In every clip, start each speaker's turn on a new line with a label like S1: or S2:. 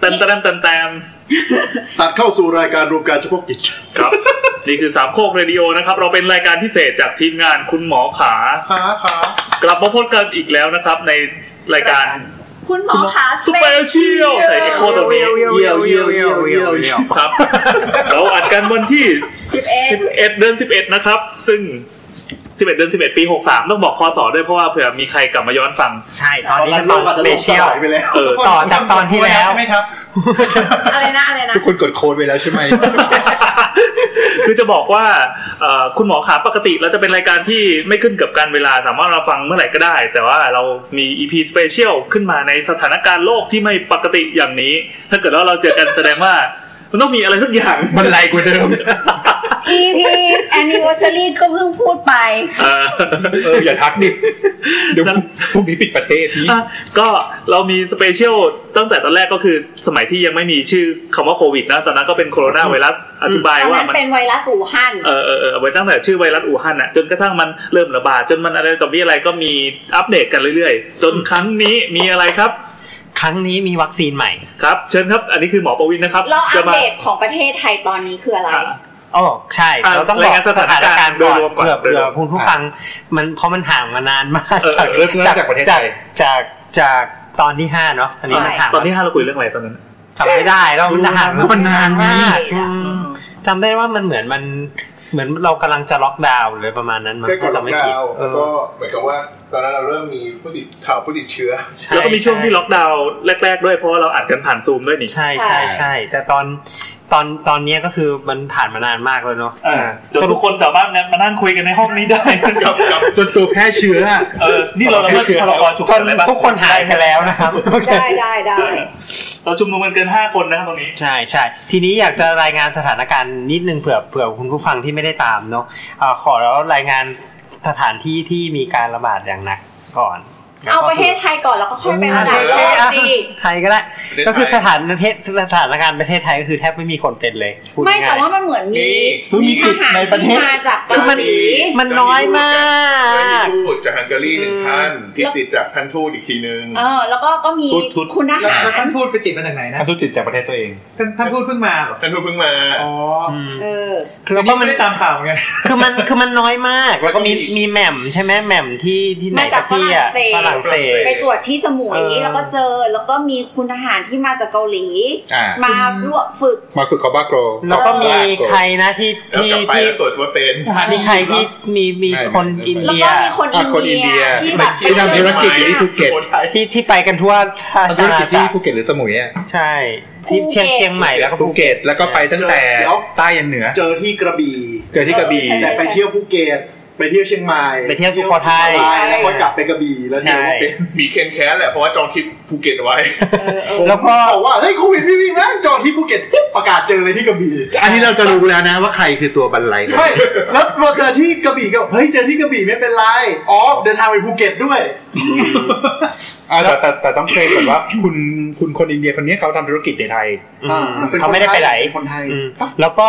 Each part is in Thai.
S1: เต็มเต็มเต็มเต็ม
S2: ตัดเข้าสู่รายการรวมการเฉพาะกิจ
S1: ครับ นี่คือสามโคกเรดิโอนะครับ เราเป็นรายการพิเศษจากทีมงานคุณหมอขา
S2: ขาขา
S1: กลับมาพบกันอีกแล้วนะครับ ในรายการ
S3: คุณหมอคะ
S1: สเปเชียล
S3: Special
S1: ใส่เอโคตรงนี้
S2: เยี่ยวเยี่ยวเยี่ยวเยี่ยวเยี่ยว
S1: ครับ เราอัดกันวันที่
S3: สิบเอ็ด
S1: 11 เดือน 11 นะครับ ซึ่ง 11 เดือน 11 ปี 63 ต้องบอกพอสอด้วยเพราะว่าเผื่อมีใครกลับมาย้อนฟัง
S4: ใช่ ตอนนี้เป็นตอนสเปเชียล
S2: ไปแล้ว
S1: เออ
S4: ต่อจากตอนที่แล้ว
S5: ใช่ไหมครับ
S3: อะไรนะอะไรนะ
S2: ทุกคนกดโค้ดไปแล้วใช่ไหม
S1: คือจะบอกว่าเอ่อคุณหมอขาปกติเราจะเป็นรายการที่ไม่ขึ้นกับการเวลาสามารถเราฟังเมื่อไหร่ก็ได้ แต่ว่าเรามี EP Special ขึ้นมาในสถานการณ์โลกที่ไม่ปกติอย่างนี้ ถ้าเกิดว่าเราเจอกันแสดงว่า มันต้องมีอะไรสักอย่าง
S4: มันไรกว่าเดิม
S3: อีพีแอนนิว r ซ a รีก็เพิ่งพูดไป
S1: เอ่อ
S2: เออ อย่าทักดิ เดี๋ยว
S1: นั่น
S2: พรุ่งนี้ปิดประเทศนี้
S1: อ่ะก็เรามีสเปเชียลตั้งแต่ตอนแรกก็คือสมัยที่ยังไม่มีชื่อคำว่าโควิดนะตอนนั้นก็เป็นโคโรนาไวรัสอธิบา
S3: ต
S1: ย
S3: อน
S1: ว่า
S3: นั้น
S1: มัน
S3: เป็นไวรัสอู่ฮั่น
S1: เออเออเออไว้ตั้งแต่ชื่อไวรัสอู่ฮั่นอ่ะจนกระทั่งมันเริ่มระบาด จนมันอะไรต่อมีอะไรก็มีอัปเดตกันเรื่อยๆ จนครั้งนี้มีอะไรครับ
S4: ครั้งนี้มีวัคซีนใหม่
S1: ครับ เชิญครับ อันนี้คือหมอประวินนะครับ
S3: เราอั
S1: จะ
S3: ป
S1: มา
S3: เดตของประเทศไทยตอนนี้คืออะไร
S1: อ่ะ
S4: โอ้ใช่
S1: อ่ะ
S4: เราต้องบอก
S1: รายงานส
S4: ส
S1: ถา
S4: ถาน น
S1: กา
S4: การ ร
S1: ณ์
S4: ณ์ก่อน
S1: โดยรวมก่อน
S4: เผื่อ
S1: โดย
S4: เผื่
S1: ร
S4: อ
S1: วม
S4: คุณผู้ฟังมันเพราะมันห่างมานานมาก
S1: เออ
S4: จาก
S1: เริ่ม
S2: เริ่มจากประเทศ
S4: จาก
S2: ไทย
S4: จากจากตอนที่ห้าเนาะอันนี้มันห่าง
S1: ตอนที่ห้าเราคุยเรื่องอะไรตอนนั้น
S4: จำไม่ได้แล้วมันห่าง
S2: มันนานมาก
S4: อืมจำได้ว่ามันเหมือนมันเหมือนเรากำลังจะล็อกดาวน์เลยประมาณนั้นมัน
S6: แค่กดล็
S4: จะ
S6: อก
S4: ไม่
S6: ดา
S4: ผิด
S6: วน์
S4: เอ
S6: แล้ว
S4: อ
S6: ก็เหมือนกับว่า ตอนนั้นเราเริ่มมีผู้ติดข่าวผู้ติดเชื้อ
S4: ใ
S1: แล้วก็มีช่วงที่ล็อกดาวน์แรก ๆ ด้วยเพราะว่าเราอัดกันผ่านซูมด้วยนี่
S4: ใช่ใช่ใช่ แต่ตอนตอนตอนเนี้ยก็คือมันผ่านมานานมากแล้วเนาะ
S1: อ่า จนทุกคนสามารถมานั่งคุยกันในห้องนี้ได้
S2: จนตัวแพร่เชื้อ
S1: เออนี่เราเราเลิกพรกฉุก
S4: จ
S1: เฉิ
S4: น
S1: นอะไรบ้าง
S4: ทุกคนหายกันแล้วนะครับ
S3: ได้ได้ได้
S1: เราชุมนุมกันเกินห้าคนนะครับตรงนี้
S4: ใช่ใช่ทีนี้อยากจะรายงานสถานการณ์นิดนึงเผื่อเผื่อคุณผู้ฟังที่ไม่ได้ตามเนาะเอ่อขอแล้วรายงานสถานที่ที่มีการระบาดอย่างหนักก่อน
S3: เอาประเทศไทยก่อนแล้วก็ค่อยไประดับโลก
S4: อ่ะ
S3: สิ
S4: ไทยก็ได้
S6: ประเทศไทย
S4: ก็คือสถานประเทศสถานการณ์ประเทศไทยก็คือแทบไม่มีคนเป็นเลยพูด
S3: ไม่
S4: ง่ยๆ
S3: แต่ว่ามันเหมือนมี
S2: เพิ่งมีติดในประเทศ
S3: ทหารที่มาจาก
S4: คือมัน
S6: มี
S4: มันน้อยมา
S6: ได้มี
S4: ก
S6: ทูตจากฮังการีหนึ่งท่านที่ติดจากท่านทูตอีกทีนึง
S3: เออ แล้วก็ก็มี
S6: ทูตทูต
S3: คุณท
S5: แล้ว
S3: หาร
S5: แล้วท่านทูตไปติดมาจากไหนนะ
S2: อันทุติดจากประเทศตัวเอง
S5: ท่านท่านทูตเพิ่งมาเหรอ
S6: ท่านทูตเพิ่งมา
S5: อ๋ออ
S3: เออ
S4: คือ
S5: แล้ว
S4: เรา
S5: ก็
S4: ก็
S5: ไม่
S4: มัน
S5: ได้ตามข่าวเหมือนกัน
S4: คือมันคือมันน้อยมาก แล้วก็มี
S6: แล้วก็มี
S4: มีแหม่มใช่ไหมแหม่มที่ที่ไหน
S3: มาจาก
S4: สักที่อ่ะ
S3: ฝ
S4: ฝ
S3: รั่
S4: รั่
S3: ง
S4: ง
S3: เศ
S4: เศส
S3: ไปตรวจที่สมุย
S4: เออ
S3: แล้วก็เจอแล้วก็มีคุณทหารที่มาจากเกาหลี
S2: อ่า
S3: มาร่วมฝึก
S2: มาฝึกคอบ้าโกร
S4: แล้วก็มีใครนะที่
S6: แล้ว
S4: ที่
S6: กลับไป
S4: ที่
S6: แล้วตรวจว่าเป็น
S4: มีใครที่มีมี
S2: ไม่
S4: คน
S2: ไม่
S4: อิน
S3: แล้ว
S4: เดีย
S3: ก็มีคน
S2: อ่ะคนอิ
S3: อิน
S2: นเดี
S3: เดีย
S2: ย
S3: ที่แบบ
S2: ไปทำธุรกิจอยู่ที่ภูเก็ต
S4: ที่ที่ไปกันทั่วท่า
S2: ทำธุ
S4: ชาร
S2: กิจ
S4: ติ
S2: ที่ภูเก็ตหรือสมุยอ่ะ
S4: ใช่ที่เชียงเชียงใหม่แล้วก็ภู
S2: ภู
S4: เก็ต
S2: เก็ตแล้วก็ไปตั้งแต่
S7: เดี๋ยว
S2: ใต้ยันเหนือ
S7: เจอที่กระบี่
S2: เจอที่กระบี่
S7: แต่ไปเที่ยวภูเก็ตไปเที่ยวเชียงใหม่
S4: ไปเที่ยวสุโขทัย
S7: ไปแล้วก็กลับไปกระบี่แล้วเนี่ย
S4: ใช่
S7: ว่าเป็น
S6: มีเคนแคสแหละเพราะว่าจองทริปภูเก็ตไว้
S3: เออเออ
S4: แล้วก็
S7: บอกว่าเฮ้ยโควิดไม่มีนะจอดที่ภูเก็ตปุ๊บประกาศเจอเลยที่กระบี่
S2: อันนี้เราจะรู้แล้วนะว่าใครคือตัวบันไล
S7: ไม่แล้วพอเจอที่กระบี่ก็เฮ้ยเจอที่กระบี่ไม่เป็นไรอ๋อเดินทางไปภูเก็ตด้วย
S2: อ่าแต่แต่แต่ต้องเคลมก่อนว่า คุณคุณคนอินเดียคนนี้เขาทำธุรกิจในไทย
S4: อืม
S7: อ่าป็น
S4: เขาไม่ได้ไปไหน
S7: เป็นคนไทย
S4: อืมแล้วก็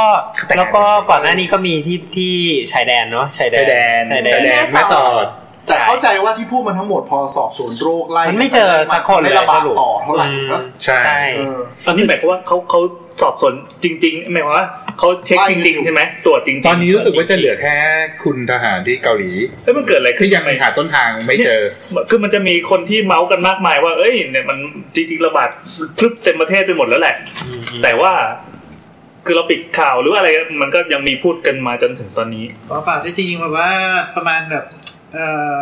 S4: แล้วก็ก่อนหน้านี้ก็มีที่ที่ชายแดนเนาะชายแดน
S2: ชายแดน
S4: ชายแดน
S2: ชายแดนแม่สอด
S7: แต่เข้าใจว่าที่พูดมันทั้งหมดพอสอบสวนโรคไล่
S4: มันไม่เจอสักคนเลย
S7: ไม่ระบา
S4: ส
S7: ด
S4: รุป
S7: ต่อเท่าไหร่
S4: อืม
S7: นะ
S2: ใช่
S7: เออ
S1: ตอนนี้หมายความว่าเขาเขาสอบสวนจริง ๆ หมายความว่าเขาเช็ค
S7: ไม่
S1: จริง ๆ ใช่ไหมตรวจจริงๆ
S2: ตอนนี้รู้สึกว่าจะเหลือแค่คุณทหารที่เกาหลี
S1: เอ้ยมันเกิดอะไร
S2: คื
S1: ขึ้น
S2: อยังหาต้นทางไม่เจอ
S1: คือมันจะมีคนที่เมาส์กันมากมายว่า เอ้ยเนี่ยมันจริงๆระบาดพรึบเต็มประเทศไปหมดแล้วแหละ แต่ว่า คือเราปิดข่าวหรืออะไรมันก็ยังมีพูดกันมาจนถึงตอนนี้
S5: ขอเปล่าที่จริงๆแบบว่าประมาณแบบเออ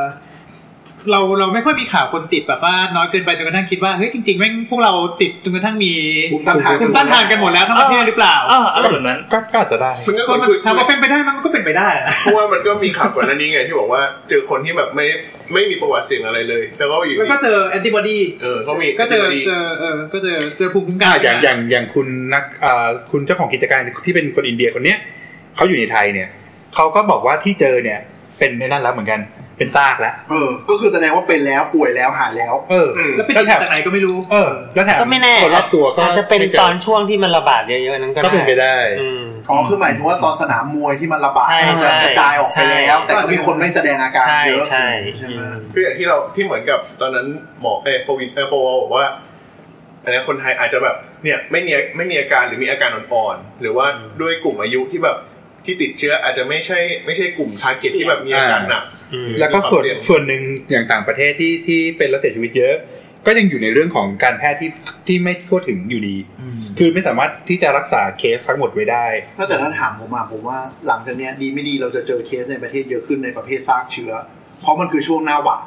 S5: เราเราไม่ค่อยมีข่าวคนติดแบบว่าน้อยเกินไปจนกระทั่งคิดว่าเฮ้ยจริงๆแม่งพวกเราติดจนกระทั่งมี
S7: ภูมิต้านทาน
S5: ภูมิต้านทานกันหมดแล้วทั้งประเทศหรือเปล่า
S1: อ่าอะไรแบบนั้น
S2: ก็ก็อาจจะได้
S6: มันก็ค
S5: ก็
S6: น
S5: มัน
S6: คุย
S5: ถามว่าเป็นไปได้มันก็เป็นไปได้นะ
S6: เพราะว่ามันก็มีข่าวก่อนหน้านี้ไงที่บอกว่าเจอคนที่แบบไม่ไม่มีประวัติเสี่ยงอะไรเลย แล้วก็อยู่
S5: แล้วก็เจอแอนติบอดี
S6: เออเขามี
S5: ก็เจอ
S6: ดี
S5: เจอเออก็เจอเจอภูมิคุ้มกั
S2: อ่าน อย่างอย่างอย่างคุณนักอ่าคุณเจ้าของกิจการที่เป็นคนอินเดียคนเนี้ยเขาอยู่ในไทยเนี่ยเขาก็บอกว่าที่เจอเนี่ย เป็นในนั้นแล้วเหมือนกันเป็นซากแล้ว
S7: เออ ก็คือแสดงว่าเป็นแล้วป่วยแล้วหายแล้ว
S2: เออ
S6: อืม
S5: แล้วไป
S2: แล้วแถม
S5: ติดจากไหนก็ไม่รู้
S2: เออ แล้วแถม
S4: ก็ไม่แน่
S2: คนรอบตัวก็
S4: อาจจะเป็น
S2: ไม่จ
S4: ตอนช่วงที่มันระบาดเยอะๆนั้นก็
S2: ก็เป็นไปได้
S4: อืม
S7: อ๋อคือหมายถึงว่าตอนสนามมวยที่มันระบาด
S4: ใช่
S7: มัน
S4: ใช่
S7: จะกระจายออก
S4: ใช่
S7: ไปแล้ว แต่ก็มีคนไม่แสดงอาการ
S4: ใช่
S7: เยอะ
S4: ใช่
S7: ใช่
S4: อื
S7: ไหม
S4: ม
S6: คืออย่างที่เราที่เหมือนกับตอนนั้นหมอเออประวินเออปวบอกว่า อันนี้คนไทยอาจจะแบบเนี่ยไม่มีไม่มีอาการหรือมีอาการอ่อนๆหรือว่าด้วยกลุ่มอายุที่แบบที่ติดเชื้ออาจจะไม่ใช่ไม่ใช่กลุ่มทาร์เก็ตที่แบบมีอาการหนัก
S2: แล้วก็ส่วน
S6: มีความเสี่ยง
S2: ส่วนหนึ่งอย่างต่างประเทศที่ที่เป็นแล้วเสียชีวิตเยอะ ก็ยังอยู่ในเรื่องของการแพทย์ที่ที่ไม่ทั่วถึงอยู่ดี คือไม่สามารถที่จะรักษาเคสทั้งหมดไว้ได้
S7: ถ้าแต่ถ้าถามผมมาผมว่าหลังจากเนี้ยดีไม่ดีเราจะเจอเคสในประเทศเยอะขึ้นในประเภทซากเชื้อ เพราะมันคือช่วงหน้าหวัด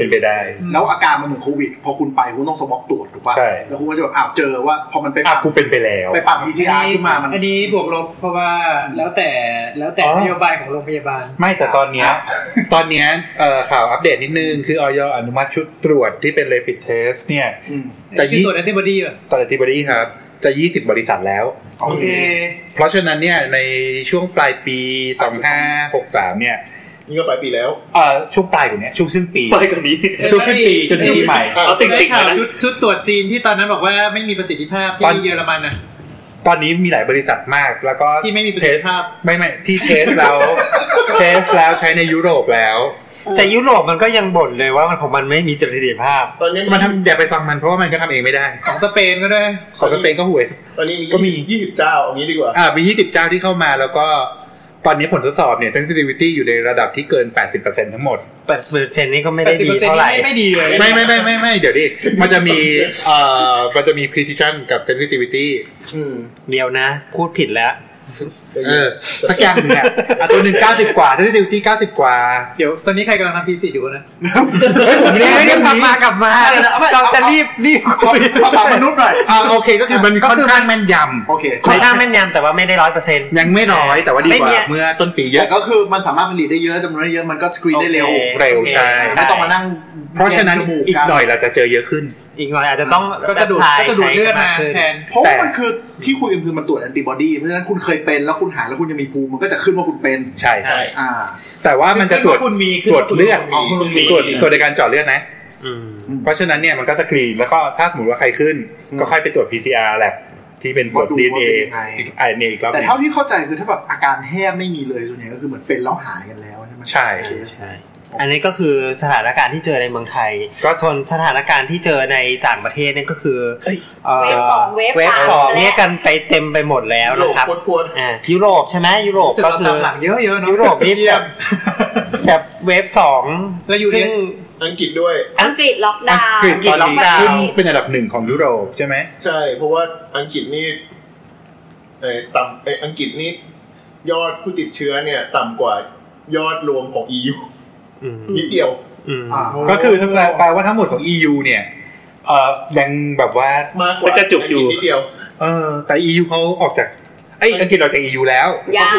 S2: เป็นไปได้
S7: แล้วอาการมันเหมือนโควิด พอคุณไปคุณต้องสวอปตรวจถูกป่ะ
S2: ใช่
S7: แล้วคุณก็จะแบบอ้าวเจอว่าพอมันไปปั
S2: อ่ะ
S7: ก
S2: กูเป็นไปแล้ว
S7: ไปปัก PCR ขึ้นมามัน
S5: อันนี้บวกลบเพราะว่าแล้วแต่แล้วแต่
S2: อ๋อ
S5: นโยบายของโรงพยาบาล
S2: ไม่แต่ตอนเนี้ยตอนเนี้ยเอ่อข่าวอัปเดตนิดนึง คือออยอนุมัติชุดตรวจที่เป็นเลปิดเทสเนี่ย
S7: อืม
S2: แต่
S5: คือ
S2: ยี่
S5: ตรวจแอนติบอดีอ่ะ
S2: ตอนนี้บริครับ จะ 20 บริษัทแล้ว
S7: โอ
S5: โอ
S7: เค
S5: เค
S2: เพราะฉะนั้นเนี่ยในช่วงปลายปี 2563 เนี่ย
S6: นี่ก็ปลายปีแล้ว
S2: เอ่อช่วงปลายกว่าเนี้ยช่วงสิ้นปี
S1: ไปกันนี้
S2: ช่วงสิ้นปีจนถึงปีใหม่
S1: เอาติ่งๆ
S5: ข่าว
S1: นะ
S5: ชุดชุดตรวจจีนที่ตอนนั้นบอกว่าไม่มีประสิทธิภาพ
S2: ตอน
S5: ที่เยอรมันอ่ะ
S2: ตอนนี้มีหลายบริษัทมากแล้วก็
S5: ที่ไม่มีประสิทธิภาพ
S2: เทสไม่ไม่ที่เทส แล้ว เทสแล้วใช้ในยุโรปแล้ว
S4: แต่ยุโรปมันก็ยังบ่นเลยว่ามันของมันไม่มีประสิทธิภาพ
S6: ตอนนี้
S2: มันทำอย่าไปฟังมันเพราะว่ามันก็ทำเองไม่ได้
S5: ของสเปนก็ด้วย
S2: ของสเปนก็ห่วย
S6: ตอนนี้
S2: ก็มี
S6: ยี่สิบเจ้าอย่างนี้ดีกว่า
S2: อ่ามี 20 เจ้าที่เข้ามาแล้วก็ตอนนี้ผลทดสอบเนี่ย sensitivity อยู่ในระดับที่เกิน 80%ทั้งหมด
S4: เปอร์เซ็นต์นี้ก็ไม่ได้ดีเท่าไหร่
S5: 80%นี่ไม่ดีเลย
S2: ไม่ไม่ไม่ไม่ไม่เดี๋ยวดิ มันจะมีเอ่อมันจะมี precision กับ sensitivity
S4: เดียวนะ พูดผิดแล้ว
S2: เออ สักอย่างหนึ่งอะอ่ะตัวหนึ่ง90 กว่า sensitivity 90 กว่า
S5: เดี๋ยวตอนนี้ใครกำลังทำทีสี่อยู่นะ
S2: เฮ้ยผมไม่ได้
S4: ไม่ได้
S2: เรื่อง
S4: กลับ
S2: นี้
S4: มากลับมา
S7: อะไรนะอ
S4: เราจะรีบรีบคุย
S7: ภาษามนุษย์หน่อย
S2: อ่าโอเคก็คือมันค่อนข้างแม่นย
S7: โอเค
S4: ค่อนข้างแม่นยำแต่ว่าไม่ได้ร้อยเปอร์เซ็นต์
S2: ำยังไม่น้อยแต่ว่าดีก
S4: ไม่
S2: ว่า
S4: เนี่ย
S2: เมื่อต้นปีเย
S7: แต่
S2: อะ
S7: ก็คือมันสามารถผลิตได้เยอะจำนวนได้เยอะมันก็สกรีนได้เร็ว
S2: เร็วใช่
S7: ไม่ต้องมานั่ง
S2: เพราะฉะนั้น
S7: แยงจมู
S2: อีก
S7: กัน
S2: หน่อยเราจะเจอเยอะขึ้น
S4: อีกหน่อยอาจจะต้อง
S5: ก็จะดูดก็จะดูดเลือดมา
S4: ใช้กันกขึ้น
S5: แทน
S7: เพราะ
S2: แต่
S7: ว่ามันคือที่คุยกันคือมันตรวจแอนติบอดีเพราะฉะนั้นคุณเคยเป็นแล้วคุณหายแล้วคุณยังมีภูมิมันก็จะขึ้นว่าคุณเป็น
S2: ใช่
S6: ใช่
S7: อ่า
S2: แต่ว่ามันจะตรวจ
S5: ขึ้นว่าคุณมีขึ้น
S2: ตรวจ
S5: ว่าคุณ
S2: เลือด
S5: มี
S7: อ๋อคุณมี
S2: ตรวจตรวจในการเจาะเลือดนะ
S4: อืม
S2: เพราะฉะนั้นเนี่ยมันก็สกรีนแล้วก็ถ้าสมมติว่าใครขึ้น
S7: อืม
S2: ก็ค่อยไปตรวจ PCR แหละที่เป็นตรวจ
S7: ดู
S2: DNA
S7: ว่าเป็นยังไง
S2: RNA อีกรอบห
S7: แต่
S2: นึ่ง
S7: เท่าที่เข้าใจคือถ้าแบบอาการแทบไม่มีเลยส่วนใหญ่ก็คือเหมือนเป็นแล้วหายกันแล้วใช่ไหม
S2: ใช่
S7: เคส
S4: ใช่ อันนี้ก็คือสถานการณ์ที่เจอในเมืองไทย
S2: ก็
S4: ก็ชนสถานการณ์ที่เจอในต่างประเทศเนี่ยก็คือเอ่
S3: เวฟสองเวฟ
S4: เวฟ
S3: สาม
S4: สองเนี่ย
S3: และ
S4: กันไปเต็มไปหมดแล้ว
S6: โลก
S4: นะครับ
S6: พดพวด
S4: อ่ายุโรปใช่ไหมยุโรป
S5: สึก
S4: ก็
S5: เรา
S4: คื
S5: ตาม
S4: อ
S5: หลังเยอะๆเนาะ
S4: ยุโรปนี่
S5: เยี่
S4: แบ
S5: ยม
S4: บแบบเวฟสอง
S5: แล้ว US
S4: ซึ่ง
S6: อังกฤษด้วย
S3: อังกฤษล็อกดาว
S2: อัง
S3: น์
S2: กฤษตอน
S4: อั
S2: นี้
S4: งกฤษล็อกดาวน์
S2: ขึ้นเป็นอันดับหนึ่งของยุโรปใช่ไหม
S6: ใช่ เพราะว่าอังกฤษนี่เอ่อต่ำเอ่ออังกฤษนี่ยอดผู้ติดเชื้อเนี่ย ต่ำกว่ายอดรวมของ EU
S4: อืม
S6: นิดเดียว
S4: อืม
S7: อ่า
S2: ก็คือทั้งแปลว่าทั้งหมดของ EU เนี่ยเออยังแบบว่า
S6: มากกว่า
S1: ไปกระจุกอยู่
S6: นิดเดียว
S2: เออแต่ EU เขาออกจากไอ้ยอังกฤษออกจาก EU แล้ว
S3: ยัง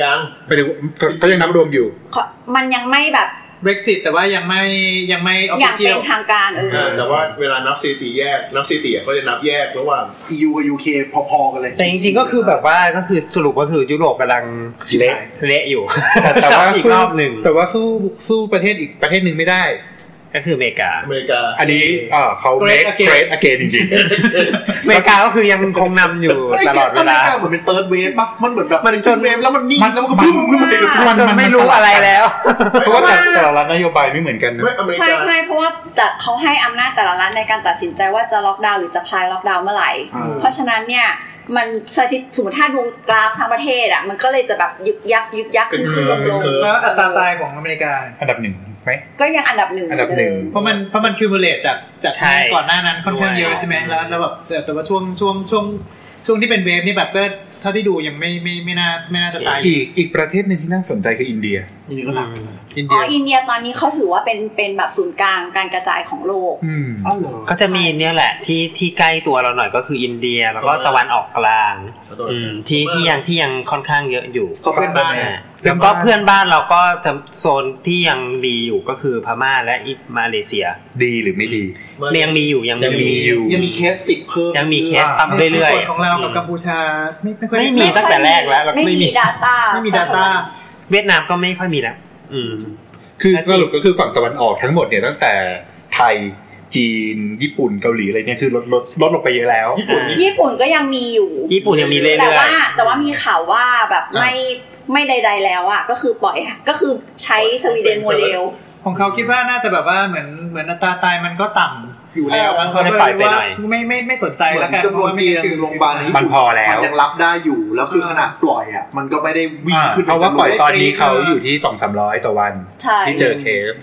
S6: ยัง
S2: ไปถึงก็ก็ยังนับรวมอยู่
S3: ขอมันยังไม่แบบ
S5: เบรกซิตแต่ว่ายังไม่ยังไม่ออ
S3: อ
S5: ฟฟิ
S3: ย่าง
S5: เชีย
S3: เป็
S5: ล
S3: นทางการเออ
S6: อ่าแต่ว่าเวลานับซีตีแยก นับซีตีก็จะนับแยกระหว่าง
S7: EU กับ UK พอๆกันเลย
S4: แต่จริงๆก็คือแบบว่าก็คือสรุปก็คือยุโรปกำลัง
S2: เละ
S4: เละอยู่
S2: แต่แต่ว่า
S4: อีก
S2: สู้
S4: รอบหนึ่ง
S2: แต่ว่าสู้สู้ประเทศอีกประเทศหนึ่งไม่ได้
S4: ก็คืออเมริกา
S6: อเมริกา
S2: อันนี้เออเขา
S5: Great
S2: make
S5: again
S2: great again จริง
S4: อเมริกาก็คือยังคงนำอยู่
S7: ไม่
S4: ตลอดเวลา
S7: ไม่กเหมือนเป็นเติร์ดเวฟปะมันเหมือนแบบ
S4: มันจน
S7: เวฟแล้วมันนิ่ง
S2: ๆ
S7: แล้วมันก็บึ้มขึ้นมาเลย
S2: มัน
S4: จนไม่รู้อะไรแล้ว
S2: เพราะว่าแต่แต่ละรัฐนโยบายไม่เหมือนกันนะ
S6: ไม่อเมริ
S3: ใช่
S6: กา
S3: ใช่เพราะว่าแต่เขาให้อำนาจแต่ละรัฐในการตัดสินใจว่าจะล็อกดาวน์หรือจะคลายล็อกดาวน์เมื่อไหร่
S7: อ่า
S3: เพราะฉะนั้นเนี่ยมันสถิติสมมติถ้าดูกราฟทั้งประเทศอ่ะมันก็เลยจะแบบยึกยักยึกยักขึ้นขึ้นลงลง
S5: แล้วอัตราตายของอเมริกา
S2: อันดับหนึ่งไหม
S3: ก็ยังอันดับหนึ่ง
S2: อันดับหนึ่ง
S3: เม
S5: เพราะมันเพราะมันคิวมูเลตจากจาก
S4: ใช่
S5: ก่อนหน้านั้นค่อนข้างเยอะใช่ไหมแล้วแล้วแบบแต่แต่ว่าช่วงช่วงช่วงช่วงที่เป็นเวฟนี่แบบก็เท่าที่ดูยังไม่ไม่ไม่น่าไม่น่าจะตาย
S2: อีกอีกประเทศหนึ่งที่น่าสนใจคืออินเดีย
S7: อันนี้ก็หนักเลย
S2: อิน
S3: อ๋
S2: เดี
S3: อย อินเดียตอนนี้เขาถือว่าเป็นเป็นแบบศูนย์กลางการกระจายของโลก
S2: อืม
S7: อ้าวเหรอ
S4: ก็จะมีเนี่ยแหละที่ที่ใกล้ตัวเราหน่อยก็คืออินเดียแล้วก็ตะวันออกกลางอืมที่ที่ยังที่ยังค่อนข้างเยอะอยู่
S5: เขาเพื่อนบ้าน
S4: อ่าแล้วก็เพื่อนบ้านเราก็จะโซนที่ยังดีอยู่ก็คือพม่าและอิมาเลเซีย
S2: ดีหรือไม่ดี
S4: เนี่ยยังมีอยู่ยัง
S2: ยังมี
S4: มี
S2: อยู่
S7: ยังมีเคสติดเพิ่ม
S4: ยังมีเคสปั๊มเรื่อย
S5: ส่วน
S4: ๆ
S5: ของเรากับกัมพูชาไม่ไม่ค่อย
S4: ไม่
S5: ด้
S4: ตั้งแต่แรกแล้วแล้วก็
S3: ไม่
S4: ไม่มี
S3: มีดัต้า
S5: ไม่มี Data
S4: เวียดนามก็ไม่ค่อยมีแล้วอืม
S2: คือ
S4: และจี
S2: ส
S4: น
S2: รุปก็คือฝั่งตะวันออกทั้งหมดเนี่ยตั้งแต่ไทยจีน ญี่ปุ่นเกาหลีอะไรเนี่ยคือลดลดลดลงไปเยอะแล้ว
S6: ญี่ปุ่นนี่
S3: ญี่ปุ่นก็ยังมีอยู่
S4: ญี่ปุ่นยังมีเรื่
S3: แต่
S4: อย
S3: ว่าแต่ว่ามีข่าวว่าแบบไม่ไม่ใด ๆ แล้วอ่ะก็คือปล่อยก็คือใช้สวีเดนโมเดล
S5: ของเขาคิดว่าน่าจะแบบว่าเหมือนเหมือนอัตราตายมันก็ต่ำ อยู่แล้ว
S7: เออ
S5: บางคน
S4: ให้
S5: ก็
S4: ปล่อยไป
S5: เลยว่า
S4: หน่อย
S5: ไม่ไม่ไม่สนใจ
S7: เหมื
S5: แล้
S7: อ
S5: วน กัน
S7: จำนวนเตียงโรงพยาบาลนี้
S2: มันพอแล้ว
S7: มันยังรับได้อยู่ แล้วคือขนาดปล่อยอ่ะ มันก็ไม่ได้วิ่ง
S2: อ่า
S7: ขึ้นไป
S2: เพราะว่า
S7: จำน
S2: ป
S7: ว
S2: ล่อย
S7: น
S2: ตอนนี้เขาอยู่ที่สองสามร้อยต่อวัน
S3: ใช่
S2: ที่เจอเคส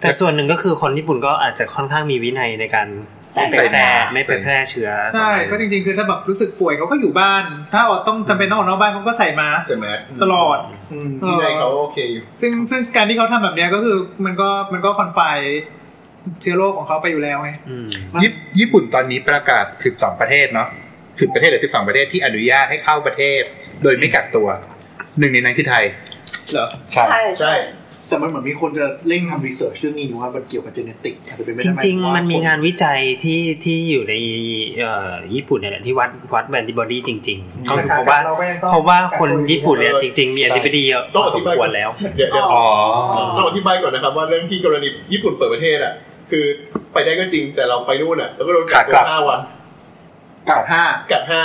S4: แต่ส่วนหนึ่งก็คือคนญี่ปุ่นก็อาจจะค่อนข้างมีวินัยในการ
S3: ใส่
S2: ใส่
S3: แม
S2: แม
S3: ส
S2: ส
S4: ไม่ไปแพร่เชื้อ
S5: ใช่ก็จริงๆคือถ้าแบบรู้สึกป่วยเขาก็อยู่บ้าน ถ้าออกต้องจำเป็นต้องออกนอกบ้านเขาก็ใส่มาสก์
S6: ใช่ไหม
S5: ตลอด
S6: อืมที่ไหนเขาโอเคอยู่
S5: ซึ่งซึ่งการที่เขาทำแบบเนี้ยก็คือมันก็มันก็คอนไฟเชื้อโรคของเขาไปอยู่แล้วไง
S4: อืม
S2: ญี่ญี่ปุ่นตอนนี้ประกาศ 12 ประเทศเนาะ10ประเทศหรือ12 ประเทศที่อนุญาตให้เข้าประเทศ โดยไม่กักตัว หนึ่งในนั้นคือไทย
S5: เหรอ
S2: ใช่
S3: ใช่ใช่
S6: ใช่
S7: แต่มันเหมือนมีคนจะเร่งทำรีเสิร์ชเรื่องนี้นะว่ามันเกี่ยวกับเจเนติกอาจจะเป็นไม่
S4: จ
S7: ได้ไห
S4: ริงๆ มันมี
S7: ว่ค
S4: งานวิจัยที่ที่อยู่ในเอ่อญี่ปุ่นเนี่ยแหละที่วัดวัดแอนติบอดีจริงๆก็คือเพราะว่า
S5: เราก็ยังต้อง
S4: เพราะว่าคนญี่ปุ่นเนี่ย
S6: เออ
S4: จริง ๆ มีแอนติบอดีเยอะพ
S6: ต้อง
S4: อ
S6: อ
S4: ส
S6: ธิ
S4: ม
S6: บาย
S4: ควรแล้ว
S6: เดี๋ยวเดี๋ยว
S2: อ๋อ
S6: ต้องอธิบายก่อนนะครับว่าเรื่องที่กรณีญี่ปุ่นเปิดประเทศอ่ะ คือไปได้ก็จริงแต่เราไปนู่นอ่ะแล้วก็โดนกักตั
S2: ขาว กลับ
S6: ห้าวัน
S7: กลับห้า
S6: กักห้า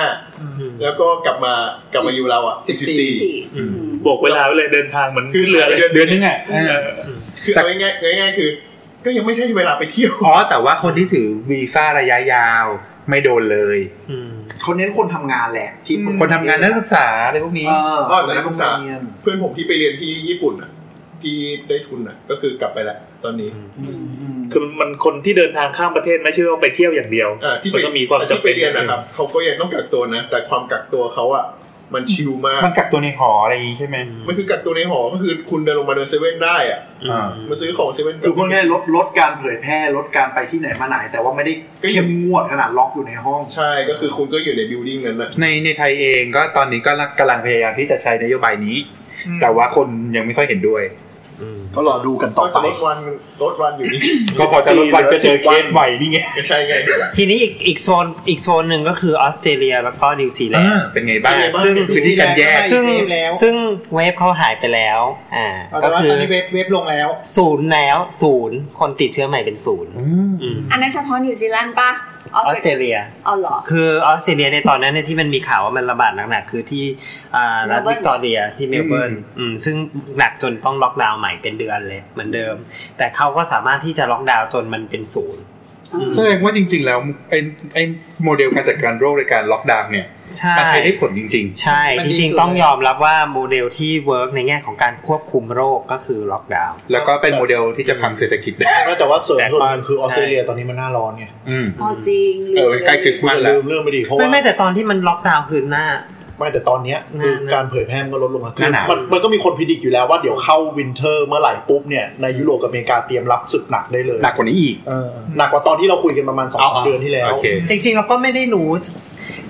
S6: แล้วก็กลับมากลับมาอยู่เราอ่ะสิบสี่
S4: อืม
S1: บวกเวลาไว้เลยเดินทางเหมือนขึ้นเรือเลย
S2: เดือนนึงอ่ะเออ
S6: คือเอาง่ายๆง่ายๆคือ ก็ยังไม่ใช่เวลาไปเที่ยว
S2: อ๋อ แต่ว่าคนที่ถือวีซ่าระยะยาวไม่โดนเลย
S4: อืม
S7: เขาเน้นคนทำงานแหละ ที่
S5: อืม
S2: คนทำงานนักศึกษาอะไรพวกนี้
S7: เออ
S6: อ๋อแต่นักศึกษา
S7: เรียน
S6: เพื่อนผมที่ไปเรียนที่ญี่ปุ่นอ่ะ ที่ได้ทุนอ่ะ ก็คือกลับไปแล้วตอนนี้
S7: อืม
S1: คือมันคนที่เดินทางข้ามประเทศไม่ใช่ว่าไปเที่ยวอย่างเดียว
S6: อ่าที่ไป
S1: มันก็มีความจำ
S6: ที่ไป
S1: เป็น
S6: เรียนนะครับเขาก็ยังต้องกักตัวนะ แต่ความกักตัวเขาอ่ะมันชิลมาก
S2: มันกักตัวในหออะไรอย่างนี้ใช่ไหม
S6: มันคือกักตัวในหอก็คือคุณเดินลงมาเดินเซเว่นได้อ่ะ
S2: อ่า
S6: มาซื้อของเซเว่น
S7: คือพูดง่ายๆลดลดการเผยแพร่ลดการไปที่ไหนมาไหน แต่ว่าไม่ได้เข้มงวดขนาดล็อกอยู่ในห้อง
S6: ใช่ก็คือคุณก็อยู่ในบิลดิ้งนั้นนะ
S2: ในในไทยเองก็ตอนนี้ก็กำลังพยายามที่จะใช้นโยบายนี้ แต่ว่าคนยังไม่ค่อยเห็นด้วย
S7: ก็รอดูกันต่อ
S6: ก็
S7: ไป
S6: จะลดวันลดวันอยู่นี่
S2: ก็พอจะลดวันก็เจอเคสใหม่นี่ไง
S6: ก็ใช่ไง
S4: ทีนี้อีกอีกโซนอีกโซนหนึ่งก็คือออสเตรเลียแล้วก็นิวซีแลนด์
S2: อ่าเป็นไงบ้าง
S6: เป็นไงบ้าง
S2: ซึ่งพื้นที่การแยก
S4: ซึ่ง
S5: เว็บแล้ว
S4: ซึ่งเวฟเขาหายไปแล้ว อ่า
S5: แต่
S4: ก็
S5: ว่า
S4: คื
S5: ต
S4: อ
S5: อนนี้เว็บเว็บลงแล้ว
S4: ศูนย์แล้วศูนย์คนติดเชื้อใหม่เป็นศูนย์อืม
S3: อันนั้นเฉพาะนิวซีแลนด์ป่ะอ
S4: อ
S3: อส
S4: อส
S3: เต
S4: เต
S3: ร
S4: ร
S3: เลีย
S4: เลีย
S3: อ๋อเหรอ
S4: คือออสเตรเลียในตอนนั้นเนี่ยที่มันมีข่าวว่ามันระบาดหนักๆคือที่อ่ารัฐ
S3: Melbourne
S4: วิกตอเรียที่เมลเบิร์น
S2: อืม
S4: อืมซึ่งหนักจนต้องล็อกดาวน์ใหม่เป็นเดือนเลยเหมือนเดิม แต่เขาก็สามารถที่จะล็อกดาวน์จนมันเป็นศูนย์อืม
S2: แสดงว่าจริง ๆ แล้วไอ้ไอ้โมเดลการจัดการโรคในการล็อกดาวน์เนี่ย
S4: ใช่
S2: มันใช้ได้ผลจริง
S4: ใช่
S5: มัน
S4: จ
S5: ดี
S4: ริง
S5: สุด
S4: ๆต้องยอมรับว่าโมเดลที่เวิร์กในแง่ของการควบคุมโรคก็คือล็อกดาวน์
S2: ๆ แล้วก็เป็นโมเดลที่จะพังเศรษฐกิจได้
S8: แต่ว่าส่วน
S4: แต่
S8: ส่วน
S4: ก่อน
S8: หนึ่งคือออสเตรเลียตอนนี้มันหน้าร้อนไง
S2: อืม
S3: อ๋อจริง
S2: เออใกล้คริสต์มาสแล้
S8: ลื
S2: ว
S8: มเรื่องไปดิเพราะ
S4: ไม่
S8: ว่า
S4: ไม่แต่ตอนที่มันล็อกดาวน์คือหน้า
S8: ไม่แต่ตอนเนี้ย
S4: หน้า
S8: คือ
S4: หน้า
S8: การเผยแพร่มันก็ลดลงมา
S2: หน้าหนาว
S8: มันมันก็มีคนพิจิตรอยู่แล้วว่าเดี๋ยวเข้าวินเทอร์เมื่อไหร่ปุ๊บเนี่ยในยุโรปกับอเมริกาเตรียมรับศึกหนักได้เลย
S2: หนักกว่านี้อีก
S8: เออหนักกว่าตอนที่เราคุยกันประมาณสองเดือนที่แล้ว
S2: โอเค
S4: จริงๆเราก็ไม่ได้รู้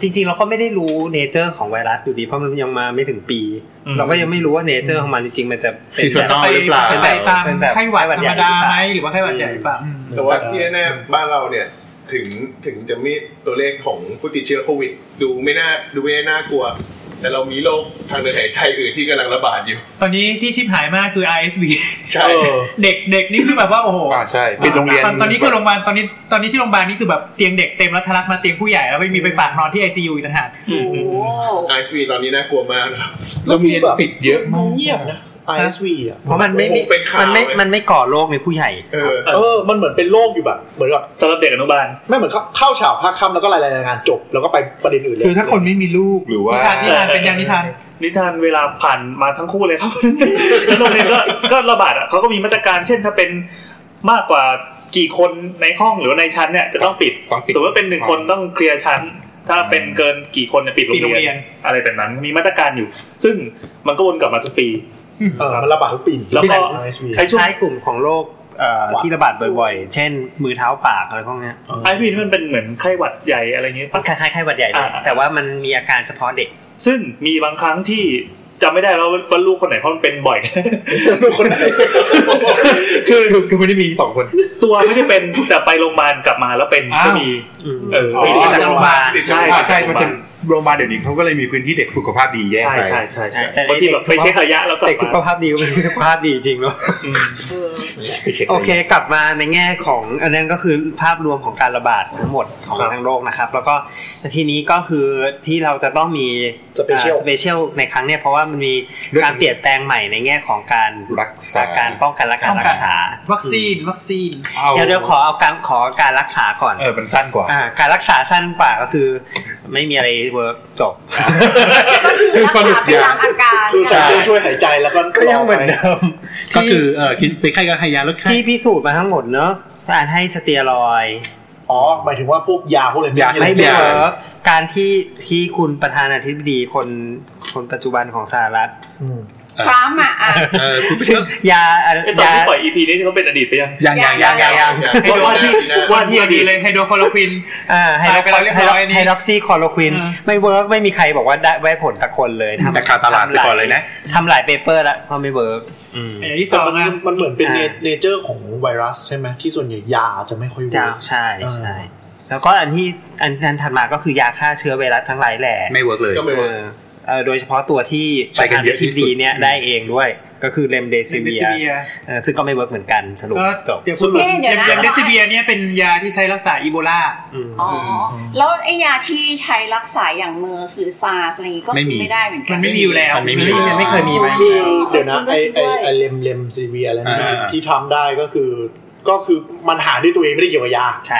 S4: จริง ๆ เราก็ไม่ได้รู้เนเจอร์ของไวรัสอยู่ดีเพราะมันยังมาไม่ถึงปี
S1: อืม
S4: เราก็ยังไม่รู้ว่าเนเจอร์ของมันจริงๆมันจะเป็น
S2: Seasonal
S5: ไป
S2: หรือเปล่า
S5: ไปไปตาม
S4: เป็นแบบ
S5: ไข้หวัด
S4: ไข้หวัด
S5: ธร
S4: ใหญ่
S5: รมดาไหม
S4: หรือเปล่า
S5: หรือว่าไข้หวัดใหญ่หรือเปล่า
S6: แต่ว่าที่แน่ๆบ้านเราเนี่ยถึงถึงจะมีตัวเลขของผู้ติดเชื้อโควิด ดูไม่น่าดูไม่น่ากลัว แต่เรามีโรคทางเดินหายใจอื่นที่กำลังระบาดอยู่
S5: ตอนนี้ที่ชิบหายมากคือ RSV
S6: ใช่
S5: เด็กเด็กนี่คือแบบว่าโอ้โห
S2: อ่าใช่ปิดโรงเรียน
S5: ตอนตอนนี้คือโรงพยาบาลตอนนี้ตอนนี้ที่โรงพยาบาลนี่คือแบบเตียงเด็กเต็มแล้วทะลักมาเตียงผู้ใหญ่แล้วไม่มีไปฝากนอนที่ ICU อีกต่างหาก
S3: โอ้โห
S6: ไอซีตอนนี้น่ากลัวมากนะครับ
S2: โรงเรียนปิดเยอะมาก
S8: เงียบนะ ISV อ่ะ
S4: เพราะมันไม่
S6: โอ้โหเป็นข่าว
S4: มันไม่
S6: เลย
S4: มันไม่ก่อโรคในผู้ใหญ่
S6: เออ
S8: เออมันเหมือนเป็นโรคอยู่แบบเหมือนแบบ
S1: สำหรับเด็กอนุบาล
S8: ไม่เหมือนเข้าเข้าฉากภาคค่ำแล้วก็รายงานจบ แล้วก็ไปประเด็นอื่นเลย
S2: คือถ้าคนไม่มีลูกหรือว่า
S5: นิทานนิทานเป็นยังนิทาน
S1: นิทานเวลาผ่านมาทั้งคู่เลยครับ แล้วโรงเรียนก็ก็ระบาดอ่ะเขาก็มีมาตรการเช่นถ้าเป็นมากกว่ากี่คนในห้องหรือว่าในชั้นเนี่ยจะต้องปิด
S2: ต้องปิด
S1: สมมติว่าเป็นหนึ่งคนต้องเคลียร์ชั้น ถ้าเป็นเกินกี่คนเนี่ยปิดโรง
S5: ปิดโรงเรี
S1: เรีย
S5: ย
S1: น
S5: น
S1: อะไรแบบนั้นมีมาตรการอยู่ ซึ่งมันก็วนกลับมาทุกปี
S8: เออมันระบาดทุกปี
S1: แล้วก็
S8: ช่วง
S1: ไอ้ช่วง
S4: ใช้กลุ่มของโรคเอ่อ
S8: หวัด
S4: ที่ระบาดบ่อยๆ เช่น มือเท้าปากอะไรพวกเนี้ย
S1: ไอพีนี่มันเป็นเหมือนไข้หวัดใหญ่อะไรอย่างเงี้ย
S4: มัน
S1: ปะ
S4: คล้ายๆไข้หวัดใหญ่เลย
S1: อ่า
S4: แต่ว่ามันมีอาการเฉพาะเด็ก
S1: ซึ่งมีบางครั้งที่จำไม่ได้แล้วว่าลูกคนไหนเพราะมันเป็นบ่อย
S6: คนไหน
S2: คือคือคือไม่ได้มีสองคน
S1: ตัวไม่ได้เป็นแต่ไปโรงพยาบาลกลับมาแล้วเป็นก็มี
S4: อืม
S1: เออ
S2: อ๋อ
S4: ไปที่โรงพยาบาล
S6: ติด
S1: ใช่
S6: ใช่
S2: อ่าใช่มันจะ โรงพยาบาลเดี๋ยวนี้เขาก็เลยมีพื้นที่เด็กสุขภาพดีแยก
S1: ใช่
S2: ไป
S1: ใช่ใช่ใช่
S4: แต่ใน
S1: บางทีแบบไปเช็คระยะแล้วกลับ
S4: เด็กสุข
S1: มา
S4: ภาพดี ก็เป็นสุขภาพดีจริงเนาะ
S3: เออ
S2: ไปเช็ค
S4: โอเคกลับมาในแง่ของอันนั้นก็คือภาพรวมของการระบาดทั้งหมดของทั้งโลกนะครับ แล้วก็ทีนี้ก็คือที่เราจะต้องมี
S8: Special
S4: เปเชียลในครั้งเนี้ยเพราะว่ามันมีการเปลี่ยนแปลงใหม่ในแง่ของการ
S2: รักษา
S4: การป้องกันและการรักษา
S5: วัคซีนวัคซีน
S2: เอา
S4: เดี๋ยวเดี๋ยวขอเอาการขอการรักษาก่อน
S2: เออมันสั้นกว่า
S4: ่าการรักษาสั้นกว่าก็คือ ไม่มีอะไรเวิร์กจ บ
S3: ก็คือรัก
S2: สรุป
S3: ษาไป
S2: อย่าง
S3: ตามอาการ
S8: คือใส่เครื่องช่วยหายใจแล้วก็
S4: ก็ยังเหมือนเดิม
S2: ก็คือเออกินไปไข้ก็ให้ยาลดไข้
S4: ที่พิสูจน์มาทั้งหมดเนอะการให้สเตียรอยด์
S8: อ๋อหมายถึงว่าพวกยาพวกอะไร
S2: ยา
S8: ไม่
S4: ไม่
S8: มี
S4: เวิ
S2: ยา
S4: ร์กการที่ที่คุณประธานาธิบดีคนคนปัจจุบันของสหรัฐ
S8: อืม
S3: ครั้มป์อ่ะอ่ะ
S2: เออคุณไป
S4: ซึ่งยาอะ
S1: ไอ้ตอน
S4: ยา
S1: ที่ปล่อย EP นี้เขาเป็นอดีตไปยัง
S2: ยังยังยังยังยัง
S6: อยาก
S1: ว่าว่าที่ว่าที่อดีต
S5: เลยไฮโดรคลอโรควิน
S4: อ่าไฮ
S5: ตายไปแล้วเรียบร้อยนี่
S4: ดรอกซีคอโลควิน
S5: อืม
S4: ไม่เวิร์กไม่มีใครบอกว่าได้ไว้ผลตะคนเลยทำ
S2: แต่ขาดตลาดไปก่อนเลยนะ
S4: ทำหลายเปเปอร์ละเพราะไม่เวิร์กอืม
S5: อย่างที่ส
S8: แต่
S5: อง
S8: มัน
S5: นะ
S8: มันเหมือนเป็น
S4: อ่า
S8: เนเจอร์ของไวรัสใช่ไหมที่ส่วนใหญ่ยาจะไม่ค่อยเวิ
S4: จ้า
S8: ร์ก
S4: ใช่
S8: เออ
S4: ใช่แล้วก็อันที่อันที่นั้นถัดมาก็คือยาฆ่าเชื้อไวรัสทั้งหลายแหล่
S2: ไม่เวิร์กเลย
S6: ก็ไม่
S4: เอ
S6: ว่า
S4: อเอ่อโดยเฉพาะตัวที่
S2: ใช้กันเยอะที่
S4: ธิ
S2: สุด
S4: บดีเนี่ยได้เองด้วย ก็คือเลมเดซิ
S5: เด
S4: เวี
S5: ซิ
S4: ย
S5: เบีย
S4: ซึ่งก็ไม่เวิร์กเหมือนกันสรุป
S5: ก็
S4: จบ
S5: เดี๋ยวสรุป
S3: เอ๊ะเดี๋ยวนะ
S5: ยาเดซิเบียเนี่ยเป็นยาที่ใช้รักษาอีโบลา
S3: อ๋อ แล้วไอ้ยาที่ใช้รักษาอย่างเมอร์หรือซาร์สอะไรอย่างงี้ก็
S2: ไม่มี
S3: ไม่ได้เหมือนกั
S5: มัน นไม่มีอยู่แล้ว
S2: มันไม่มี
S4: มันไม่เคยมีไหม
S8: คือเดี๋ยวนะไอไอ
S3: ด้วย
S8: ไอเลมเลมซีเวียอะไรนั่น
S2: อ่า
S8: ที่ทำได้ก็คือ ก็คือมันหาด้วยตัวเองไม่ได้เกี่ยวกับยา
S4: ใช่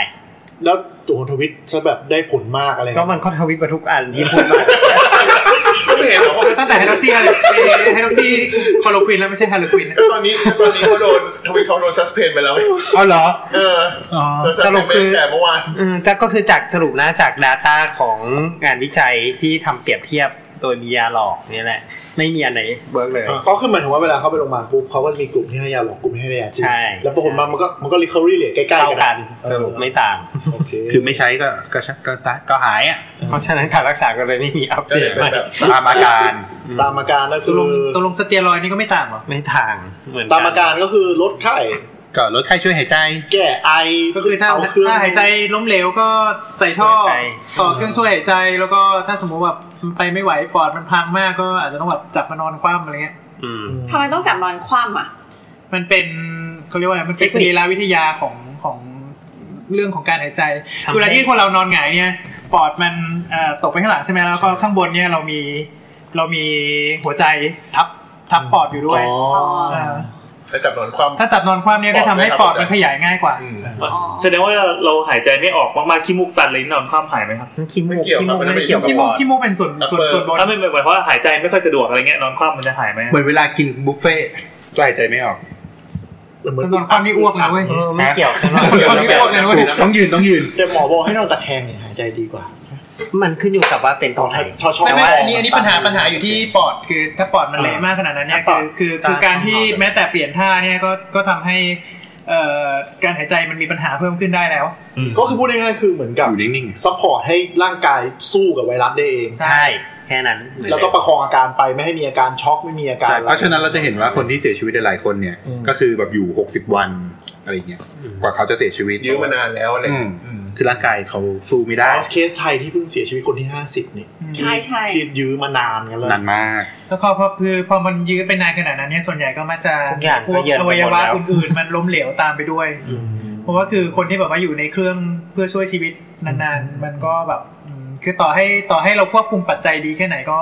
S8: แล้วตัวของทวิตจะแบบได้ผลมากอะไร
S4: ก็มันก็ทวิตมาทุกอันที่พูดมา
S6: ไม่เห็นหรอกว่า
S5: ตั้งแต่ไฮโดรซีไฮโดรซีคลอโรควินแล้วไม่ใช่ฮาโลควินนะ
S6: ก็ตอนนี้ตอนนี้เขาโดนทวิตเขาโดนซัสเพนไปแล้ว
S4: เอาเหรอ
S6: เออโดนซัสเพนไปตั้งแต่เมื่อวาน
S4: อืมจากก็คือจากสรุปนะจาก Data ของงานวิจัยที่ทำเปรียบเทียบโดยมียาหลอกเนี่ยแหละ ไม่มีอันไหนเบิร์กเลย
S8: ก็คือหมายถึงว่าเวลาเขาไปโรงพยาบาลปุ๊บเขาก็จะมีกลุ่มที่ให้ยาหลอกกลุ่มที่ให้ยาจริง
S4: ใช่
S8: แล้วปรากฏมามันก็มันก็รีคอรี่เหลือใกล้
S4: เท่า
S8: ๆ
S4: กัน
S8: เอ
S4: ส
S8: อ
S4: รุปไม่ต่าง
S8: โอเค
S2: คือไม่ใช้ก็ก็ชักก็ตายก็หายอ่ะ
S4: เพราะฉะนั้นการรักษาก็เลยไม่มีอัป
S6: ก็
S4: เด
S6: เลย
S4: ต
S6: เป็น
S4: ไม่
S6: แบบ
S2: ตามอาการ
S8: ตามอาการก็
S5: ต
S8: คื
S5: ก
S8: อ
S5: ลงตกลงสเตียรอยด์นี่ก็ไม่ต่างเหรอ
S4: ไม่ต่างเหมือนน
S8: ตามอาการก็คือลดไข้
S2: ก็ลดไข้ช่วยหายใจ
S8: แก้ไอ
S5: ก็คือถ้า
S8: เเครื่อง
S5: ถ้าหายใจล้มเหลวก็ใส่ท่อต่อเครื่องช่วยหายใจแล้วก็ถ้าสมมติแบบมันไปไม่ไหวปอดมันพังมากก็อาจจะต้องแบบจับมานอนคว่ำอะไรเงี้ย
S4: อืม
S3: ทำไมต้องจับนอนคว่ำอ่ะ
S5: มันเป็นเขาเรียกว่าอะไรมันเป็น
S4: เท
S5: ส
S4: คนิค
S5: รีระวิทยาของของเรื่องของการหายใจ
S4: ทำให้
S5: เวลาที่คนเรานอนหงายเนี่ย ปอดมันเอ่อตกไปข้างหลังใช่ไหมแล้วก็ข้างบนเนี่ยเรามีเรามีหัวใจทับทับปอดอยู่ด้วย
S8: อ๋อ
S5: เออ
S6: แล้วจับนอนคว่ำ
S5: ถ้าจับนอนคว่ำเนี่ยก็ทำให้ปอดมันขยายง่ายกว่า
S3: อ๋อ
S1: แสดงว่าเราหายใจไม่ออกมากๆขี้มูกตันเลยนอนคว่ำหายไหมครับ
S4: ขี้มูก
S6: ไม่เกี่ยว
S4: ขี้มูก
S6: ครับ
S4: ไม่ได้
S6: ไม่เกี่
S4: เกี่ย
S6: ยว ว
S4: กับ
S5: ที่
S4: ปอด
S5: มุกที่มุกเป็นส่วนส่วนส่วนบน
S1: ถ้าไม่เป็นหมายความว่าหายใจไม่ค่อยสะดวกอะไรเงี้ยนอนคว่ำมันจะหายไหม
S2: เหมือนเวลากินบุฟเฟ่ต์ก็หายใจไม่ออก
S8: เหมือน
S5: นอนคว่ำนี่อ้วกนะเว้ย
S4: เออไม่เกี่ยวกันหรอก
S5: เดี๋ยวนะเดี๋ยวนะ
S2: ต้องยืนต้องยืน
S8: แต่หมอบอกให้นอนตะแคงเนี่ยหายใจดีกว่า
S4: มันขึ้นอยู่กับว่าเป็นตรงไหน
S8: ชอชอ
S5: ไม่ไม่อันนี้อันนี้ปัญหาปัญหาอยู่ที่ปอดคือถ้าปอดมันเละมากขนาดนั้นเนี่ย
S8: ถ้าปอ
S5: คื
S8: ด
S5: อคือคือการที่แม้แต่เปลี่ยนท่าเนี่ยก็ก็ทำให้เอ่อการหายใจมันมีปัญหาเพิ่มขึ้นได้แล้ว
S8: ก็คือพูดง่ายๆคือเหมือนกับ
S2: อยู่นิ่ง
S8: ซัพพอร์ตให้ร่างกายสู้กับไวรัสได้เอง
S4: ใช่แค่นั้นเหมือน
S8: แล้วก็ประคองอาการไปไม่ให้มีอาการช็อกไม่มีอา
S2: ๆ
S8: การอ
S2: เพราะฉะนั้นเราจะเห็นว่าคนที่เสียชีวิตหลายๆคนเนี่ย ก็คือแบบอยู่ 60 วันอะไรเงี้ย กว่าเขาจะเสียชีวิต
S6: ยื้อมานานแล้วอะไร
S2: อืมคือร่างกายเขาสู้ไม่ได้
S8: เคสไทยที่เพิ่งเสียชีวิตคนที่ 50นี่
S5: อืม
S8: ที่
S3: ใช่ใช่
S8: ที่ยื้อมานานกันเลย
S2: นานมาก
S5: แล้วก็พอคือพอมันยื้อไปนานขนาดนั้นเนี่ยส่วนใหญ่ก็มาจะ
S4: ทุกอย่าง
S5: พว
S4: ก็
S5: ก
S4: เย็น
S5: อ
S4: ไป
S5: วั
S4: หมด
S5: ยวะ
S4: แล้ว
S5: อื่นๆมันล้มเหลวตามไปด้วย เพราะว่าคือคนที่แบบว่าอยู่ในเครื่องเพื่อช่วยชีวิตนานๆ มันก็แบบอืมคือต่อให้ต่อให้เราควบคุมปัจจัยดีแค่ไหนก็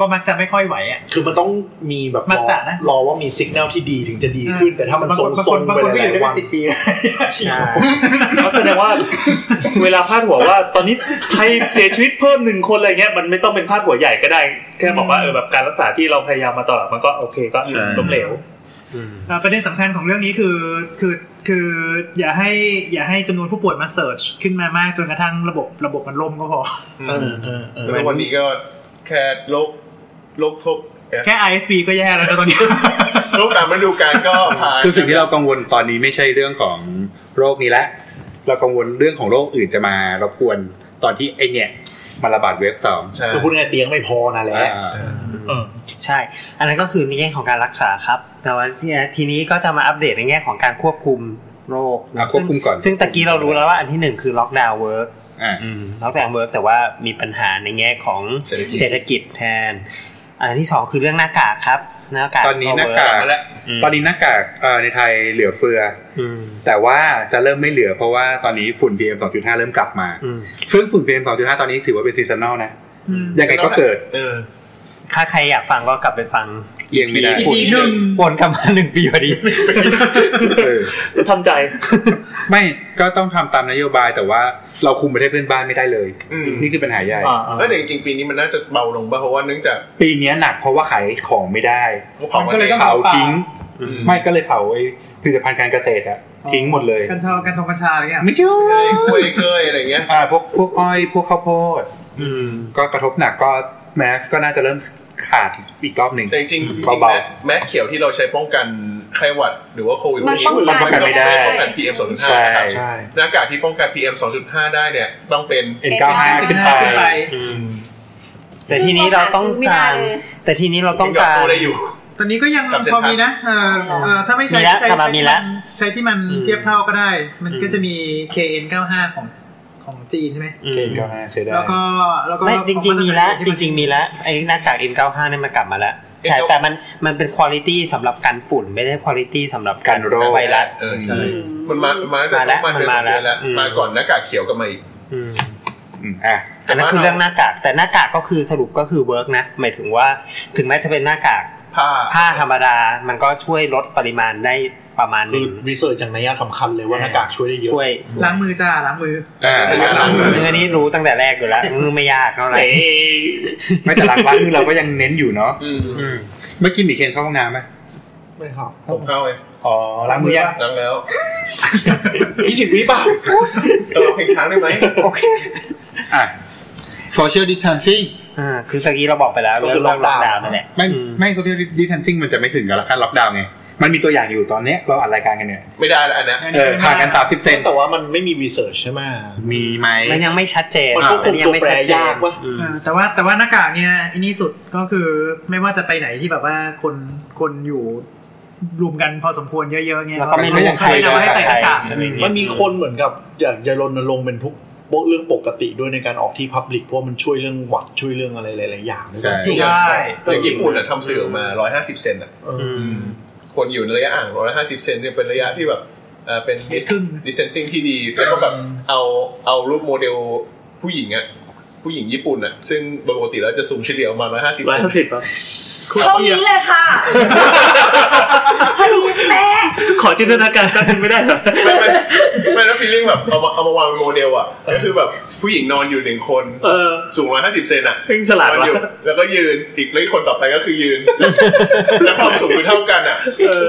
S5: ก็มักจะไม่ค่อยไหวอ่ะ
S8: คือมันต้องมีแบบ
S5: มั
S8: ร
S5: ก
S8: อ
S5: จะนะ
S8: รอว่ามีสัญญาณที่ดีถึงจะดีขึ้น แต่ถ้ามัน
S5: บาง
S8: ท
S5: ค
S8: รง
S5: นบาง
S8: ท
S5: ค
S8: รง
S5: นบาง
S8: ไปห
S5: คนก็อ
S8: ลาย
S5: ยู่
S8: ๆ
S5: ได้เป็
S8: วัน
S5: นสิบปีนะ
S4: ใช่
S1: ก็แสดงว่า เวลาพาดหัวว่า ตอนนี้ใครเสียชีวิตเพิ่มหนึ่งคนอะไรเงี้ยมันไม่ต้องเป็นพาดหัวใหญ่ก็ได้ แค่บอกว่าเออแบบการรักษาที่เราพยายามมาตลอดมันก็โอเคก็ล้มเหลว
S4: อืม
S5: เอ่อประเด็นสำคัญของเรื่องนี้คือคือคืออย่าให้อย่าให้จำนวนผู้ป่วยมาเสิร์ชขึ้นมามากจนกระทั่งระบบระบบมันล่มก็พอ
S8: เออเออเออ
S6: แล้ววันนี้ก็แค่โรคโรคทุก
S5: แค่ ISP ก็แย่แล้วนะตอนนี้
S6: โรคตามฤดูกาลก็ผ่าน
S2: คือสิ่งที่เรากังวลตอนนี้ไม่ใช่เรื่องของโรคนี้ละ เรากังวลเรื่องของโรคอื่นจะมารบกวนตอนที่ไอเนี่ยมาระบาดเว็บสอง
S6: ใช่
S8: จะพูดง่ายๆเตียงไม่พอนะแหละ
S2: อ่า
S4: ใช่ อันนั้นก็คือในแง่ของการรักษาครับ แต่ว่าที่ทีนี้ก็จะมาอัปเดตในแง่ของการควบคุมโรค
S2: อ่ะควบคุมก่อน
S4: ซึ่งซึ่งตะกี้เรารู้แล้วว่าอันที่หนึ่งคือล็อกดาวน์เวิร์ก
S2: อ่า
S4: อืมนอกจากเวิร์กแต่ว่ามีปัญหาในแง่ของ
S6: เศรษฐกิจ
S4: เศรษฐกิจแทน อันที่สองคือเรื่องหน้ากากครับหน้ากาก
S2: ตอนนี้
S4: ก็
S2: หน้า
S4: เวิร์
S2: กาก
S4: มแล้วอืม
S2: ตอนนี้หน้ากากเอ่อในไทยเหลือเฟือ
S4: อืม
S2: แต่ว่าจะเริ่มไม่เหลือเพราะว่าตอนนี้ฝุ่น PM 2.5 เริ่มกลับมา
S4: อืม
S2: ซึ่งฝุ่น PM 2.5 ตอนนี้ถือว่าเป็นซีซันแนลนะ
S5: อืม
S2: ยังไงก็เกิด
S6: เออ
S4: ถ้าใครอยากฟังก็กลับไปฟัง
S2: เลี่ยงไม่ได้
S6: EP
S4: ฝุ่
S6: หนึ่ง
S4: วนกลับมาหนึ่งปีพอดี
S2: เออ
S1: จะทำใจ
S2: ไม่ก็ต้องทำตามนโยบายแต่ว่าเราคุมประเทศเพื่อนบ้านไม่ได้เลย
S6: อืม
S2: นี่คือปัญหาใหญ่
S1: อ่า
S6: แล้วแต่จริงๆปีนี้มันน่าจะเบาลงป่ะเพราะว่าเนื่องจาก
S2: ปีนี้หนักเพราะว่าขายของไม่ได้
S6: เขาเผา
S5: มันก็เลยต้อง
S2: เผาทิ้ง
S6: อืม
S2: ไม่ก็เลยเผาไอ้ผลิตภัณฑ์การเกษตรอะทิ้งหมดเลย
S5: กัญชากัญชงกัญชาอะไรเงี้ย
S2: ไม่ใช่
S6: เคยกล้วยเคยอะไรเงี้ย
S2: อ่าพวกพวกอ้อยพวกข้าวโพด
S4: อืม
S2: ก็กระทบหนักก็แมสก็น่าจะเริ่มขาดอีกรอบหนึ่ง
S6: แต่จริงๆจริงๆ
S2: เบา
S6: แมสแมสเขียวที่เราใช้ป้องกันไข้หวัดหรือว่าโควิด
S3: มันป้องกัน
S2: มันป้องกันไม่ได้
S6: ป้องกัน PM
S2: ใช่
S6: 2.5นะครับ
S7: ใช่
S6: หน้ากากที่ป้องกัน PM 2.5 ได้เนี่ย ต้องเป็น
S2: N95 ขึ้นไป
S5: ขึ้นไป
S4: แต่ทีนี้เราต้องการ แต่ทีนี้เราต้องการ
S6: ยัโได้อยู่
S5: ตอนนี้ก็ยัง
S6: กับเซ็นท
S5: พ
S6: รั
S5: อ
S6: ล
S5: มีนะเออเออถ้าไม่ใช้
S4: มีละ
S5: ใช้
S4: กลับมามีละ
S5: ใช้ที่มัน
S4: อืม
S5: เทียบเท่าก็ได้ มัน
S4: อืม
S5: ก็จะมี KN95 ของของจีนใช่ไหม
S4: อื
S2: เก
S4: ม
S2: มก็ห้าใช้ได้
S5: แล้วก็แล้วก็
S4: ไม่จริง ๆ มีแล้ว
S5: ของาต
S4: จ
S5: ฐานที่น
S4: ริง ๆ มีแล้วไอ้หน้ากาก N95 เนี่ยมันกลับมาแล้ว แต่
S6: N95
S4: แต่มันมันเป็นคุณภาพสำหรับการฝุ่น ไม่ได้คุณภาพสำหรับการไวรัส
S6: เออใช่
S4: อืม
S6: มันมามาตั้งแต่
S4: มาแล้ว
S6: เดือน
S4: มา
S6: มา
S4: แล้ว
S6: แล้วแล้ว
S4: อืม
S6: มาก่อนหน้ากากเขียวกลับมาอีก
S4: อืม
S2: อืมอ่ะ
S4: อันนั้นคือเรื่องหน้ากาก แต่หน้ากากก็คือสรุปก็คือเวิร์กนะ หมายถึงว่าถึงแม้จะเป็นหน้ากาก
S6: ผ้า
S4: ผ้าธรรมดา มันก็ช่วยลดปริมาณได้ประมาณหนึ
S8: คือง วิจัยอย่างนัยสำคัญเลยว่า
S4: เออ
S8: หน้ากากช่วยได้เยอะ
S4: ช่วย
S5: ล้างมือจ้าล้างมือ
S2: อ่า
S6: ล้างมือ
S4: เรื่องนี้รู้ตั้งแต่แรกอยู่แล้วไม่ยากเท่าไหร่
S1: ไอ้
S2: ไม่แต่หลังบ้านคือเราก็ยังเน้นอยู่เนาะ
S6: อืม
S4: อืม
S2: เมื่อกี้หมีเคนเข้าห้องน้ำไหม
S7: ไม่ครับ
S6: ผมเข้าไป
S2: อ๋อล้างมือยัง
S6: ล้างแล้ว
S2: ยี่สิบวิป่ะ
S6: ตลกเพลงค้างได้ไหม
S2: อ่ะ social distancing
S4: อ่าคือตะกี้เราบอกไปแล้ว
S8: ก็
S4: เรื่อ
S8: คื
S4: ง
S8: อ
S4: ล็อกดาว
S8: lockdown
S4: น์นั่นแหละ
S2: ไม่
S4: อืม
S2: ไม่ social distancing มันจะไม่ถึงกับขั้นล็อกดาวน์ไง มันมีตัวอย่างอยู่ตอนเนี้ยเราอัดรายการกันเนี่ย
S6: ไม่ได้แล้วอันเนี้ย
S5: อัน
S2: เอ
S5: นี้
S2: อ
S5: ไม่ได้
S2: ห่างกันสามสิบเซน
S8: แต่ว่ามันไม่มีวิจัยใช่ไหม
S2: มีไหม
S4: มันยังไม่ชัดเจน
S8: มันก็คง
S4: ยัไม่ชัดเจ
S8: ตัวแปรยาก
S4: น
S8: วะ
S4: อืม
S5: อ่าแต่ว่าแต่ว่าหน้ากากเนี่ยอันนี้สุดก็คือไม่ว่าจะไปไหนที่แบบว่าคนคนอยู่รวมกันพอสมควรเยอะๆเงี้ย
S4: แล้วก็ไม่รู้
S2: ยัง
S4: ใคร
S2: ไม่รู้
S5: เรา
S2: ว่า
S5: ให้ใส่หน้ากาก
S4: อะไรอย่างเงี้ย
S8: มันมีคนเหมือนกับอยากจะรณรงค์เป็นทุกเรื่องปกติด้วยในการออกที่พับลิกเพราะมันช่วยเรื่องหวัดช่วยเรื่องอะไรหลายๆอย่างด้วย
S2: ใช่
S8: จริง
S5: ใช่
S6: แต่ญี่ปุ่นอ่ะทำสื่อออกมา 150 เซนอ่ะ
S8: เออ
S4: อืม
S6: คนอยู่ในระยะห่าง 150 เซนเนี่ยเป็นระยะที่แบบเอ่อเป็น
S5: เมตรครึ่ง
S6: ดิสเซนซิ่งที่ดีแล้วก็แบบเอาเอารูปโมเดลผู้หญิงอะผู้หญิงญี่ปุ่นอะซึ่งปกติแล้วจะสูงเฉลี่ยประมาณร้อยห้าสิบ
S1: ร้อยห้าสิบครับ
S3: เท่านี้เลยค่ะพอดีแม่
S1: ขอจินตนาการแป๊บนึงไม่ได้เหรอ
S6: ไม่ไม่ไม่แล้วฟีลลิ่งแบบเอามาเอามาวางเป็นโมเดลอะก็คือแบบผู้หญิงนอนอยู่หนึ่งคน
S1: เออ
S6: สูงร้อยห้าสิบเซนอะ
S1: เพิ่งฉ
S6: น
S1: ลาด
S6: อน
S1: ว่ะ
S6: อยู่แล้วก็ยืนอีกแล้วคนต่อไปก็คือ ยืน แล้วความสูงคือเท่ากันอะ
S1: เออ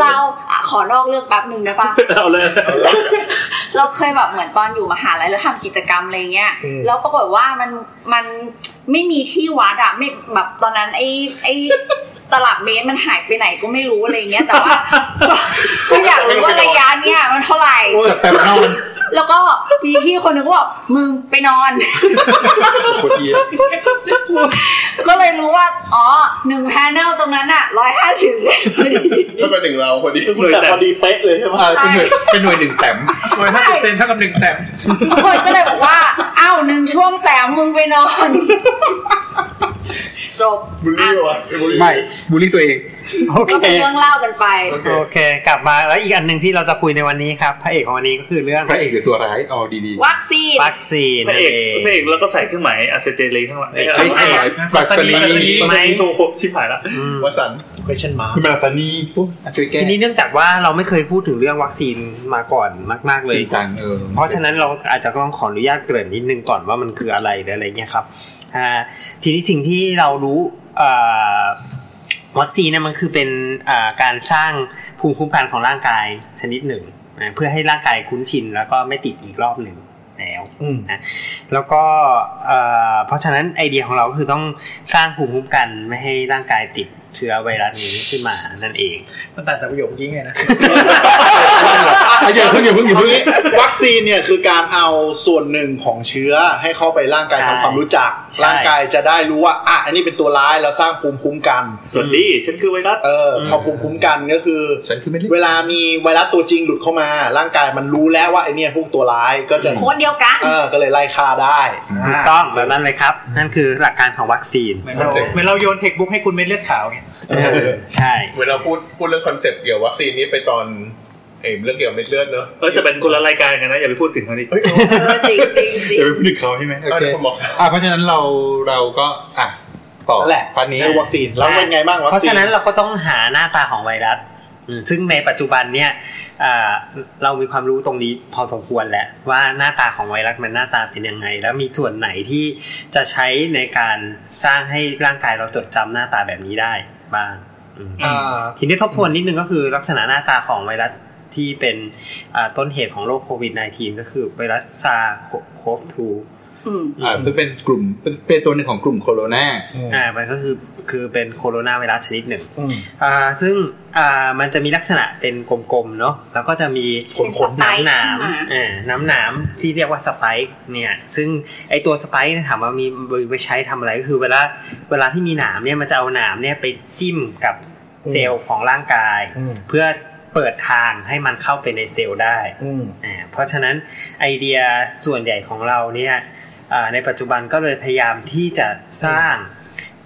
S3: เราอ่ะขอนอกเรื่องแป๊บหนึ่งได้ปะ
S1: เอาเลย
S3: เราเคยแบบเหมือนตอนอยู่มหาลัยแล้วทำกิจกรรมอะไรเงี้ย แล้วปรากฏว่ามันมันไม่มีที่วัดอะไม่แบบตอนนั้นไอ้ไอ้ตลับเมตรมันหายไปไหนก็ไม่รู้อะไรเงี้ย แต่ ว่าก็ก็อยากรู้ว่าระยะเนี่ยมันเท่าไหร่
S2: แต่มันนอกมัน
S3: แล้วก็มีพี่คนหนึงก็บอกมึงไปนอน
S2: ปวดเอีย
S3: ก็เลยรู้ว่า อ๋อหนึ่งแพนเนลตรงนั้นอะร้อยห้าสิบเซนพอดี
S6: แล้วก็หนึ่งเราพอดี
S1: หน่วย
S8: แต่
S1: แต้
S8: พ
S1: ม
S8: อดีเป๊ะเลยใช่ไหม
S2: อ่าเป็นหน่วยเป็นหน่วยหนึ่งแต้ม
S5: ร้อยห้าสิบเซนเท่ากับหนึ่งแต้ม
S3: ทุกคนก็เลยบอกว่า อ้าวหนึ่งช่วงแต้มมึงไปนอน จบ
S6: บุรีวะบุรี
S2: ไม่บูลลี่ตัวเอง
S4: โอ
S3: ก็
S4: เค
S3: เป็นเรื่องเล่ากันไป
S4: โอเค กลับมาแล้วอีกอันหนึ่งที่เราจะคุยในวันนี้ครับพระเอกของวันนี้ก็คือเรื่อง
S2: พระเอกหรือตัวร้ายเอาดี
S3: วัคซีน
S4: วัคซีน
S1: พระ
S4: นั่น
S1: เอก
S4: เอง
S1: พระเอกแล้วก็ใส่เครื่องหมายอาเซเจลีข้างหลังเอ้ย
S2: ๆ
S1: เอ้
S2: ไอ้
S1: ย
S2: ไอ้หมายปรัสนี
S1: ไม่โอ้โหชิบหายละ
S4: อืม
S6: วสันต์
S8: ไม่ใช่มา
S2: คือปรัสนีปุ๊บช่วยแก้
S4: ทีนี้เนื่องจากว่าเราไม่เคยพูดถึงเรื่องวัคซีนมาก่อนมาก ๆเล
S2: จ
S4: ย
S2: ริงจังเออ
S4: เพราะฉะนั้นเราอาจจะต้องขออนุญาตเกริ่นนิดนึงก่อนว่ามันคืออะไรหรืออะไรเงี้ยครับอ่าทีนี้สิ่งที่เรารู้อ่าวัคซีนเนี่ยมันคือเป็นอ่าการสร้างภูมิคุ้มกันของร่างกายชนิดหนึ่งนะเพื่อให้ร่างกายคุ้นชินแล้วก็ไม่ติดอีกรอบหนึ่งแล้ว
S8: อืม
S4: แล้วก็เอ่อเพราะฉะนั้นไอเดียของเราก็คือต้องสร้างภูมิคุ้มกันไม่ให้ร่างกายติดเชื้อไวรัสนี้ขึ้นมานั่นเอง
S5: มันต่างจากประโยคยิ่งไงนะ
S2: อย่าเพิ่งอย่าเพิ่งอย่า
S8: เอา
S2: เพิ่ง
S8: งี้วัคซีนเนี่ยคือการเอาส่วนหนึ่งของเชื้อให้เข้าไปร่างกาย
S4: ใช่
S8: ทำความรู้จัก
S4: ใช่
S8: ร่างกายจะได้รู้ว่าอ่ะอันนี้เป็นตัวร้ายแล้วสร้างภูมิคุ้มกัน
S1: สวัสดีฉันคือไวรัส
S8: เออพอภูมิคุ้มกันก็คือ
S2: ฉันคือไม่เล่น
S8: เวลามีไวรัสตัวจริงหลุดเข้ามา ร่างกายมันรู้แล้วว่าไอเนี่ยพวกตัวร้ายก็จะ
S3: คนเดียวกัน
S8: เออก็เลยไล่ฆ่าได้
S4: ถูกต้องแบบนั้นเลยครับ นั่นคือหลักการของวัคซีน
S5: เหมือนเราเหมือนเราโยนเทคบุ๊กให้คุณเม็ดเลือดขาวเนี่ย
S4: ใช่
S6: เหมือนเราพูดพูดเรื่องคอนเซปต์เกี่ยวกับวัคซีนนี้ไปตอนไอ้เรื่องเกี่ยวกับเม็ดเลือดเนอะ
S1: เออแต่เป็นคนละรายการกันนะ อย่าไปพูดถึงเขาดิ
S6: เฮ้ยเอา
S3: เออจริงจริงจริง
S2: อย่าไปพูดถึงเขาใช่ไหมโอ
S6: เอา
S2: เค
S6: เดี๋ยวผมบอก
S2: อ่ะเพราะฉะนั้นเราเราก็อ่ะต่อ
S8: นั่นแหละ
S2: พันนี้
S8: เรื่องวัคซีนแล้วเป็นไงบ้างวัค
S4: เพราะ
S8: ซีน
S4: ฉะนั้นเราก็ต้องหาหน้าตาของไวรัสอืมซึ่งในปัจจุบันเนี่ยอ่าเรามีความรู้ตรงนี้พอสมควรแล้วว่าหน้าตาของไวรัสมันหน้าตาเป็นยังไง แล้วมีส่วนไหนที่จะใช้ในการสร้างให้ร่างกายเราจดจำหน้าตาแบบนี้ได้บ้างอืม
S8: อ่า
S4: ทีนี้ทบทวนนิดนึงก็คือลักษณะหน้าตาของไวรัสที่เป็นอ่าต้นเหตุของโรคโควิด -19 ก็คือไวรัสซาโคฟ2
S3: อืม
S2: อ่าซึ่งเป็นกลุ่มเป็นเป็นตัวหนึ่งของกลุ่มโคโรนา
S4: อ่ามันก็คือคือเป็นโคโรนาไวรัสชนิดหนึ่ง
S8: อืม
S4: อ่าซึ่งอ่ามันจะมีลักษณะเป็นกลมๆเนาะแล้วก็จะมี
S3: เป็นส
S4: ห
S3: ไป
S4: นาม
S3: ค์
S4: หนาม
S3: อ่ะ
S4: เออน้ำหนามที่เรียกว่าสไปค์เนี่ย ซึ่งไอตัวสไปค์เนี่ยถามว่ามีมีไปใช้ทำอะไรก็คือเวลาเวลาที่มีหนามเนี่ยมันจะเอาหนามเนี่ยไปจิ้มกับเซลล์ของร่างกาย
S8: อืม
S4: เพื่อเปิดทางให้มันเข้าไปในเซลล์ได้
S8: อืม
S4: อ่าเพราะฉะนั้นไอเดียส่วนใหญ่ของเราเนี่ยอ่าในปัจจุบันก็เลยพยายามที่จะสร้าง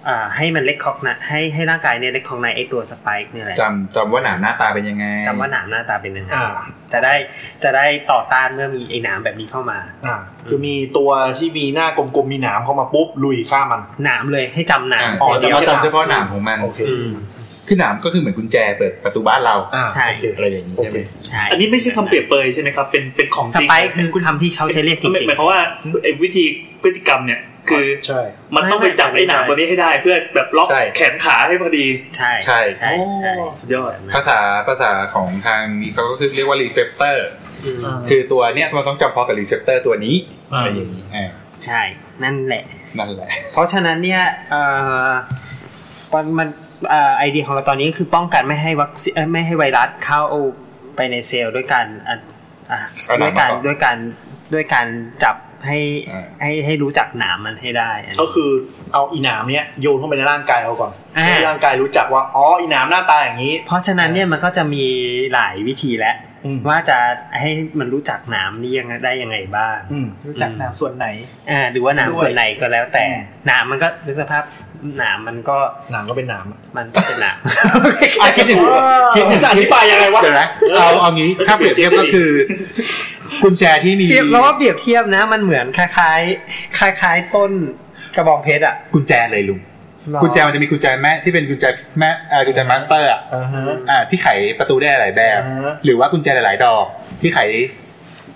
S4: อ่าให้มันเล็กคอกนะให้ให้ร่างกายเนี่ยเล็กของในไอตัวสไปค์เนี่ยแหละ
S2: จำจำว่าหนาหน้าตาเป็นยังไง
S4: จำว่าหนามหน้าตาเป็นยังไง
S8: อ่า
S4: จะได้จะได้ต่อต้านเมื่อมีไอ้หนามแบบนี้เข้ามา
S8: อ่าคือมีตัวที่มีหน้ากลมๆมีหนามเข้ามาปุ๊บลุยฆ่ามัน
S4: หนามเลยให้จำหนา
S2: อ่าม
S8: อ๋อ
S4: อย่าง
S2: จำ
S4: เดียว
S2: ว่าจำเฉพาะหนามของมัน
S8: โอเค
S4: อืม
S2: คือหนามก็คือเหมือนกุญแจเปิดประตูบ้านเรา
S8: อ่า
S4: ใช่
S8: โอเค
S2: อะไรอย่างนี้ใช่ไหม
S4: ใช่
S1: อันนี้ไม่ใช่คำเปรียบเปรยใช่ไหมครับ เป็นเป็นของ
S4: ส
S1: จริง
S4: ไปค์คือคำที่เขาใช้เรียกจริง
S1: หมายความว่าไอ้วิธีพฤติกรรมเนี่ย คือ
S8: ใช่
S1: มันต้องไปจับไอ้หนามตัวนี้ให้ได้ เพื่อแบบล็อก
S2: ใช่
S1: แขนขาให้พอดี
S4: ๆ ใช่
S2: ใช่
S4: ใช่ใช่
S1: โอ้สุดยอด
S2: ภาษาภาษาของทางนี้เขาก็คือเรียกว่ารีเซพเตอร์
S4: อืม
S2: คือตัวเนี้ยมันต้องจำเพาะกับรีเซพเตอร์ตัวนี้
S1: อ่า
S2: อะไรอย่างนี้อ่า
S4: ใช่นั่นแหละ
S2: นั่นแหละ
S4: เพราะฉะนั้นเนี่ยเอ่อมันมันเอ่อไอเดียของเราตอนนี้ก็คือป้องกันไม่ให้วัคซีนเอ่อไม่ให้ไวรัสเข้าไปในเซลล์ด้วยการอ่ะอ่ะ
S2: เอาห
S4: ด้
S2: นา
S4: วย
S2: ม
S4: การ
S2: มาก่อน
S4: ด้วยการด้วยการจับให้
S2: อ่า
S4: ให้ให้รู้จักหนามมันให้ได้อันนี้
S8: ก็คือเอาอีหนามเนี้ยโยนเข้าไปในร่างกายเราก่อน
S4: อ่า
S8: ให้ร่างกายรู้จักว่าอ๋ออีหนามหน้าตาอย่างนี้
S4: เพราะฉะนั้นเนี่ยมันก็จะมีหลายวิธีแล้ว
S8: อืม
S4: ว่าจะให้มันรู้จักหนามนี้ยังไงได้ยังไงบ้าง
S8: อืม
S5: รู้จักหนามส่วนไหน
S4: อ่าหรือว่าหนาม
S5: ด้วย
S4: ส่วนไหนก็แล้วแต่หนามมันก็นึกสภาพหนามมันก็
S8: หนามก็เป็นหนามอะ
S4: มันก็เป็นหนาม
S2: อ่ะคิดถึงคิดถึง
S8: จะอธิบายยังไงวะ
S2: เดี๋ยวนะเอาเอางี้ถ้าเปรียบเทียบก็คือ กุญแจที่มี
S4: เปรียบเราว่าเปรียบเทียบนะมันเหมือนคล้ายๆคล้ายๆต้นกระบองเพชรอ่ะ
S2: กุญแจเลยลุงกุญแจมันจะมีกุญแจแม่ที่เป็นกุญแจแม่เอ่อกุญแจมาสเตอร์อ่ะ
S8: อ่าฮะ
S2: อ่าที่ไขประตูได้หลายแบบ
S8: อ่าฮะ
S2: หรือว่ากุญแจหลายๆดอก ที่ไข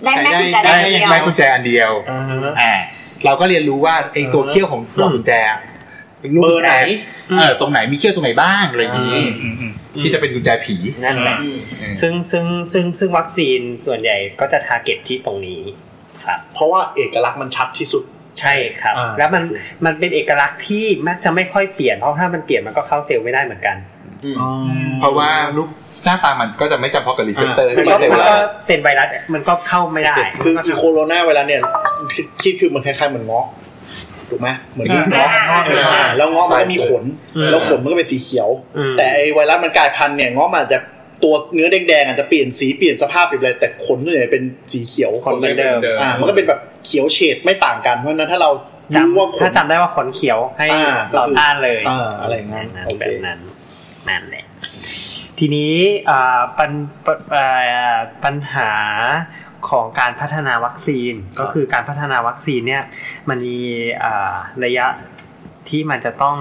S3: ได้แม่กุญแจได้
S2: ได้
S3: เดียว
S2: ได้กุญแจอันเดียว
S8: อ่าฮะ
S2: อ่า เราก็เรียนรู้ว่าไอ้ตัว
S8: อ่า
S2: เขี้ยวของดอกกุญแจอะ
S8: เบอร์ไหน
S2: เออตรงไหนมีเขี้ยวตรงไหนบ้างอะไรอย่างนี้
S8: อ่า
S2: อืมอืมที่จะเป็นกุญแจผี
S4: นั่นแหละซึ่งซึ่งซึ่งซึ่งวัคซีนส่วนใหญ่ก็จะทาร์เก็ตที่ตรงนี้ครับ
S8: เพราะว่าเอกลักษณ์มันชัดที่สุด
S4: ใช่ครับ
S8: อ่า
S4: แล้วมัน
S8: โอเค
S4: มันเป็นเอกลักษณ์ที่มักจะไม่ค่อยเปลี่ยนเพราะถ้ามันเปลี่ยนมันก็เข้าเซลล์ไม่ได้เหมือนกัน
S2: เพราะว่ารูปหน้าตามันก็จะไม่จำเพาะกับรีเซพเตอร์
S8: อ่า
S4: มัน
S2: ที่
S4: ก็
S2: เซล
S4: มัน
S2: ล์
S4: ก็
S2: เรา
S4: เป็นไวรัสมันก็เข้าไม่ได้
S8: คืออีโคโรนาเวลาเนี่ยคิดคิดคือมันคล้ายๆเหมือนเงาะถูกไหมเหมือนลูกเงาะอ่าแล้วเงาะมันก็มีขน แล้วขนมันก็เป็นสีเขียว
S4: อืม
S8: แต่ไอไวรัสมันกลายพันธุ์เนี่ยเงาะมันอาจจะตัวเนื้อแดงๆอาจจะเปลี่ยนสีเปลี่ยนสภาพไปเลยแต่ขนส่วนใหญ่เป็นสีเขียว
S4: คนเหมือนเดิม
S8: อ่ามันก็เป็นแบบเขียวเฉดไม่ต่างกันเพราะฉะนั้นถ้าเรารู้ว่า
S4: จำ
S8: ข
S4: ถ้าน จำได้ว่าขนเขียวให้
S8: อ่า
S4: ต่อ
S8: ก็คือ
S4: ต้านเลย
S8: อ่าอะไรอย่างนั้นโอเค
S4: แบบนั้นนั่นแหละทีนี้อ่าปัญปัญอ่าปัญหาของการพัฒนาวัคซีนก็คือการพัฒนาวัคซีนเนี่ย มันมีอ่าระยะที่มันจะต้อง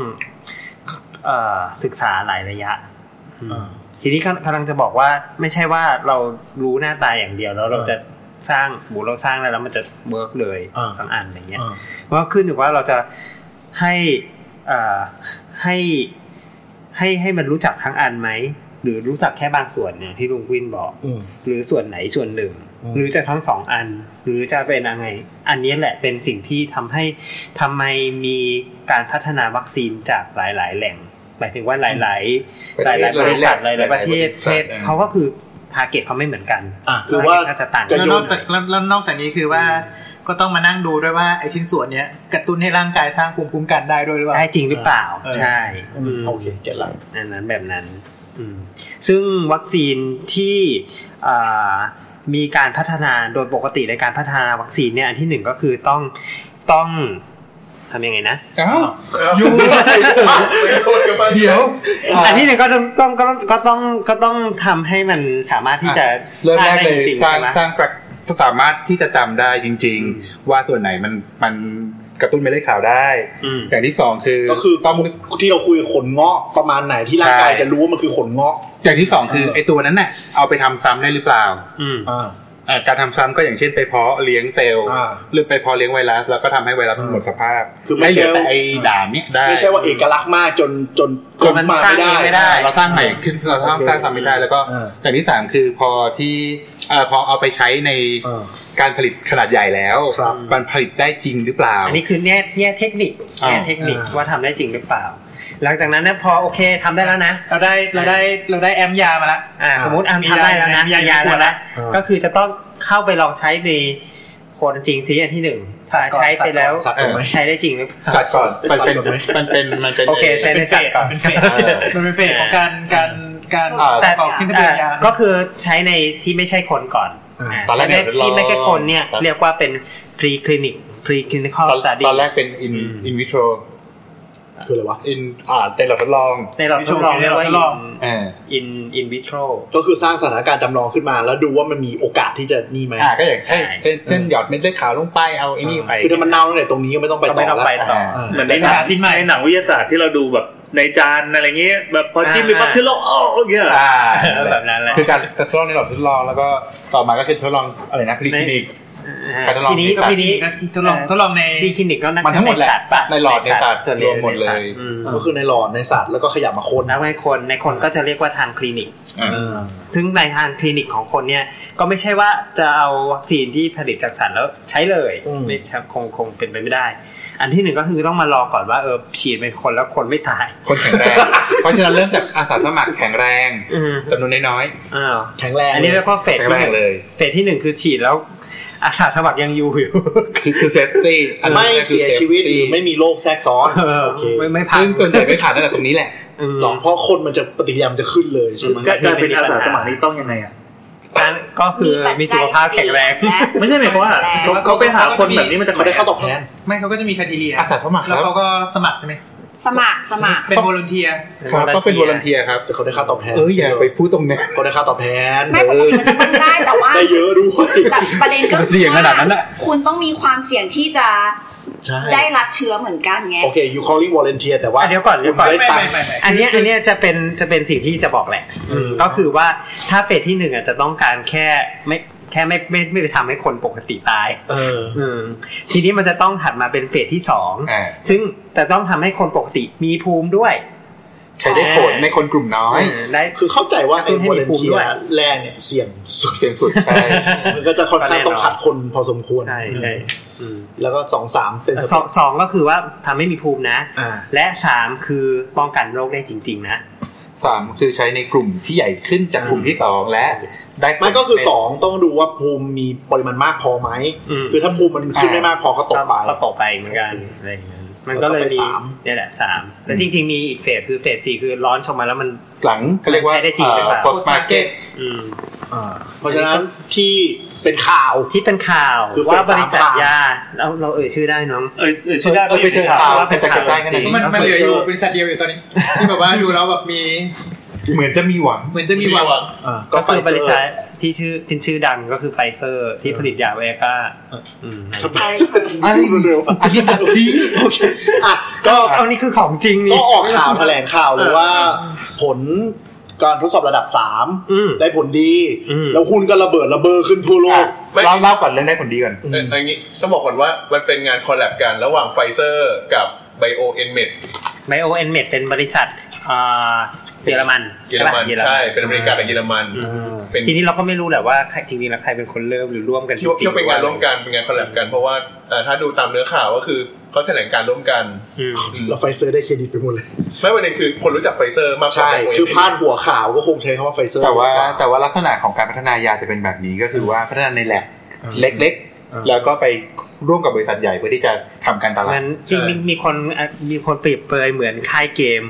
S4: เอ่อศึกษาหลายระยะอืม ทีนี้กำกำลังจะบอกว่าไม่ใช่ว่าเรารู้หน้าตาอย่างเดียวแล้วเรา
S8: เออ
S4: จะสร้างสมมติเราสร้างแล้วแล้วมันจะเวิร์กเลย
S8: เออ
S4: ทั้งอันอย่างเงี้ย
S8: อ่า
S4: มันก็ขึ้นอยู่ว่าเราจะให้เอ่อให้ให้ให้มันรู้จักทั้งอันไหมหรือรู้จักแค่บางส่วนเนี่ยที่ลุงวินบอก
S8: อืม
S4: หรือส่วนไหนส่วนหนึ่ง
S8: อืม
S4: หรือจะทั้งสองอัน หรือจะเป็นยังไง อันนี้แหละเป็นสิ่งที่ทำให้ทำไมมีการพัฒนาวัคซีนจากหลาย ๆ แหล่งหมายถึงว่าหลาย ๆ หลายๆบริษัทหลายๆประเทศประเทศเขาก็คือ ทาร์เก็ตเขาไม่เหมือนกัน
S8: อ่ะคือว่า
S4: น่าจะต่างกั
S8: จะ
S4: น
S5: แล้ว
S8: โย
S5: นอน กจากแล้วแล้วนอกจากนี้คือว่าก็ต้องมานั่งดูด้วยว่าไอชิ้นส่วนเนี้ยกระตุ้นให้ร่างกายสร้างภูมิคุ้มกันได้ด้วยหรือเปล่า
S4: ได้จริงหรือเปล่า
S5: เออ
S4: ใช่ม
S8: โอเคเก็ตละ
S4: อันนั้นแบบนั้นอืมซึ่งวัคซีนที่อ่ามีการพัฒนาโดยปกติในการพัฒนาวัคซีนเนี่ยอันที่หนึ่งก็คือต้องต้องทำยังไงนะ
S2: อ้าว
S6: ยูไปโทษกันไป
S2: เดี๋ยว
S4: อันที่หนึ่งก็ต้องต้องก็ต้องก็ต้องก็ต้องทำให้มันสามารถที่จะ
S2: เริ่มแรกเลย
S4: ได้จริงๆ
S2: สร้าง
S4: ใช่ไหม
S2: สร้างกสามารถที่จะจำได้จริง
S4: อืม
S2: ๆ ว่าส่วนไหนมันมันกระตุ้นเม็ดเลือดขาวได้
S4: อืม
S2: อย่างที่สองคือ
S8: ก็คือ
S2: ต้อง
S8: ที่เราคุยขนเงาะประมาณไหนที่ร่างกาย
S2: ใช่
S8: จะรู้ว่ามันคือขนเงาะ
S2: อย่างที่สองคือไอตัวนั้นน่ะเอาไปทำซ้ำได้หรือเปล่า
S4: อืม
S8: อ่า
S2: อ่าการทำซ้ำก็อย่างเช่นไปเพาะเลี้ยงเซลล์
S8: อ่า
S2: หรือไปเพาะเลี้ยงไวรัสแล้วก็ทำให้ไวรัสมันหมดสภาพ
S8: คือไม่
S2: ไม่เหลือ
S8: ใช่
S2: แต่ไอด่านเนี้ยได้
S8: ไม่ใช่ว่าเอกลักษณ์มากจนจน
S4: จนมันสร้างเองไม่ได้
S2: อ่าเราสร้างใหม่ขึ้นเราสร้างสร้างซ้ำไม่ได้แล้วก็
S8: อ่า
S2: อย่างที่สามคือพอที่เอ่อพอเอาไปใช้ใน
S8: อ่า
S2: การผลิตขนาดใหญ่แล้ว
S8: ครับ
S2: มันผลิตได้จริงหรือเปล่า
S4: อันนี้คือแง่แง่เทคนิค
S2: อ่า
S4: แง่เทคนิค
S8: อ่า
S4: ว่าทำได้จริงหรือเปล่า หลังจากนั้นเนี่ยพอโอเคทำได้แล้วนะ
S5: เราได้เราได้เราได้แอมยามาละ
S4: อ่าสมมติอัน
S5: มี
S4: ทำได้แล้วนะ
S5: ยา
S4: ยาย
S5: มีาขว
S4: แล้ว
S5: ดละ
S4: นะก็คือจะต้องเข้าไปลองใช้ในคนจริงซีอันที่หนึ่ง
S5: สัตว์ก่อน
S4: ใช้ไปแล้ว
S8: สัตว์ก่อนไหม
S4: ใช้ได้จริงหรือเปล่า
S2: สัตว์ก่อนมันเป็น
S8: สัตว์ก่อนไหม
S2: มันเป็นมันเป็น
S4: โอเคใช้ในสัตว์ก่อน
S5: เป็นเฟสมันเป็นเฟสของการการการ
S2: อ่า
S5: ประกอบขึ้นทะเบียนยา
S4: อ่าก็คือใช้ในที่ไม่ใช่คนก่อน
S8: อ่า
S4: า
S2: ตอนแรกเนี่ย
S4: ใช้ใที่ไม่ใช่คนเนี่ย
S2: ตอน
S4: เรียกว่าเป็น pre clinic pre clinical
S2: ตอน
S4: study
S2: ตอนแรกเป็น in
S4: อืม
S2: in vitro
S8: คืออะไรวะ
S2: in อ่าในหลอดทดลอง
S4: ในเราทดลองเรียกว่า
S5: ทดลอง
S2: เอ่า
S4: in in vitro
S8: ก็คือสร้างสถานการณ์จำลองขึ้นมา แล้วดูว่ามันมีโอกาสที่จะนี่ไหม
S2: อ่าก็อย่างเช่นเช่นเช่นหยอดเม็ดเลือดขาวลงไปเอาไอ้นี่ไป
S8: คือถ้ามันเน่าเนี่ยตรงนี้ก็ไม่ต้องไป
S4: ก็
S8: ต่
S4: ไม่
S8: อ
S4: ต้อง
S8: แล้ว
S4: ไปต่อ
S8: อ่า
S1: เหมือนในหนัง
S5: หาชิ้นใหม่
S1: ในหนังวิทยาศาสตร์ที่เราดูแบบในจานอะไรเงี้ยแบบพอจิ้มไปปั๊บ
S4: อ่า
S1: เชื้อโรคอ้าวอย่างเงี้ยเหรอ
S2: อ่า
S4: แบบนั้นแหละ
S2: คือการทดลองในหลอดทดลองแล้วก็ต่อมาก็คือทดลองอะไรนะคลินิก
S4: อ่า
S2: การทดลอง
S4: ทีนี้ทีนี้
S5: ทดลองทดลองใน
S4: ดีคลินิกก็นัก
S2: มันทั้งหมดแหละ
S4: ใสัตว์ป
S2: ในหลอดในสัตว์
S4: ส่วนให
S2: ร
S4: ญ่
S2: วมหมดเล
S4: ในสั
S2: ย
S4: ตว์อืม
S8: ก็คือในหลอดในสัตว์แล้วก็ขยับมาคน
S4: แล้วในคนในคนก็จะเรียกว่าทางคลินิก
S8: อ่า
S4: ซึ่งในทางคลินิกของคนเนี่ยก็ไม่ใช่ว่าจะเอาวัคซีนที่ผลิตจากสัตว์แล้วใช้เลย
S8: อืม
S4: ไม่ใช่คงคงเป็นไปไม่ได้ อันที่หนึ่งก็คือต้องมาลองก่อนว่าเออฉีดเป็นคนแล้วคนไม่ตาย
S2: คนแข็ง แรง เพราะฉะนั้นเริ่มจากอาสาสมัครแข็งแรง
S4: อืม
S2: จำนวนน้อย
S4: อ้าว
S8: แข็งแรง
S4: อันนี้เรียกว่าเฟ
S2: ๆ
S4: ส
S2: แข็ง
S4: ที่
S2: แร
S4: ห
S2: ง
S4: นึ่ง
S2: เลย
S4: เฟสที่หนึ่งคือฉีดแล้วอาสาสมัครยังอยู่อยู่
S2: คือคือเซฟตี้
S8: ไม่เสียชีวิตหรือไม่มีโรคแทรกซ้อน โอเค
S4: ไม่ไม่พัง
S2: ซึ่งส่วนใหญ่ไม่ขาดตั้งแต่ตรงนี้แหละ
S4: อืม
S8: หลอกเพราะคนมันจะปฏิกิริยามันจะขึ้นเลยใช่ไหม
S1: การการเป็นอาสาสมัครนี่ต้องยังไงอ่ะ
S4: นั่นก็คือมีสุขภาพแข็งแรง
S1: ไม่ใช่หมายความว่าเขาเขาไปหาคนแบบนี้มันจะ
S8: เขาได้ค่าตอบแทน
S5: ไม่เขาก็จะมีคัดอีเลีย
S2: อาสาสมัครค
S5: แล้ว
S2: รับ
S5: เขาก็สมัครใช่ไหม
S3: สมัครสมัคร
S5: เป็นวอลนเทีย
S2: ครับต้องเป็นวอลันเทียครับ
S8: แต่เขาได้ค่าตอบแทน
S2: เอออย่าไปพูดตรงนี้น
S8: เขาได้ค่าตอบแทน
S3: ไม่ปกติมันต้องได้แต่ว่า
S8: ได้เยอะด้วย
S3: แต่ประเด็นก็
S2: เสี่ยงขนาดนั้นน่ะ
S3: คุณต้องมีความเสี่ยงที่จะ
S8: ใช่
S3: ได้รับเชื้อเหมือนกันไง
S8: โอเค you calling volunteer แต่ว่า
S4: อ่ะเดี๋ยวก่อนเดี๋ยวก่อน
S8: คุณได้ตังค์
S4: อันเนี้ยอันเนี้ยจะเป็นจะเป็นสิ่งที่จะบอกแหละ
S8: อืม
S4: ก็คือว่าถ้าเฟสที่หนึ่งอ่ะจะต้องการแค่ไม่แค่ไม่ไม่ไม่ไปทำให้คนปกติตาย
S8: เออ
S4: อืมทีนี้มันจะต้องถัดมาเป็นเฟสที่สอง
S2: อ่า
S4: ซึ่งแต่ต้องทำให้คนปกติมีภูมิด้วย
S2: ใช้ได้ผลในคนกลุ่มน้อย
S4: อืมได้
S8: คือเข้าใจว่าไอ้
S4: ให้มีภูมิ
S8: volunteer
S4: ด้วย
S8: แรกเนี่ยเสี่ยงสุด
S2: เสียงสุดใช่
S8: มันก็จะค่อนข้างต้องขัดคนพอสมควร
S4: ใช่ใช่อืม
S8: แล้วก็สองสามเป็นส
S4: ส
S8: ต็
S4: อ
S8: อง ก
S4: สองก็คือว่าทำให้มีภูมินะ
S8: อ่า
S4: และสามคือป้องกันโรคได้จริง ๆ นะ
S2: สามคือใช้ในกลุ่มที่ใหญ่ขึ้นจากกลุ่มที่สองและ ได้
S8: ไม่ก็คือ 2 ต้องดูว่าภูมิมีปริมาณมากพอไหม
S4: อืม
S8: คือถ้าภูมิมันขึ้นไม่มากพอก็ตกไป
S4: ก็ตกไปเหมือนกันอะไรอย่างเงี้ยมันก็เลย
S8: แล้วก็ไป
S4: มี
S8: สาม
S4: เนี่ยแหละสามแล้วจริง ๆ มีอีกเฟสคือเฟสสี่คือร้อนชงมาแล้วมัน
S2: หลังก็เรียกว่า
S4: ใช้ได้จริงหรือเปล่า
S2: โพสต์มาร์เก็ต
S4: อืม
S8: อ่าเพราะฉะนั้นที่เป็นข่าว
S4: ที่เป็นข่าว
S8: คือ
S4: ว่าบริษัท
S8: เฟสสาม
S4: ยาเราเราเอ่ยชื่อได้เน้อง
S1: เออเออชื่อได้
S2: เออไปเถอะข่าว
S4: ว่าเป็น
S2: แต่กระจาย
S4: ข่าว
S2: ขนาด
S4: จริง
S2: นี้
S5: มันมันเหลืออยู่บริษัทเดียวอยู่ตอนนี้ ที่แบบว่าดูแล้วแบบมี
S2: เหมือนจะมีหวัง
S5: เหมือนจะมีหวัง
S8: อ่า
S4: ก็คื
S8: ไฟ
S4: อบ
S8: เซร์
S4: ริษัทที่ชื่อเป็นชื่อดังก็คือไฟเซอร์ที่ผลิตยาไวอาก้าอืม
S8: ทำไมเร็วอันนี้ตัดทิ้งโอเคอ่ะก็
S4: เอานี่คือของจริง
S8: ก็
S4: นี่
S8: ออกข่าวแถลงข่าวเลยว่า ผลการทดสอบระดับ 3
S4: อืม
S8: ได้ผลดี
S4: อืม
S8: แล้วหุ้นก็ระเบิดระเบ้อขึ้นทั่วโลก
S6: ไม่
S2: เล่าเล่าก่อนเรื่องได้ผลดีก่อน
S6: เอออันนี้ต้องบอกก่อนว่ามันเป็นงานคอลแลบกันระหว่างไฟเซอร์กับไบโอเอ็นเมด
S4: ไบโอเอ็นเมดเป็นบริษัทอ่า เยอรมัน
S6: เยอรมัน
S4: ใช่ปะเย
S6: ใช่เป็
S4: อรมัน
S6: นอเมริกากับเยอรมัน
S4: อืม
S6: เป็น
S4: ทีนี้เราก็ไม่รู้แหละว่าใครจริงๆแล้วใครเป็นคนเริ่มหรือร่วมกัน
S6: ที่ว่า
S4: จ
S6: ที่
S4: งๆ
S6: ว่าเป็นงานร่วมกันเป็นงานคอลแลบกันเพราะว่าเอ่อถ้าดูตามเนื้อข่าวก็คือเขาแถลงการร่วมกัน
S4: อืม
S6: อืม
S8: เราไฟเซอร์ได้เครดิตไปหมดเลย
S6: ไม่ประเด็นคือคนรู้จักไฟเซอร์มากกว่า
S8: ใช่
S6: โมเดล
S8: คือพาดหัวข่าวก็คงใช้คำว่าไฟเซอร์
S2: แต่ว่าแต่ว่าลักษณะของการพัฒนายาจะเป็นแบบนี้ก็คือว่าพัฒนาในแลบเล็กๆ แล้วก็ไปร่วมกับบริษัทใหญ่เพื่อที่จะทำการตลา
S4: มั
S2: ด
S4: นจริงๆมีคนอ่ะมีคนเปรียบเปรยเหมือนค่ายเกม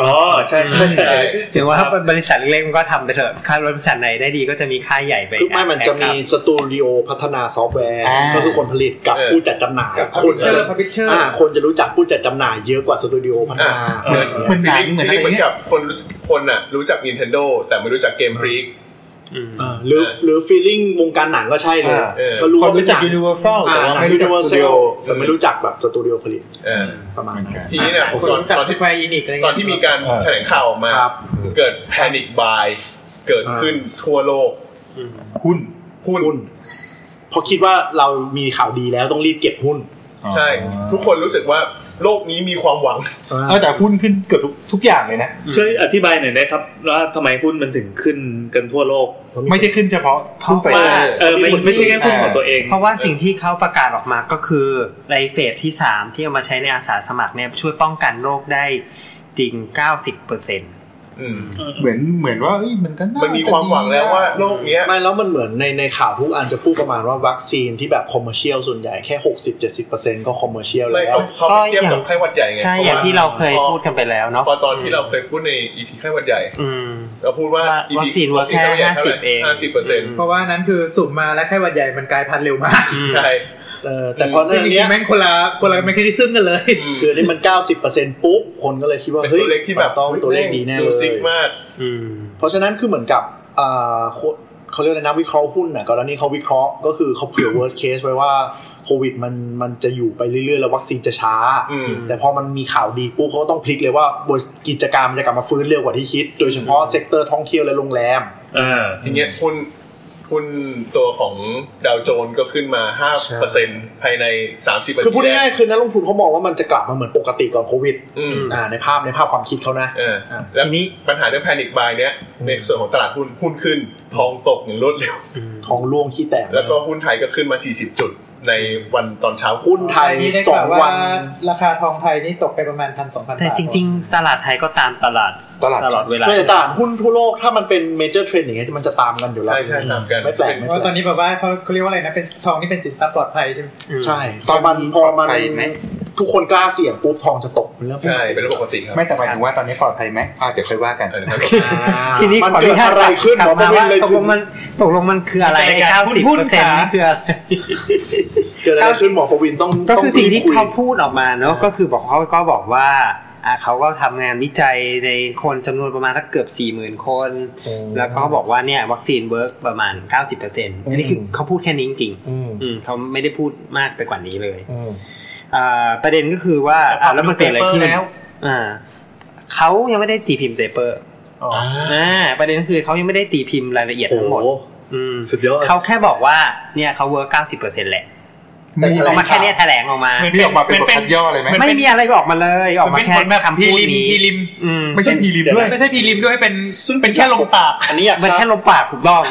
S1: อ๋อใช่ใช่ใช่
S6: ใช่
S4: หรือว่าถ้าบริษัทเล็กๆมันก็ทำไปเถอะค่ายบริษัทไหนได้ดีก็จะมีค่ายใหญ่ไป
S8: คือไม่มันจะมีสตูดิโอพัฒนาซอฟต์แวร์ ก็คือคนผลิตกับผู้จัดจำหน่าย
S5: ค
S8: คน
S5: นเชื่
S8: จะ
S5: อพับพิเชอร์
S8: อ่าคนจะรู้จักผู้จัดจำหน่ายเยอะกว่าสตูดิโอพัฒ
S6: อ่ะ
S8: นา
S6: เหมือน
S2: เหมือนหนัง
S6: ที
S2: เหมือนอะ
S6: นี้
S2: ไร
S6: เหมือน
S2: เงี้
S6: กั
S2: ย
S6: บคนรู้คนอ่ะรู้จัก Nintendo แต่ไม่รู้จักเกมฟรีก
S4: อืม
S8: เออหรือหรือฟีลลิ่งวงการหนังก็ใช่เลย
S6: เออ
S8: ก็รู้
S2: คน
S8: ว่าเป็
S2: รู้
S8: นห
S2: จัก
S8: นัง
S2: ยูนิเวอร์แซล
S8: อ่า
S2: แต่ว่า
S8: หนัง
S2: ไม่
S8: ยู
S2: รู้จัก
S8: นิเวอร์
S2: ส
S8: แซ
S2: ตูดิ
S8: ล
S2: โอ
S8: แต่ไม่รู้จักแบบสตูดิโอผลิต
S6: เออ
S8: ประมาณนั้น
S6: ทีนี้เนี่ย
S5: คน
S6: ตอน
S5: รู้จัก
S6: ตอน
S5: ส
S6: ที่
S5: ไปอินิกอะไร
S6: ตอ
S5: เงี้
S6: น
S5: ย
S6: ที่มีการแถลงข่าวออกมา
S8: ครับ
S6: เกิดแพนิคบายเกิด
S8: อ่า
S6: ขึ้นทั่วโลก
S2: หุ้น
S6: หุ้น
S8: หุ้นเพราะคิดว่าเรามีข่าวดีแล้วต้องรีบเก็บหุ้น
S6: ใช่ ทุกคนรู้สึกว่าโลกนี้มีความหวัง
S2: เออแต่หุ้นขึ้นเกือบทุกทุกอย่างเลยนะ
S1: ช่วยอธิบายหน่อยได้ครับว่าทำไมหุ้นมันถึงขึ้นกันทั่วโลก
S2: ไม่ใช่ขึ้นเฉพาะหุ้นไฟ
S1: ว่า
S2: เซอร์
S1: เออไม่ไม่ใช่แค่หุ้นของตัวเอง
S4: เพราะว่าสิ่งที่เขาประกาศออกมาก็คือในเฟสที่ 3 ที่เอามาใช้ในอาสาสมัครเนี่ยช่วยป้องกันโรคได้จริง 90เปอร์เซ็นต์
S6: อืม
S2: เหมือนเหมือนว่าเอ้ยมันก็า
S6: มันมีความหวังแล้วว่าโลกเนี้ย
S8: ไม่แล้วมันเหมือนในในข่าวทุกอันจะพูดประมาณว่าวัคซีนที่แบบคอมเมอร์เชียลส่วนใหญ่แค่ 60-70%ก็คอมเมอร์เชียล
S6: ไม่
S8: แล้ว
S6: เขาเขาไปเทียบกับ
S4: ก็อย่าง
S6: ไข้หวัดใหญ่ไง
S4: ใช่อย่างที่เราเคยพูดกันไปแล้วเนาะ
S6: พอตอนที่เราเคยพูดในอีพีไข้หวัดใหญ่
S4: อืม
S6: เราพูดว่า EP
S4: ว่าวัคซีนวัคซีน
S6: ไข้หวัดใญ่
S4: แค่50เอง
S6: ห้าสิบเปอร์เซ็นต์
S5: เพราะว่านั้นคือสุ่มมาแล้วแค่หวัดใหญ่มันกลายพันธุ์เร็วมาก
S6: ใช่
S8: เออแต่พอ
S5: จ
S8: เรื่อง
S5: ริ
S8: เนี้
S5: ง
S8: ย
S5: ๆแม่งคนละคนละแมคคานิซึมกันเลย
S6: อืม
S8: คืออันนี่มัน 90%ปุ๊บ คนก็เลยคิดว่า
S6: เป็น
S8: เฮ้ย
S6: ตัวเลขที่แบบ
S8: ต้องตัวเลขดีแน่เล
S6: ดูซิก
S8: ย
S6: มาก
S4: อืม
S8: เพราะฉะนั้นคือเหมือนกับอ่าคนเขาเรียกอะไรนะวิเคราะห์หุ้นน่ะก่อนหน้านี้เขาวิเคราะห์ก็คือเขาเผื่อ worst case ไว้ว่าโควิดมันมันจะอยู่ไปเรื่อยๆ แล้ววัคซีนจะช้า
S6: อืม
S8: แต่พอมันมีข่าวดีปุ๊บเขาก็ต้องพลิกเลยว่าบริษัทกิจการมันจะกลับมาฟื้นเร็วกว่าที่คิด โดยเฉพาะเซกเตอร์ท่องเที่ยวและโรงแรม
S1: เออ
S6: อย่างเงี้ยคุณคุณตัวของดาวโจนส์ก็ขึ้นมาห้า
S8: ใช่
S6: เปอร์เซ็นต์ภายในสามสิบ
S8: คือพูดง่ายๆคือนักลงทุนเขามองว่ามันจะกลับมาเหมือนปกติก่อนโควิด
S6: อืม
S8: อ่าในภาพในภาพความคิดเขานะ
S6: เออแล้ว
S4: ทีนี้
S6: ปัญหาเรื่องแพนิคบายเนี้ยในส่วนของตลาดหุ้นหุ้นขึ้น ทองตกอย่างรวดเร็ว
S4: อืม
S8: ทองล่วงขี้แตก
S6: แล้วก็หุ้นไทยก็ขึ้นมา 40 จุดในวันตอนเช้า
S8: หุ้นไทย
S5: นี่ได้
S8: ส
S5: ข่า
S8: อง
S5: ว่า
S8: วัน
S5: ราคาทองไทยนี่ตกไปประมาณพันสองพัน
S4: แต่จริง ๆ ตลาดไทยก็ตามตลาด
S2: ตลาด
S4: ตลอดเวลา
S8: ส่วนใหญ่ตลาดหุ้นทั่วโลกถ้ามันเป็นเมเจอร์เทรนด์อย่างเงี้ยมันจะตามกันอยู่แล้ว
S6: ใช่ใช่ตามกัน
S8: ไม่แปลกไม่
S5: เพราะ
S8: แป
S5: ต
S8: ล
S5: อน
S8: ก
S5: นี้แบบว่าเขาเขาเรียกว่าอะไรนะเป็นทองนี่เป็นสินทรัพย์ปลอดภัยใช่ไหม
S8: ใช่ตอนมันพอมัน
S2: ปลอดภัยไหม
S8: ทุกคนกล้าเสี่ยงปุ๊บทองจะตกเป็นเรื่องปก
S6: ใช่
S8: ติ
S6: เป็นเรื่องปกติครับ
S2: ไม่แต่หมายถึงว่าตอนนี้ปลอดภัยไหมอ่าเดี๋ยวค่อยว่ากัน
S6: เออครับ
S4: ทีนี้
S8: มัน
S4: ขออ
S8: เกิ
S4: นุ
S8: ด
S4: ญาต
S8: อะไรขึ้น
S4: กลั
S8: หมอบป
S4: มา
S8: ระวิ
S4: ว่าน
S8: เลย
S4: ตกลงมันตกลงมันคืออะไรไอ้เก้าสิบเปอร์เซ็นต์นี่คืออะไร
S8: เกิดอะไรขึ้นหมอประวินต้อง
S4: ก็
S8: ต้
S4: คือสิ่งที่
S8: รีบคุย
S4: เขาพูดออกมาเนอะก็คือบอกเขาก็บอกว่าอ่าเขาก็ทำงานวิจัยในคนจำนวนประมาณสักเกือบ4ี่หมื่นคน แล้วเขาก็บอกว่าเนี่ยวัคซีนเวิร์กประมาณ 90%อันนี้คือเขาพูดแค่นี้จริงๆอืมเขาไม่ได้พูดมากไปกว่านี้เลยอ่าประเด็นก็คือว่าอ่าแล้วมันเกิดอะไรขึ้น
S5: แล้ว
S4: อ่าเขายังไม่ได้ตีพิมพ์เปเปอร์อ่าประเด็นคือเขายังไม่ได้ตีพิมพ์รายละเอียดทั้งหมดอืม
S1: สุดยอด
S4: เขาแค่บอกว่าเนี่ยเขาเวิร์กเก้าสิบเปอร์เซ็นต์แหละอ
S2: มีอะไร
S4: อกมาแค่เนี้ยแถลงออกมา
S2: มีออกมาเป็นบทคัดย่อเลยไหม
S4: ไม่มีอะไรออกมาเลยออกมา
S5: เป็น
S4: แค่
S5: ผลแบบ
S4: คำพู
S5: พี
S4: ด
S5: ริม
S4: นี้
S5: พีริม
S4: อืม
S2: ไม่ใช่พีริมด้วย
S5: ไม่ใช่พีริมด้วยเป็นซึ่งเป็นแค่ลงปาก
S8: อันนี้อยาก
S4: มัน
S8: ทรา
S4: แค่
S8: บ
S4: ลมปากถูกต้อง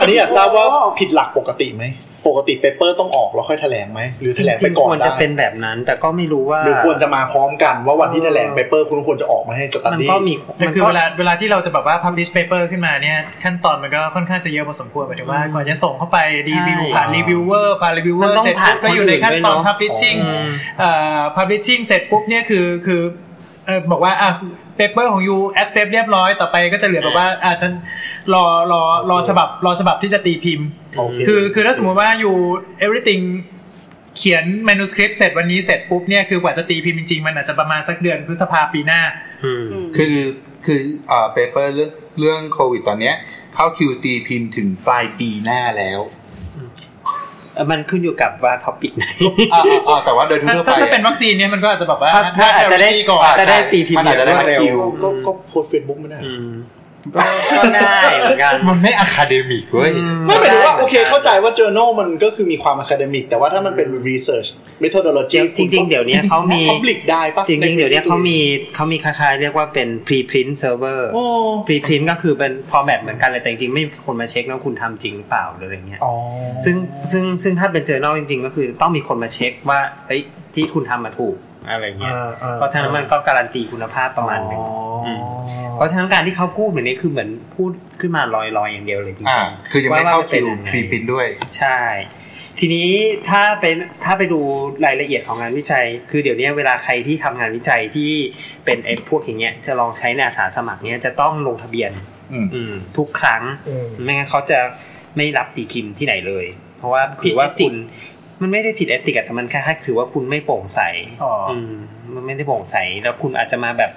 S8: อันนี้อยากทราบว่า
S3: โอ้
S8: ผิดหลักปกติไหมปกติเปเปอร์ต้องออกแล้วค่อยแถลงไหมหรือแถล ง
S4: จ
S8: ไป
S4: ริง
S8: ก่อน
S4: ๆควร
S8: ได้
S4: จะเป็นแบบนั้น แต่ก็ไม่รู้ว่า
S8: หรือควรจะมาพร้อมกันว่าวันที่แถลงเปเปอร์คุณควรจะออกมาให้สตัด
S4: มัน
S8: ดี้
S4: ก็มี
S5: แต่
S4: มัน
S5: คือ
S4: ก็
S5: เวลาเวลาที่เราจะแบบว่า publish paper ขึ้นมาเนี่ย ขั้นตอนมันก็ค่อนข้างจะเยอะพอสมควรหมายถึงว่าก่อนจะส่งเข้าไปรีวิวผ่านรีวิวเวอร์ผ่านรีวิวเวอร์เสร็จปุ๊บก็อยู่ในขั้นตอน publishing
S4: อืม
S5: เอ่อ publishing เสร็จปุ๊บเนี่ยคือคือเอ่อบอกว่าอ่ะ paper ของ you accept เรียบร้อยต่อไปก็จะเหลือแบบว่าอาจจะรอรอรอฉบับรอฉบับที่จะตีพิมพ์
S8: โอเค
S5: คือคือถ้าสมมติว่าอยู่ everything เขียน manuscript เสร็จวันนี้เสร็จปุ๊บเนี่ยคือกว่าจะตีพิมพ์จริงๆมันอาจจะประมาณสักเดือนพฤษภาปีหน้า
S2: คือคือเอ่อเปเปอร์เรื่องเรื่องโควิดตอนเนี้ยเข้าคิวตีพิมพ์ถึงปลายปีหน้าแล้ว
S4: เอ่อมันขึ้นอยู่กับว่าท็อ ปิกไหน
S2: อ่าอ่าอ่าแต่ว่าโดยทั่ๆไป
S5: ถ้าวถ้า
S2: อ่ะ
S5: เป็นวัคซีนเนี่ยมันก็อาจจะแบบว่า
S4: ถ้าถ้าอาจจะได้
S5: น่ priority ก่อน
S4: อาจจะได้ตีพิมพ์
S2: มันอาจจะได้
S4: เร็ว
S2: คิว
S8: ก็ก็โพสเฟซบุ๊กไม่ได้
S4: อืม ก็ก็ได้เหมือน กัน
S2: มันไม่อะคาเดมิกเว้ย
S8: ไม่หมายถึงว่า
S4: ได้
S8: โอเค
S4: ได้
S8: เข้าใจว่า journal มันก็คือมีความ academic แต่ว่าถ้ามันเป็น research methodology
S4: จริงๆเดี๋ยวนี้เขามี
S8: public ได้ปะ
S4: จริงๆ เดี๋ยวเนี้ยเขามีเขามีคล้ายๆ เรียกว่าเป็น pre-print server
S8: โอ้
S4: pre-print ก็คือเป็น format เหมือนกันเลยแต่จริงๆ ไม่มีคนมาเช็คว่าคุณทำจริงหรือเปล่าหรืออะไรเงี้ย
S8: อ๋อ
S4: ซึ่งซึ่งซึ่งถ้าเป็น journal จริง ๆ ก็คือต้องมีคนมาเช็คว่าเอ้ยที่คุณทำมาถูกอะไรเงี้ยเพราะฉะนั้นมันก็การันตีคุณภาพประมาณหนึง
S8: อ๋อ
S4: มเพราะฉะนั้นการที่เขาพูดเหมือนนี้คือเหมือนพูดขึ้นมาลอยๆอย่างเดียวเลยจริงๆ
S2: อ่า คือยังไม่เข้า
S4: ว่า
S2: คิว
S4: ว่าเป็นยังไง
S2: พรีปรินด้วย
S4: ใช่ ทีนี้ถ้าเป็นถ้าไปดูรายละเอียดของงานวิจัย คือเดี๋ยวนี้เวลาใครที่ทำงานวิจัยที่เป็นไอ้พวกอย่างเงี้ยจะลองใช้ในอาสาสมัครเนี้ยจะต้องลงทะเบียน
S2: อืม
S4: อืมทุกครั้ง ไม่งั้นเขาจะไม่รับตีพิมพ์ที่ไหนเลย เพราะว่าถือว่าคุณมันไม่ได้ผิดเอติกอะแต่มันแค่ถือว่าคุณไม่โปร่งใส
S5: อ๋ออื
S4: มมันไม่ได้โปร่งใสแล้วคุณอาจจะมาแบบ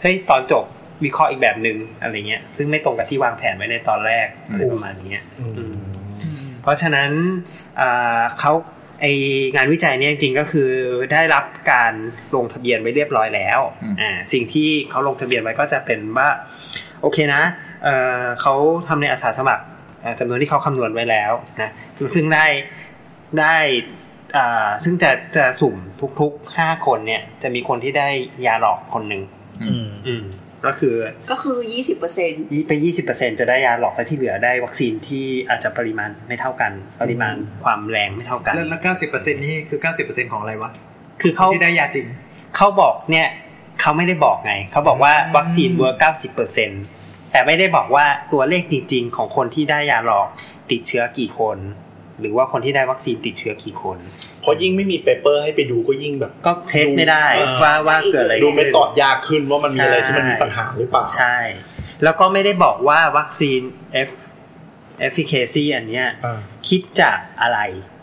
S4: เฮ้ยตอนจบวิเคราะห์อีกแบบหนึ่งอะไรเงี้ย ซึ่งไม่ตรงกับที่วางแผนไว้ในตอนแรกอะไรประมาณเนี้ยอืม เพราะฉะนั้นอ่าเขาไองานวิจัยเนี่ยจริงๆก็คือได้รับการลงทะเบียนไว้เรียบร้อยแล้ว
S2: อืม
S4: อ่าสิ่งที่เขาลงทะเบียนไว้ก็จะเป็นว่าโอเคนะเอ่อเขาทำในอาสาสมัครอ่าจำนวนที่เขาคำนวณไว้แล้วนะซึ่งได้ได้อ่าซึ่งจะจะสุ่มทุกๆ 5 คนเนี่ยจะมีคนที่ได้ยาหลอกคนหนึ่งอืมก็คือ
S3: ก็คือ 20%เปอร์เซ็นต์
S4: ยี่ไปยี่สิบเปอร์เซ็นจะได้ยาหลอกแต่ที่เหลือได้วัคซีนที่อาจจะปริมาณไม่เท่ากัน ปริมาณความแรงไม่เท่ากัน
S5: แล้วเก้าสิบเปอร์เซ็นต์นี่คือเก้าสิบเปอร์เซ็นต์ของอะไรวะ
S4: คือเขา
S5: ที่ได้ยาจริง
S4: เขาบอกเนี่ยเขาไม่ได้บอกไง เขาบอกว่าวัคซีนเวอร์เก้าสิบเปอร์เซ็นแต่ไม่ได้บอกว่าตัวเลขจริงๆ ของคนที่ได้ยาหลอกติดเชื้อกี่คน หรือว่าคนที่ได้วัคซีนติดเชื้อกี่คน
S8: เพราะยิ่งไม่มี paper ให้ไปดูก็ยิ่งแบบ
S4: ก็เทสไม่ได้
S8: ดู
S4: ว่าว่าเกิดอะไร
S8: ดู
S4: ขึ้น
S8: ไม่ตอดยากขึ้นว่ามันมีอะไร
S4: ใช่
S8: ที่มันมีปัญหาหรือเปล่า
S4: ใช่ แล้วก็ไม่ได้บอกว่าวัคซีน F efficacy อันเนี้ย
S8: อ่า
S4: คิดจากอะไร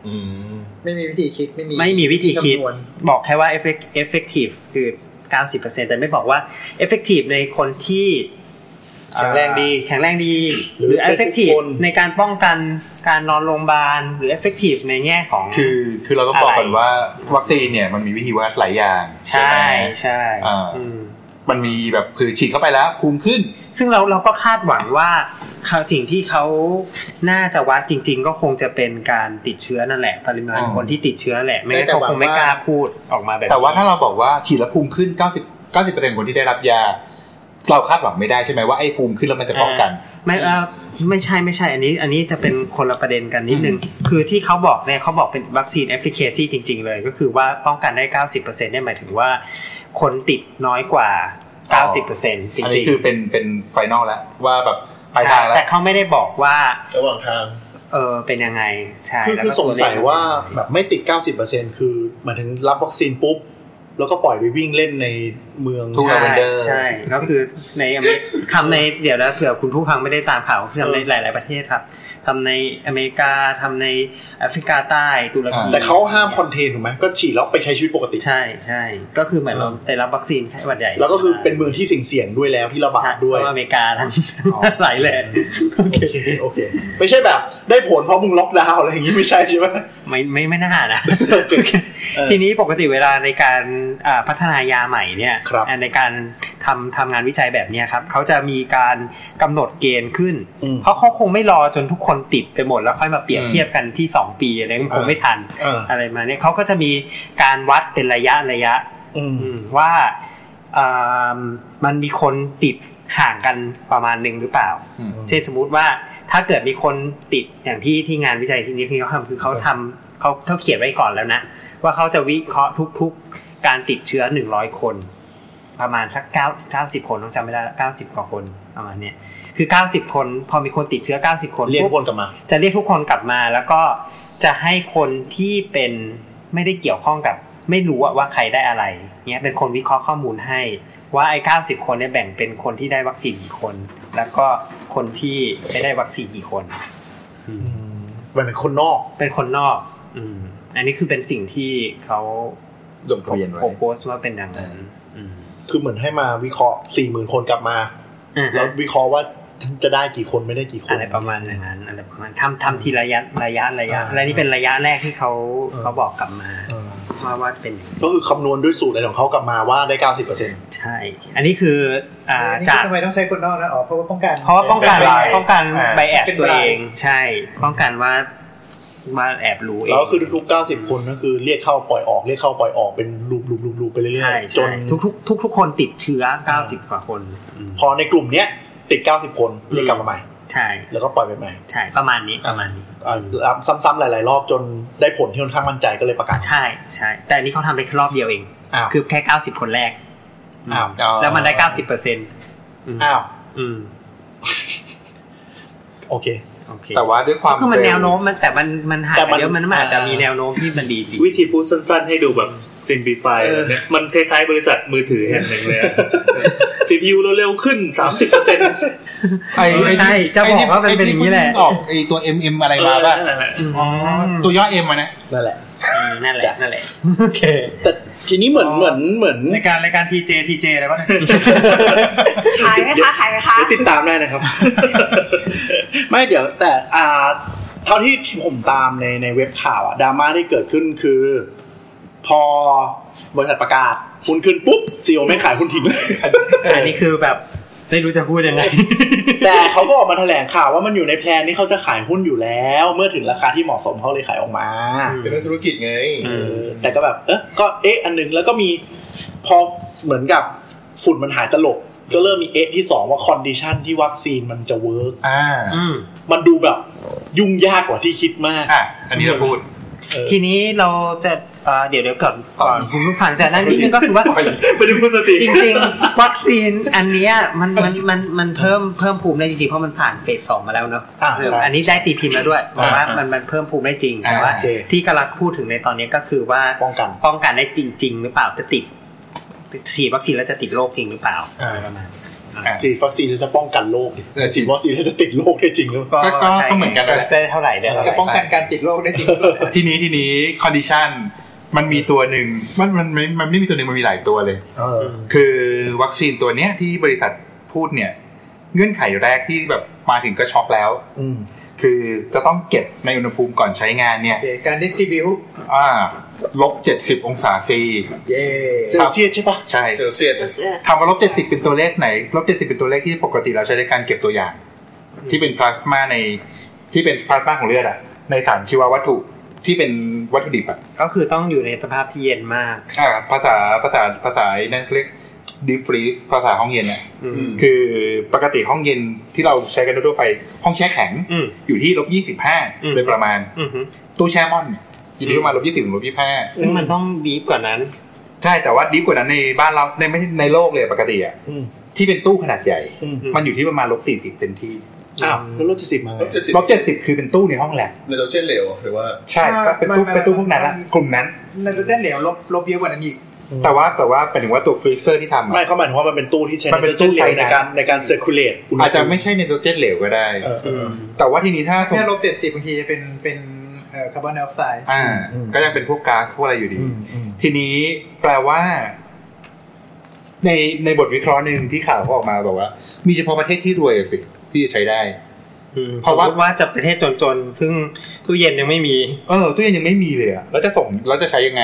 S6: อืม
S5: ไม่มีวิธีคิดไม่มี
S4: ไม่มีวิธีคิด
S5: ำนวน
S4: บอกแค่ว่า effect- effective คือ 90%แต่ไม่บอกว่า effective ในคนที่
S8: แข็งแรงดี
S4: แข็งแรงดี
S8: ห
S4: ห
S8: รือ
S4: รือ
S8: เป็นทุก
S4: effective
S8: คน
S4: ในการป้องกันการนอนโรงพยาบาล หรือ effective ในแง่ของ
S2: คือ คือเราต้องบอกก่อน
S4: อะไร
S2: ว่าวัคซีนเนี่ยมันมีวิธีวัดหลายอย่าง
S4: ใช่
S2: ไหม
S4: ใช่
S2: อ่า
S4: อืม
S2: มันมีแบบคือฉีดเข้าไปแล้วภูมิขึ้น
S4: ซึ่งเราเราก็คาดหวังว่าเขาสิ่งที่เขาน่าจะวัดจริง ๆ ก็คงจะเป็นการติดเชื้อนั่นแหละ ปริมาณ
S2: อ๋อ
S4: คนที่ติดเชื้อแหละ ไม่งั้นเขาคงไม่กล้าพูดออกมาแบบนี้
S2: แต่ว่าถ้าเราบอกว่าฉีดแล้วภูมิขึ้น 90 90%คนที่ได้รับยา เราคาดหวังไม่ได้ใช่ไหมว่าไอ้ภูมิขึ้นแล้วมันจะป้องกัน
S4: ไม่เอ่อไม่ใช่ไม่ใช่อันนี้ อันนี้จะเป็นคนละประเด็นกันนิดนึง คือที่เขาบอกเนี่ยเขาบอกเป็นวัคซีน efficacy จริง ๆ เลย ก็คือว่าป้องกันได้ 90%เนี่ยหมายถึงว่า คนติดน้อยกว่า
S2: อ๋อ
S4: 90%จ
S2: อัน
S4: ริ
S2: นี้
S4: ง
S2: คือเป็นเป็นไฟนอลแล้วว่าแบบ
S4: ๆ
S2: ปลายทางแล้ว
S4: แต่เขาไม่ได้บอกว่า
S6: ระหว่างทาง
S4: เออเป็นยังไงใช่
S8: คือ
S4: แล้ว
S8: คือ
S4: ก็
S8: สงสัย
S4: ตัวเลข
S8: ว่าแบบไม่ติด 90%คือหมายถึงรับวัคซีนปุ๊บ แล้วก็ปล่อยไปวิ่งเล่นในเมือง
S2: ถูก Lavender
S4: ใช่ ก็คือในอเมริทำในเดี๋ยวนะเผื่อคุณผู้ฟังไม่ได้ตามข่าวทำในหลาย ๆประเทศครับทำในอเมริกาทำในแอฟริกาใต้ตุรกี
S8: แต่เขาห้ามคอนเทนถูกไหมก็ฉีดแล้วไปใช้ชีวิตปกติ
S4: ใช่ใช่ก็คือเหมือนเราไปรับวัคซีนไข้หวัดใหญ่
S8: แล้วก็คือเป็นเมืองที่เสี่ยงๆด้วยแล้วที่ระบา
S4: ใช่
S8: ดด้วย
S4: เพระอเมริกาทั้ง
S8: อ๋อ
S4: หลายแหล่
S8: โอเคโอเค ไม่ใช่แบบได้ผลเพราะมึงล็อกดาวน์อะไรอย่างงี้ไม่ใช่ใช่ไหม
S4: ไม่ไม่ไม่น่านะ ทีนี้ปกติเวลาในการอ่าพัฒนายาใหม่เนี่ย
S8: ครับ
S4: อ่าในการทำทำงานวิจัยแบบเนี้ยครับเขาจะมีการกำหนดเกณฑ์ขึ้น เพราะเขาคงไม่รอจนทุกคนติดไปหมดแล้วค่อยมาเปรียบเทียบกันที่ 2 ปีอะไรมันคงไม่ทัน
S8: เออ
S4: อะไรมาเนี่ยเขาก็จะมีการวัดเป็นระยะระยะ
S8: อืม
S4: อืมว่าอ่ามมันมีคนติดห่างกันประมาณหนึ่งหรือเปล่า
S2: อืม
S4: เช่นสมมุติว่าถ้าเกิดมีคนติดอย่างที่ที่งานวิจัยที่นี้ที่เขาทำคือเขาทำเขาเขาเขียนไว้ก่อนแล้วนะ ว่าเขาจะวิเคราะห์ทุกๆ การติดเชื้อหนึ่งร้อยคน ประมาณสักเก้าเก้าสิบคนต้องจำไม่ได้เก้าสิบกว่าคนประมาณเนี้ยคือเก้าสิบคน พอมีคนติดเชื้อเก้าสิบคน
S8: เรียน
S4: ปุ๊บ
S8: วนกลับมา
S4: จะเรียกทุกคนกลับมาแล้วก็จะให้คนที่เป็นไม่ได้เกี่ยวข้องกับ ไม่รู้อะว่าใครได้อะไรเนี้ยเป็นคนวิเคราะห์ข้อมูลให้ ว่าไอ้เก้าสิบคนเนี่ยแบ่งเป็นคนที่ได้วัคซีนกี่คน แล้วก็คนที่ไม่ได้วัคซีนกี่คน
S8: มันเป็นคนนอก
S4: เป็นคนนอก อืม อันนี้คือเป็นสิ่งที่เขา
S2: ลงทะเบียนไว้
S4: ผมโพสต์ว่าเป็นอย่างนั้น อืม
S8: คือเหมือนให้มาวิเคราะห์สี่หมื่นคนกลับมา
S4: อ่า
S8: แล้
S4: ฮะ
S8: ววิเคราะห์ว่าจะได้กี่คนไม่ได้กี่คน
S4: อะไรประมาณอย่างนั้นอะไรประมาณทำทำทีระยะระยะระยะ
S8: อ่า
S4: และนี่เป็นระยะแรกที่เขา
S8: อ่า
S4: เขาบอกกลับมา
S8: เออ
S4: ว่าว่าเป็นยังไง
S8: ก็คือคำนวณด้วยสูตรอะไรของเขากลับมาว่าได้เก้าสิบเปอร์เซ็นต์
S4: ใช่ อันนี้คืออ่า
S5: อันนี้
S4: จาก
S5: ทำไมต้องใช้คนนอกนะอ๋อเพราะว่าป้องกัน
S4: เพราะว่าป้องกัน
S2: เป็น bias
S4: ป้องกัน
S5: อ่า
S4: ใบแอบ
S5: เป็น
S4: ตัวเอง
S5: bias
S4: ใช่ ป้องกันว่าว่าแอบรู้เอง
S8: แล้วก็คือทุกๆ 90 คนก็คือเรียกเข้าปล่อยออกเรียกเข้าปล่อยออกเป็นลูปลูปลูปลูปไปเรื่อ
S4: ใช่
S8: ย
S4: ใช่
S8: ๆจน
S4: ทุกทุกทุกทุกคนติดเชื้อ 90 กว่าคนอืม
S8: พอในกลุ่มเนี้ยติด 90 คนเรียกกลับมาใหม่
S4: ใช่
S8: แล้วก็ปล่อยไปใหม่
S4: ใช่ประมาณนี้ประมาณนี้
S8: อ่าซ้ำๆหลายๆ รอบจนได้ผลที่ค่อนข้างมั่นใจก็เลยประกาศ
S4: ใช่ใช่แต่อันนี้เขาทำไปแค่รอบเดียวเอง
S8: อ้าว
S4: คือแค่ 90 คนแรกอืม
S8: อ้าวอ๋อ
S4: แล้วมันได้ 90เปอร์เซ็นต์
S8: อ้าว
S4: อืม
S8: โอเค
S4: โอเค
S2: แต่ว่าด้วยความ
S4: ก็คือมันแน
S2: เร็ว
S4: วโน้มมันแต่มันมันหาย
S8: แต่
S4: ไป
S8: มัน
S4: เยอะมันมันอาจจะ
S8: อ่ามี
S4: มีแนวโน้มที่มันดีจริง
S1: วิธีพูดสั้นๆ ให้ดูแบบซิมพลิฟายเนี่ยมันคล้ายๆ บริษัทมือถือแห่งหนึ่งเลย อะ CPU เร็วๆขึ้น 30เปอร์เซ็นต์
S2: ไอ้ไอ้
S4: ใช่จะบอกว่ามันเป็นอย่างนี้แหละ
S2: ไอ้ที่เพิ่งออกไอ้ตัว MM อะไรมาป่ะ
S4: อ๋อ
S2: ตัวย่อ M มาเนี่ย
S8: นั่นแหละ
S4: นั่นแหละนั่นแหละ
S8: โอเค แต่ทีนี้เหมือน
S5: อ๋อ
S8: เหมือนเหมือน
S5: รายการรายการทีเจทีเจอะไรบ้าง
S3: ขายไหมคะขายไหมคะ
S8: เดี๋ยวติดตามได้นะครับ ไม่เดี๋ยวแต่อ่าเท่าที่ผมตามในในเว็บข่าวอะดราม่าที่เกิดขึ้นคือ พอบริษัทประกาศหุ้นขึ้นปุ๊บซีโอไม่งขายหุ้นทิ้ง
S4: อันนี้คือแบบไม่รู้จะพูดยังไง
S8: แต่เขาก็ออกมาแถลงข่าวว่ามันอยู่ในแพลนที่เขาจะขายหุ้นอยู่แล้ว เมื่อถึงราคาที่เหมาะสมเขาเลยขายออกมา
S6: เป็นเรื่องธุรกิจไง
S4: อืม
S8: เออแต่ก็แบบเออก็เอ๊ะอันหนึงแล้วก็มีพอเหมือนกับฝุ่นมันหายตลบก็เริ่มมีเอ๊ะที่สองว่าคอนดิชันที่วัคซีนมันจะเวิร์ก
S2: อ่า
S4: อืม
S8: มันดูแบบยุ่งยากกว่าที่คิดมาก
S2: อ่ะอันนี้จะพูด
S8: เออ
S4: ทีนี้เราจะเอ่อเดี๋ยวเดี๋ยวก่อนก่อนคุณผู้ฟังจะนั่นนิดนึงก็คือว่า
S1: ไม่ได้พูดสติ
S4: จริงๆ วัคซีนอันเนี้ยมันมันมันมันเพิ่มเพิ่มภูมิได้จริงๆ เพราะมันผ่านเฟสสองมาแล้วเนอะ
S8: อ่า
S4: เออ
S8: ใช่
S4: อันนี้ได้ตีพิมพ์แล้วด้วยบอกว่า
S2: อ่ามั
S4: มันมันเพิ่มภูมิได้จริงแต่ว่า
S8: โอเค
S4: ที่กำลังพูดถึงในตอนนี้ก็คือว่า
S8: ป้องกัน
S4: ป้องกันได้จริง ๆ หรือเปล่าจะติดฉีดวัคซีนแล้วจะติดโรคจริงหรือเปล่า
S8: อ่า
S2: อ่า
S8: ฉีดวัคซีนแล้วจะป้องกันโรคดิ
S2: เออฉี
S8: ฉี
S2: ด
S8: ดวัคซีนแล้วจะติดโรคได้จริงหรือเปล่า
S2: ก็ก็ก็เหมือนกันนั่นแหละ
S4: ได้เท่าไหร่ได้เท่าไห
S5: จะ
S4: ร่
S5: ป้องกันการติดโรคได้จริง
S2: ทีนี้ทีนี้คอนดิชันมันมีตัวหนึ่งมันมันมันมันไม่ได้มีตัวหนึ่งมันมีหลายตัวเลย
S8: เออ
S2: คือวัคซีนตัวเนี้ยที่บริษัทพูดเนี่ย เงื่อนไขแรกที่แบบมาถึงก็ช็อกแล้ว
S8: อืม
S2: คือจะต้องเก็บในอุณหภูมิก่อนใช้งานเนี่ย
S5: โอเคการดิสติบิว
S2: อ่าลบเจ็ดสิบองศาซี
S5: เย่
S8: เซลเซียสใช่ปะ
S2: ใช่
S6: เซลเซียส
S2: ถามว่าลบเจ็ดสิบเป็นตัวเลขไหนลบเจ็ดสิบเป็นตัวเลขที่ปกติเราใช้ในการเก็บตัวอย่าง ที่เป็นพลาสมาในที่เป็นพลาสมาของเลือดอะในสารชีววัตถุที่เป็นวัตถุดิบอะ
S4: ก็คือต้องอยู่ในสภาพที่เย็นมาก
S2: อ่าภาษาภาษาภาษาไอ้นั่นเขาเรียกดีฟรีสภาษาห้องเย็นอะ
S4: อืม
S2: คือปกติห้องเย็นที่เราใช้กันทั่วๆไป ห้องแช่แข็ง
S4: อืม
S2: อยู่ที่ลบยี่สิบห้า
S4: อืม
S2: โดยประมาณ
S4: อือหือ
S2: ตู้แช่มอนเนี่ยอยู่ที่ประมาณลบยี่สิบถึงลบยี่ห้า
S4: ซึ่งมันต้องดีฟกว่านั้น
S2: ใช่แต่ว่าดีกว่านั้นในบ้านเราในไม่ในโลกเลยปกติอะ
S8: อืม
S2: ที่เป็นตู้ขนาดใหญ่
S8: อืม
S2: มันอยู่ที่ประมาณลบสี่สิบเต็มที่
S8: อ้าวแล้วรถจะสิบมาไง
S6: ลบเจ็ดสิบ
S2: ลบเจ็ดสิบคือเป็นตู้ในห้องแลบ
S6: ไนโตรเจนเหลวหรือว่า
S2: ใช่ก็เป็นตู้เป็นตู้พวกนั้นละกลุ่มนั้น
S5: ไนโตรเจนเหลวลบลบเยอะกว่านั้นอีก
S2: แต่ว่าแต่ว่าเป็นถึงว่าตัวฟรีเซอร์ที่ทำ
S8: ไม่
S2: อะ
S8: เขาหมายถึงว่ามันเป็นตู้ที่ใช้
S2: มันเป็น
S8: ไโตรจ
S2: ตู้ไฟ
S8: ใน
S2: น้ำ
S8: การในการเซอร์คูลเลต
S2: อาจจะไม่ใช่ในตัวเจนเหลวก็ได้
S8: เออเออ
S2: แต่ว่าทีนี้ถ้าสม
S5: แค่
S2: ม
S5: ล
S2: ติ
S5: บเจ็ดสิบบางทีจะเป็นเป็นเอ่อคาร์บอนไดออกไซด์
S2: อ่า
S8: อืม
S2: ก็ยังเป็นพวกก๊าซพวกอะไรอยู่ดี
S8: อืมอืม
S2: ทีนี้แปลว่า ในในบทวิเคราะห์หนึ่งที่ข่าวเขาออกมาบอกว่า มีเฉพาะประเทศที่รวยอะสิที่จะใช้ได้
S4: อืม
S2: เพราะว่า
S4: สมมติว่าจะประเทศจนๆ ซึ่งตู้เย็นยังไม่มี
S2: เออตู้เย็นยังไม่มีเลยอะแล้วจะส่งแล้วจะใช้ยังไง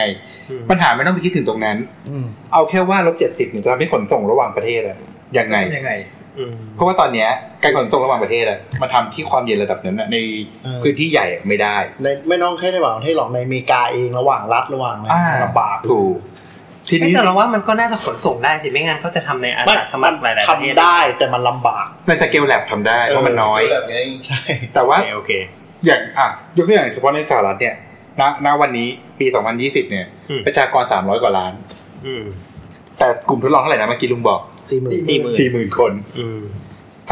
S4: อืม
S2: ปัญหาไม่ต้องไปคิดถึงตรงนั้น
S8: อืม
S2: เอาแค่ว่าลบเจ็ดสิบเนี่ยจะทำให้ขนส่งระหว่างประเทศอะยังไง
S5: ยังไง
S4: อืม
S2: เพราะว่าตอนเนี้ยการขนส่งระหว่างประเทศอะมาทำที่ความเย็นระดับนั้นอะใน
S8: เออ
S2: พื้นที่ใหญ่อะไม่ได้
S8: ในไม่น้องแค่ในระหว่างประเทศหรอกในอเมริกาเองระหว่างรัฐระหว่างอะไร
S2: อ่า
S8: ลำบาก
S2: ถูก ที
S4: ไม่
S2: นี้
S4: แต่เราว่ามันก็น่าจะขนส่งได้สิ ไม่งั้นเขาจะทำในอา
S8: ไม่
S4: สาสมัครหลายๆประเทศ
S8: ทำได้แต่มันลำบาก
S2: ในสเกลแลบทำได้ เพราะมันน้อย
S6: แบบไง
S8: ใช่
S2: แต่
S4: โอ
S2: ว่า
S4: เคโอเค
S2: อย่างอ่ะยกตัวอย่างเฉพาะในสหรัฐเนี่ยณณวันนี้ปี 2020 เนี่ย
S4: อืม
S2: ประชากร 300 กว่าล้าน
S4: อืม
S2: แต่กลุ่มทดลองเท่าไหร่นะเมื่อกี้ลุงบอก
S8: สี่หมื่น
S4: ที่มือ
S2: 40,000 คน
S4: อืม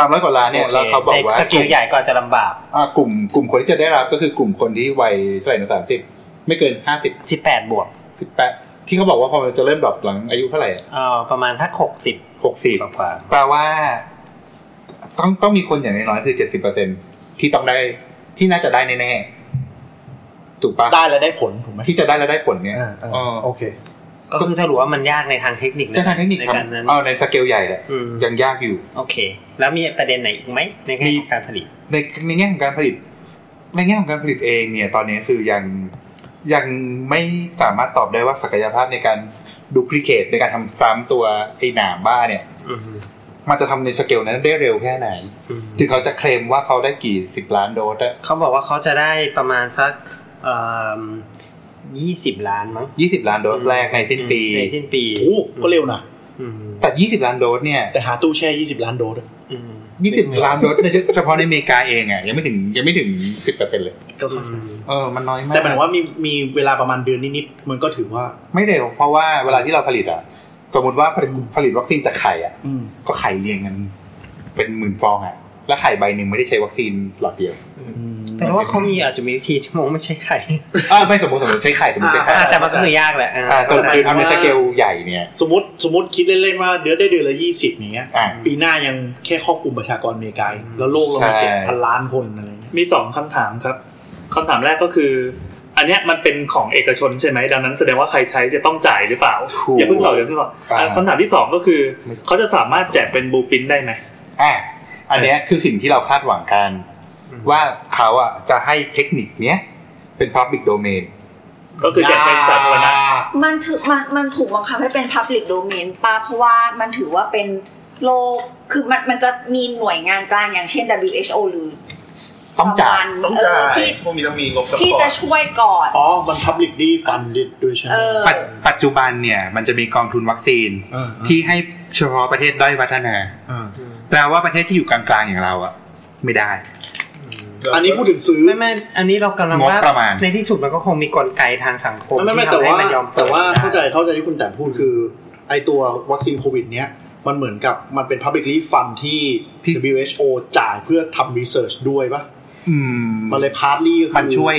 S2: 300 กว่าล้านเนี่ยแล้วเขาบอกว่า
S4: ในสเกลใหญ่ก็จะลำบาก
S2: อ่ะกลุ่มกลุ่มคนที่จะได้รับก็คือกลุ่มคนที่วัยเท่าไหร่นะ30 ไม่เกิน 50
S4: 18 บวก
S2: สิบแปดที่เขาบอกว่าพอมันจะเริ่มดรอปหลังอายุเท่าไหร่
S4: เอ่อประมาณทักหกสิบ
S2: หกสิบ
S4: กว่า
S2: แปลว่า ต้องต้องมีคนอย่างน้อยๆคือเจ็ดสิบเปอร์เซ็นที่ต้องได้ที่น่าจะได้แน่ๆถูกปะ
S8: ได้แล้วได้ผลถูกไหม
S2: ที่จะได้แล้วได้ผลเนี่ย
S8: อ่าอ่า
S2: เออ
S8: โอเค
S4: ๆก็คือถ้ารู้ว่ามันยากในทางเทคนิค
S2: แต่ทางเทคนิค
S4: ใน
S2: ท
S4: การนั้น
S2: ำเอาในสเกลใหญ่แหละ
S4: อืม
S2: ยังยากอยู่
S4: โอเค แล้วมีประเด็นไหนอีกไหมในแง่ของการผลิต
S2: ในในแง่ของการผลิต ในแง่ของการผลิตเองเนี่ย ตอนนี้คือยัง ยังไม่สามารถตอบได้ว่าศักยภาพในการดูพลิเคตในการทำซ้ำตัวไอ้หนามบ้าเนี่ย
S4: อืม
S2: มันจะทำในสเกลนั้นได้เร็วแค่ไหน
S4: อืม
S2: ที่เขาจะเคลมว่าเขาได้กี่สิบล้านโดสอะ
S4: เขาบอกว่าเขาจะได้ประมาณสักยี่สิบล้านมั้ง
S2: ยี่สิบล้านโดสแรกในสิ้นปี
S4: ในสิ้นปี
S8: โอ้ก็เร็วนะ
S4: อืม
S2: แต่ยี่สิบล้านโดสเนี่ย
S8: แต่หาตู้แช่ยี่สิบล้านโดสอะ
S4: อืม
S2: ยี่สิบล้านโดสในเฉพาะในอเมริกาเองอะยังไม่ถึงยังไม่ถึงสิบเปอร์เซ็นต์เลย
S8: ก็เข้าใจ
S2: เออ มันน้อยมาก
S8: แต่หมายถึงว่ามีมีเวลาประมาณเดือนนิดๆมันก็ถือว่า
S2: ไม่เร็วเพราะว่าเวลาที่เราผลิตอ่ะ สมมติว่าผลิตผลิตวัคซีนจากไข่อ่ะ
S8: อืม
S2: ก็ไข่เรียงกันเป็นหมื่นฟองอ่ะ แล้วไข่ใบหนึ่งไม่ได้ใช้วัคซีนหลอดเดียว
S4: แต่ว่าเขามีอาจจะมีวิธีที่มองไม่ใช่ไข่
S2: อ่าไม่สมมติสมมติใช้ไข่สมมติใช้ไข่
S4: อ่าแต่มันก็คือยากแหละอ่า
S2: อ่าสมมติคือทำในสเกลใหญ่เนี่ย
S8: สมมติสมมติคิดเล่นๆว่าเดือนได้เดือนละยี่สิบอย่างเงี้ย
S2: อ่ะ
S8: ปีหน้ายังแค่ครอบคลุมประชากรอเมริกาเองแล้วโลกเรามี
S2: ใช่
S8: เจ็ดพันล้านคนอะไรเงี้ย
S1: มีสองคำถามครับคำถามแรกก็คือ อันเนี้ยมันเป็นของเอกชนใช่ไหมดังนั้นแสดงว่าใครใช้จะต้องจ่ายหรือเปล่า
S2: ถูก
S1: อย่าเพิ่งตอบอย่าเพิ่งตอบ
S2: อ่า
S1: อ่ะคำถามที่สองก็คือ เขาจะสามารถแจกเป็นบลูพินได้ไหม
S2: อ่ะอันเนี้ยคือสิ่งที่เราคาดหวังกัน ว่าเขาอ่ะจะให้เทคนิคเนี้ยเป็น Public Domain
S1: ก็คือแจกเป็นสาธารณะ
S3: มันถือมันมันถูกบังคับให้เป็น Public Domain ป้าเพราะว่ามันถือว่าเป็นโลกคือมันมันจะมีหน่วยงานกลางอย่างเช่น WHO หรือ
S2: ต้องจ่า
S3: สัมพั
S2: ย
S3: นธ์
S6: ต้อง
S3: เอ
S6: จ่า
S3: อย ที่
S6: พวกนี้ต้องมีงบสป
S3: ที่
S6: อ
S3: จะ
S6: ร์ต
S3: ช่วยก่อน
S8: อ๋อ มันพับลิกดีฟันด้วยใช่ไหม
S3: เออ
S2: ปัจปัจจุบันเนี่ยมันจะมีกองทุนวัคซีน
S8: เออ
S2: ที่ให้เฉพาะประเทศด้อยพัฒนา
S8: เออ
S2: แปลว่าประเทศที่อยู่กลางๆอย่างเราอ่ะ ไม่ได้
S8: อันนี้พูดถึงซื้อ
S4: ไม่ไม่อันนี้เรากำลังว่าง
S2: บประมาณ
S4: ในที่สุดมันก็คงมีกลไกทางสังคม
S8: ไม่ไม่
S4: ที่
S8: แต่
S4: ทำให้
S8: ว่า
S4: มันยอมเปิด
S8: แต่ว่า
S4: ได้
S8: เข้าใจเข้าใจที่คุณแต่พูดคือ ไอตัววัคซีนโควิดเนี้ยมันเหมือนกับมันเป็น Publicly Fund ที่
S2: ที่
S8: WHO จ่ายเพื่อทำ research ด้วยปะ
S2: อืม
S8: มันเลย partly ก็คือ
S2: มันช่วย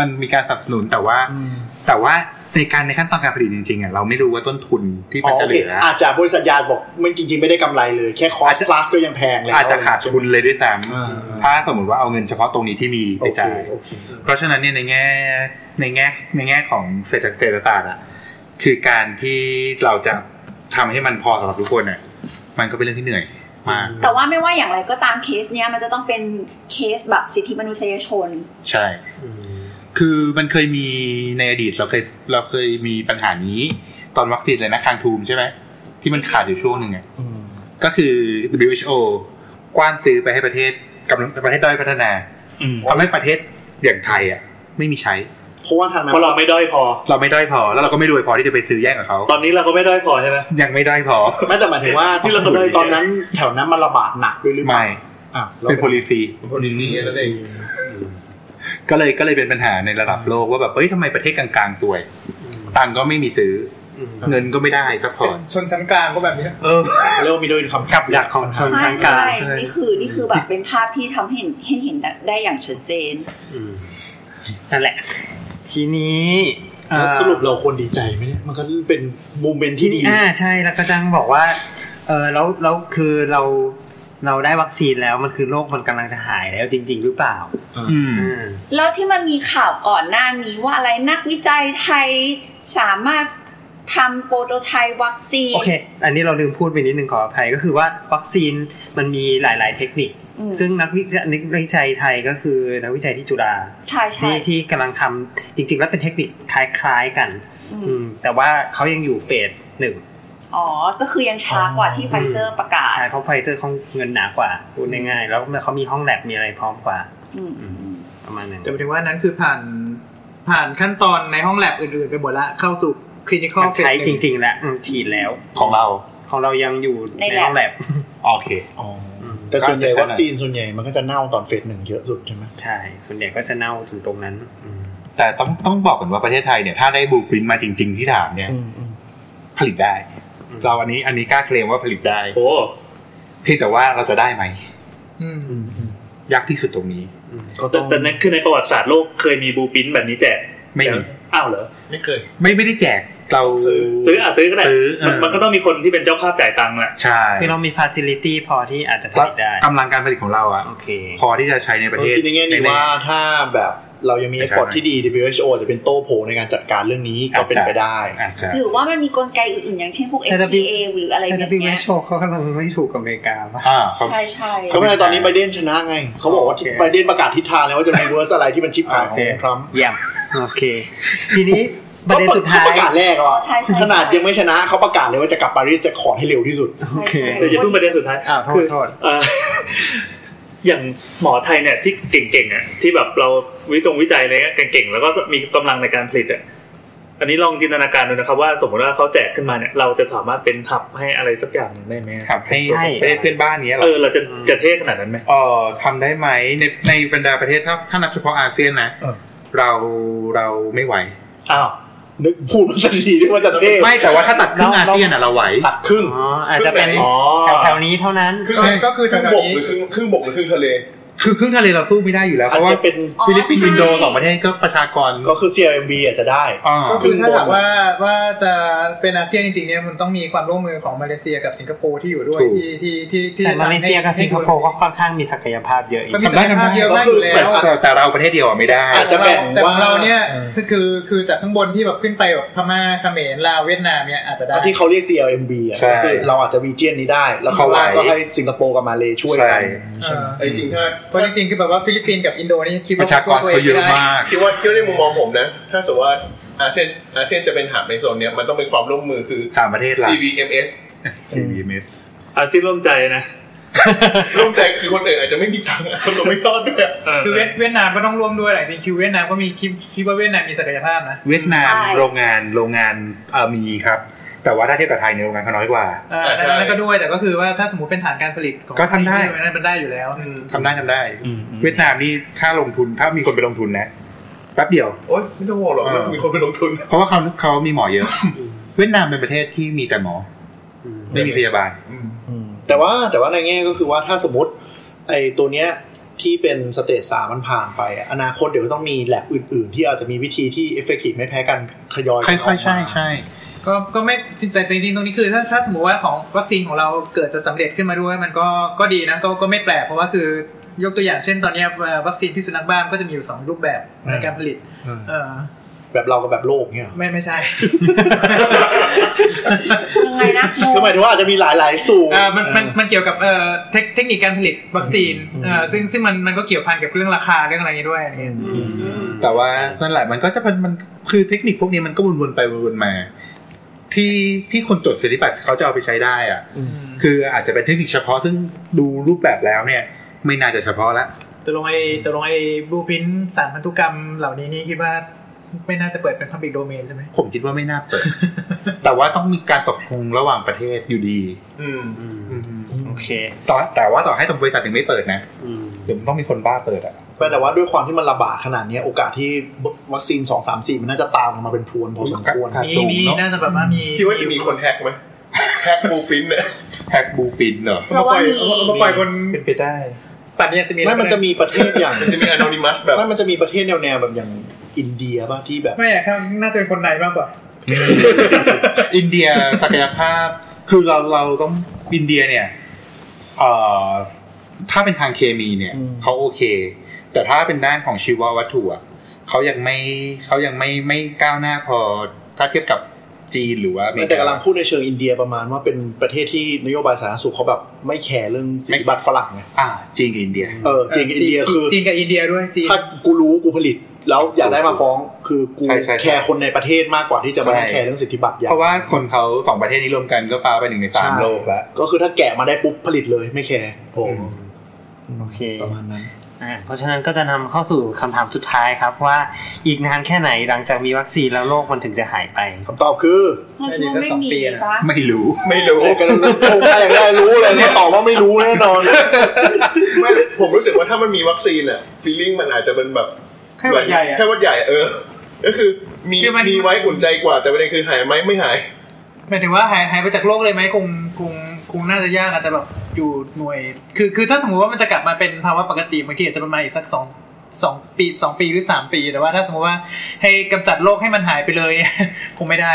S2: มันมีการสนับสนุนแต่ว่า
S8: อืม
S2: แต่ว่าในการในขั้นตอนการผลิตจริงๆอ่ะเราไม่รู้ว่าต้นทุนที่
S8: อ๋
S2: มัน
S8: อ
S2: จะ
S8: โอ
S2: เห
S8: เค
S2: ลือ
S8: อาจจะบริษัทยาบอกมันจริงๆ ไม่ได้กำไรเลย แค่ cost plus ก็ยังแพงแล้ว
S2: อาจจะขาดทุนเลยด้วยซ้
S8: อ่า
S2: ำถ้าสมมติว่าเอาเงินเฉพาะตรงนี้ที่มี
S8: โอ
S2: ไป
S8: เค
S2: จ่าย
S8: โอเค
S2: เพราะฉะนั้นเนี่ยในแง่ในแง่ในแง่ของเศรษฐเศรษฐศาสตร์อ่ะคือการที่เราจะทำให้มันพอสำหรับทุกคนอ่ะมันก็เป็นเรื่องที่เหนื่อยมาก
S3: แต่ว่าไม่ว่าอย่างไรก็ตามเคสเนี้ยมันจะต้องเป็นเคสแบบสิทธิมนุษยชน
S2: ใช่ คือมันเคยมีในอดีตเราเคยเราเคยมีปัญหานี้ ตอนวัคซีนเลยนะคางทูมใช่ไหมที่มันขาดอยู่ช่วงหนึ่งอ่ะ
S8: อืม
S2: ก็คือ WHO กว้านซื้อไปให้ประเทศกำลังประเทศด้อยพัฒนา
S1: อืม
S2: ทำให้ประเทศอย่างไทยอ่ะไม่มีใช้
S8: เพราะว่าทางนั้น
S1: เพราะเราไม่ด้อยพอ
S2: เราไม่ด้อยพอ แล้วเราก็ไม่รวยพอที่จะไปซื้อแย่งกับเขา
S1: ตอนนี้เราก็ไม่ด้อยพอใช่ไหม
S2: ยังไม่ด้อยพ อ
S8: ไม่แต่หมายถึงว่า
S1: ที่เราก็ได้
S8: ตอนนั้นแถวนั้นมันระบาดหนักด้วยหรือเปล่า
S2: ไม่
S8: อ่ะเรา
S2: เป็น policy
S6: โปรดิวซีนั่นเอง
S2: ก็เลยก็เลยเป็นปัญหาในระดับโลกว่าแบบ เฮ้ยทำไมประเทศกลางๆสวย ตังค์ก็ไม่มีซื้ออเงินก็ไม่ได้ซัพพอร์ต
S5: ชนชั้นกลางก็แบบเนี้ย
S2: เออ
S8: เรียกว่ามีด้วยคำ
S4: กับดักของชน
S3: ใช่
S4: ชั้นกลาง
S3: ใช่นี่คือนี่คือแบบเป็นภาพที่ทำให้เห็นให้เห็นได้อย่างชัดเจน
S4: อืมนั่นแหละ ทีนี้เอ่อ
S8: สรุปเราควรดีใจไหมเนี่ยมันก็เป็นมูเมนต์ที่ดี
S4: อ่าใช่แล้วก็จังบอกว่า เออแล้วแล้วคือเราเราได้วัคซีนแล้วมันคือโรคมันกำลังจะหายแล้วจริง ๆ หรือเปล่า
S2: อืม
S4: อืม
S3: แล้วที่มันมีข่าวก่อนหน้านี้ว่าอะไรนักวิจัยไทยสามารถทำโปรโตไทป์วัคซีน
S4: โอเค อันนี้เราลืมพูดไปนิดนึงขออภัยก็คือว่าวัคซีนมันมีหลาย ๆ เทคนิค
S3: อืม
S4: ซึ่งนักวิจัยนักวิจัยไทยก็คือนักวิจัยที่จุฬา
S3: ใช่ใช่
S4: ที่ที่กำลังทำจริง ๆ แล้วเป็นเทคนิคคล้าย ๆ กัน
S3: อื
S4: อืม
S3: ม
S4: แต่ว่าเขายังอยู่เฟสหนึ่ง
S3: อ๋อ ก็คือยังช้ากว่าที่ไฟเซอร์ประกาศ
S4: ใช่เพราะไฟเซอร์เขาเงินหนากว่าพูดง่ายๆแล้วเขามีห้องแลบมีอะไรพร้อมกว่า
S3: อืม
S4: ประมาณนั้น
S5: แต่หมายถึงว่านั้นคือผ่านผ่านขั้นตอนในห้องแลบอื่นๆ ไปหมดละเข้าสู่คลินิคอล
S4: มัน
S5: เฟส
S4: ใช้
S5: ห
S4: จ
S5: นึ่ง
S4: ริงๆแล้วอืมฉีดแล้ว
S2: ของเรา
S4: ของเรายังอยู่
S3: ใน
S4: ใน
S3: แลบ
S4: ห้องแลบ
S2: โอเค
S8: อ๋อแต่ส่วนใหญ่วัคซีนส่วนใหญ่มันก็จะเน่าตอนเฟสหนึ่งเยอะสุดใช่ไหม
S4: ใช่ส่วนใหญ่ก็จะเน่าถึงตรงนั้นอืม
S2: แต่ต้องต้องบอกก่อนว่าประเทศไทยเนี่ย ถ้าได้บลูพรินท์มาจริง ๆ ที่ถามเนี่ย ผลิตได้ เราอันนี้อันนี้กล้าเคลมว่าผลิตได้
S1: โอ้
S2: เพียงแต่ว่าเราจะได้ไหม
S5: อืม
S2: ยากที่สุดตรงนี้
S8: ก็
S1: แต่
S8: ต้อง
S1: แต่นั่นคือในประวัติศาสตร์โลกเคยมีบลูพินแบบนี้แจก
S2: ไม่มี
S1: อ้าวเหรอ
S6: ไม่เคย
S2: ไม่ไม่ได้แจกเรา
S6: ซื้อ
S1: ซื้ออ่ะซื้อก็ได้
S2: ซื้อเอ
S1: มั
S2: อ
S1: นมันก็ต้องมีคนที่เป็นเจ้าภาพจ่ายตังค์แหละ
S2: ใช่
S4: คือเรามีฟาซิลิตี้พอที่อาจจะผลิตได้
S2: กำลังการผลิตของเราอะ
S4: โอเค
S2: พอที่จะใช้ในประเทศ
S8: คิดในแง่นี้ว่าถ้าแบบ เรายังมีเอฟฟอร์ที่ดี WHO จะเป็นโต้โผในการจัดการเรื่องนี้ก็เป็นไปได้
S2: อาจจะ
S3: หรือว่ามันมีกลไกอื่นๆอย่างเช่นพวก
S4: แต่ W-
S3: FDA หรืออะไร
S4: แต่
S3: แบบเนี้ย
S4: WHO เขากำลังไม่ถูกกับอเมริกาป่ะ
S2: อ่าเขา
S3: ใช่ใช่
S8: ก็ไม่เป็นไรตอนนี้ไบเดนชนะไง เขาบอกว่าที่
S4: โอเค
S8: ไบเดนประกาศทิศทางแล้วว่าจะมีเวอร์สอะไรที่มันชิปหายข
S4: โอ
S8: อง
S4: เค
S8: ทรัมป์
S4: เยี่ยมโอเค ทีนี้ประเด็นสุดท้าย
S8: เขประกาศแรกอ่ะ
S3: ใช่ใช่
S8: ขนาดยังไม่ชนะเขาประกาศเลยว่าจะกลับปารีสจะขอให้เร็วที่สุด
S3: ใช่
S4: โอเค
S3: ใช่
S1: เดี๋ยวจะพูดประเด็นสุดท้าย
S4: อ้าวโทษ
S1: คื
S4: โทษ
S1: เอ่ อ อย่างหมอไทยเนี่ยที่เก่งๆอ่ะที่แบบเราวิจงวิจัยอะไรเงี้ยเก่งๆแล้วก็มีกำลังในการผลิตอ่ะอันนี้ลองจินตนาการดูนะครับ ว่าสมมติว่าเขาแจกขึ้นมาเนี่ย เราจะสามารถเป็นทับให้อะไรสักอย่างหนึ่งได้ไหม
S2: ขับให้
S4: ใช่
S2: ประเทศเพื่อนบ้านเนี้ยเหร
S1: เอ
S2: อ
S1: อเราจะจะเท่ขนาดนั้นไหม
S2: เออทำได้ไหมในในบรรดาประเทศถ้าถ้านับเฉพาะอาเซียนนะ
S8: เออ
S2: เราเราไม่ไหว
S1: อ้าว
S8: นึกพูดมาสักทีด้วยว่าจะเท่
S2: ไม่แต่ว่าถ้าตัดครึ่ง
S4: เรา
S2: อาเซียนอ่ะเราไหว
S8: ตัดครึ่ง
S4: อ๋ออาจจะเป็น
S1: อ๋อ
S4: แถวๆนี้เท่านั้น
S6: ครึ่ง
S2: ใช่
S5: ก็คือ
S6: ครึ่ง
S5: แถว
S6: บก
S5: ๆนี้
S6: หรือครึ่งครึ่งบกหรือครึ่งทะเล
S2: คือครึ่งทะเลเราสู้ไม่ได้อยู่แล้ว เพ
S8: อา
S2: ราะ
S8: จ
S2: ว่า
S8: จะเป็น
S2: ฟิลิปปินส์อินโดสองประเทศก็ประชากร
S8: ก็คือ CLMB อาจจะได้
S2: อ่า
S5: ก็คือถ้าหากว่าว่าจะเป็นอาเซียนจริงๆเนี่ยมันต้องมีความร่วมมือของมาเลเซียกับสิงคโปร์ที่อยู่ด้วยที่ที่ที่ที่
S4: แต่
S5: จะ
S4: มา
S5: ทำ
S4: เล
S5: ให้
S4: เซียกับสิงคโปร์ก็ค่อนข้างมีศักยภาพเยอะอีก
S5: ก็มีศักยภาพเยอะมากอยู่แล้ว
S2: แต่แต่เราประเทศเดียวอ่ะไม่ได้
S8: อาจจะแบ่ง
S5: แต่ของ
S8: ว่า
S5: เราเนี่ยคือคือจากข้างบนที่แบบขึ้นไปแบบพม่าเขมรลาวเวียดนามเนี่ยอาจจะได้
S8: ถ้าที่เขาเรียก CLMB อ่ะ
S2: ใช่
S8: ก็คือเราอาจจะวีเจียนนี้ได้ แล้วข้างล่างก็ให้สิงคโปร์กับมาเลย์ช่วยกัน
S2: ใช่
S5: เออ
S6: ไอ้จริงๆถ้า
S5: เพราะจริงๆ คือแบบว่าฟิลิปปินส์กับอินโดนี่คิด
S2: ป
S5: ว่า
S2: ระชากร
S5: ตัว
S2: เขาเยอะ
S5: ไได้
S2: มาก
S6: คิดว่าคิดว่าในมุมมองผมนะ ถ้าสมมติว่าอาเซียนอาเซียนจะเป็นหาบในโซนเนี้ยมันต้องเป็นความร่วมมือคือ
S2: สามประเทศหลัก
S6: CVMS
S2: CVMS
S1: อาซินร่วมใจนะ
S6: ร่วมใจคือคนอื่นอาจจะไม่มีตังค์อะคน เราไม่ต้อนด้วยอะ
S1: เออ
S5: คือเวียดเวียดนามก็ต้องร่วมด้วยแหละจริงๆคิวเวียดนามก็มีคิดคิดว่าเวียดนามมีศักยภาพนะ
S2: เวียดนามโรงงานโรงงานเอ่อมีครับ แต่ว่าถ้าเทียบกับไทยเนี่ยโรงงานเขาน้อยกว่า
S5: เอออันนั้นก็ด้วยแต่ก็คือว่าถ้าสมมติเป็นฐานการผลิตของ
S2: ก็ทำได้
S5: ที่มันมันได้อยู่แล้วอืม
S2: ทำได้ทำได้
S1: อืมอืม
S2: เวียดนามนี่ค่าลงทุนถ้ามีคนไปลงทุนนะแป๊บเดียว
S6: โอ๊ยไม่ต้องห่วงหรอกมันมีคนไปลงทุน
S2: เพราะว่าเขาเขามีหมอเยอะ เวียดนามเป็นประเทศที่มีแต่หมออ
S4: ม
S2: ไม่มีพยาบาล
S8: อืมแต่ว่าแต่ว่าในแง่ก็คือว่าถ้าสมมติไอ้ตัวเนี้ยที่เป็นสเตจสามมันผ่านไปอะอนาคตเดี๋ยวต้องมีแลบอื่น ๆ ที่อาจจะมีวิธีที่เอฟเฟกตีฟไม่แพ้กันขยอย
S2: ค่
S8: กันก
S2: อย
S8: มา
S2: ๆใช่ใช่
S5: ก็ก็ไม่แต่จริงๆตรงนี้คือถ้าถ้าสมมติว่าของวัคซีนของเราเกิดจะสำเร็จขึ้นมาด้วยมันก็ก็ดีนะก็ก็ไม่แปลกเพราะว่าคือยกตัวอย่างเช่นตอนเนี้ยเอ่อวัคซีนพิษสุนัขบ้าก็จะมีอยู่สองรูปแบบในการผลิต
S8: อืม
S5: เออ
S8: แบบเรากับแบบโลกเนี่ย
S5: ไม่ไม่ใช่
S3: ยังไงนะโม
S8: ก็หมายถึงว่าอาจจะมีหลาย ๆ สูตร
S5: อ่ามันมันมันเกี่ยวกับเอ่อเทคเทคนิคการผลิตวัคซีน
S8: อืม
S5: อ่าซึ่งซึ่งมันมันก็เกี่ยวพันกับเรื่องราคาเรื่องอะไรอย่างงี้ด้วยอะไรเงี้ย
S2: แต่ว่านั่นแหละมันก็จะเป็นมันคือเทคนิคพวกนี้มันก็วนๆไปวนๆมา ที่ที่คนจดสิทธิบัตรเขาจะเอาไปใช้ได้อ่ะ คืออาจจะเป็นเทคนิคเฉพาะซึ่งดูรูปแบบแล้วเนี่ย ไม่น่าจะเฉพาะละ
S5: ตกลงไอ้ตกลงไอ้บลูพินสารพันธุกรรมเหล่านี้นี่คิดว่าไม่น่าจะเปิดเป็นพับลิกโดเมนใช่ไหม
S2: ผมคิดว่าไม่น่าเปิด แต่ว่าต้องมีการตกลงระหว่างประเทศอยู่ดี
S6: อืม
S4: โอเค
S2: ต่อแต่ว่าต่อให้ตำบริษัทถึงไม่เปิดนะเดี๋ยวมันต้องมีคนบ้าเปิดอ่ะ
S8: แต่ว่าด้วยความที่มันระบาดขนาดเนี้ยโอกาสที่วัคซีนสองสามสี่มันน่าจะตามมาเป็นพรวนพอสมควร
S2: ครับ
S5: มี
S2: สูง
S5: มี
S2: เนอะ
S5: น่าจะแบบว่ามี
S6: คิดว่าจะมีคนแฮกไหมแฮกบูฟินเนี่ย
S2: แฮกบูปินเหรอ
S5: เอมาปล่อยเอามาปล่อยบน
S2: เป็นไปได้
S5: ปัดเนี่ยจะมี
S8: ไม่มันจะมีประเทศอย่าง
S6: จะมีอนอนิมัสแบบ
S8: ไม่มันจะมีประเทศแนวแนวๆแบบอย่างอินเดียบ้างที่แบบ
S5: ไม่อะครับน่าจะเป็นคนในมากกว่า
S2: อินเดีย ศักยภาพ คือเราเราต้องอินเดียเนี่ยเอ่อถ้าเป็นทางเคมีเนี่ย
S8: อืม
S2: เขาโอเค แต่ถ้าเป็นด้านของชีววัตถุอะเขายังไม่เขายังไม่ไม่ก้าวหน้าพอถ้าเทียบกับจีนหรือว่าอเมริกาก
S8: แต่ำลังพูดในเชิงอินเดียประมาณว่าเป็นประเทศที่นโยบายสาธารณสุขเขาแบบไม่แคร์เรื่องสิทธิบัตรฝรั่งไง
S2: อ่าจีนกับอินเดีย
S8: เออจริงอินเดียคือ
S5: จีนกับอินเดียด้วยจีน
S8: ถ้ากูรู้กูผลิต แล้วอยากได้มาฟ้องคือกู
S2: ใช่ใช่ใช่
S8: แคร์คนในประเทศมากกว่าที่จะมา
S2: ใช่
S8: แคร์เรื่องสิทธิบัตรอย่าง
S2: เพราะว่าคนเขาสองประเทศนี้รวมกันก็ปาไปหนึ่งในสามโลกแล้ว
S8: ก็คือถ้าแกะมาได้ปุ๊บผลิตเลยไม่แคร์โอ้
S4: โอเค
S8: ประมาณนั้น
S4: อ่าเพราะฉะนั้นก็จะนำเข้าสู่คำถามสุดท้ายครับว่าอีกนานแค่ไหนหลังจากมีวัคซีนแล้วโรคมันถึงจะหายไป
S8: คำตอบคือ
S3: เราคิดว่าไม่มีปะ
S2: ไม่รู้
S6: ไม่รู้
S8: โอ้กันนั้นคงได้อย่างแรกรู้เลยเนี่ยตอบว่าไม่รู้แน่นอน
S6: ไม่ผมรู้สึกว่าถ้ามันมีวัคซีนอะฟีลลิ่งมันอาจจะเป็นแบบ
S5: ไข้หวัดใหญ่อะ
S6: แค่วัดใหญ่เออ ก็คือมี
S5: คือมัน
S6: มีไว้อุ่นใจกว่าแต่ประเด็นคือหายไหมไม่หาย
S5: หมายถึงว่าหายหายไปจากโลกเลยไหมคงคงคงน่าจะยากอาจจะแบบอยู่หน่วย คือคือถ้าสมมติว่ามันจะกลับมาเป็นภาวะปกติเมื่อกี้อาจจะประมาณอีกสักสอง สองปีสองปีหรือสามปีแต่ว่าถ้าสมมติว่าให้กำจัดโรคให้มันหายไปเลย คงไม่ได้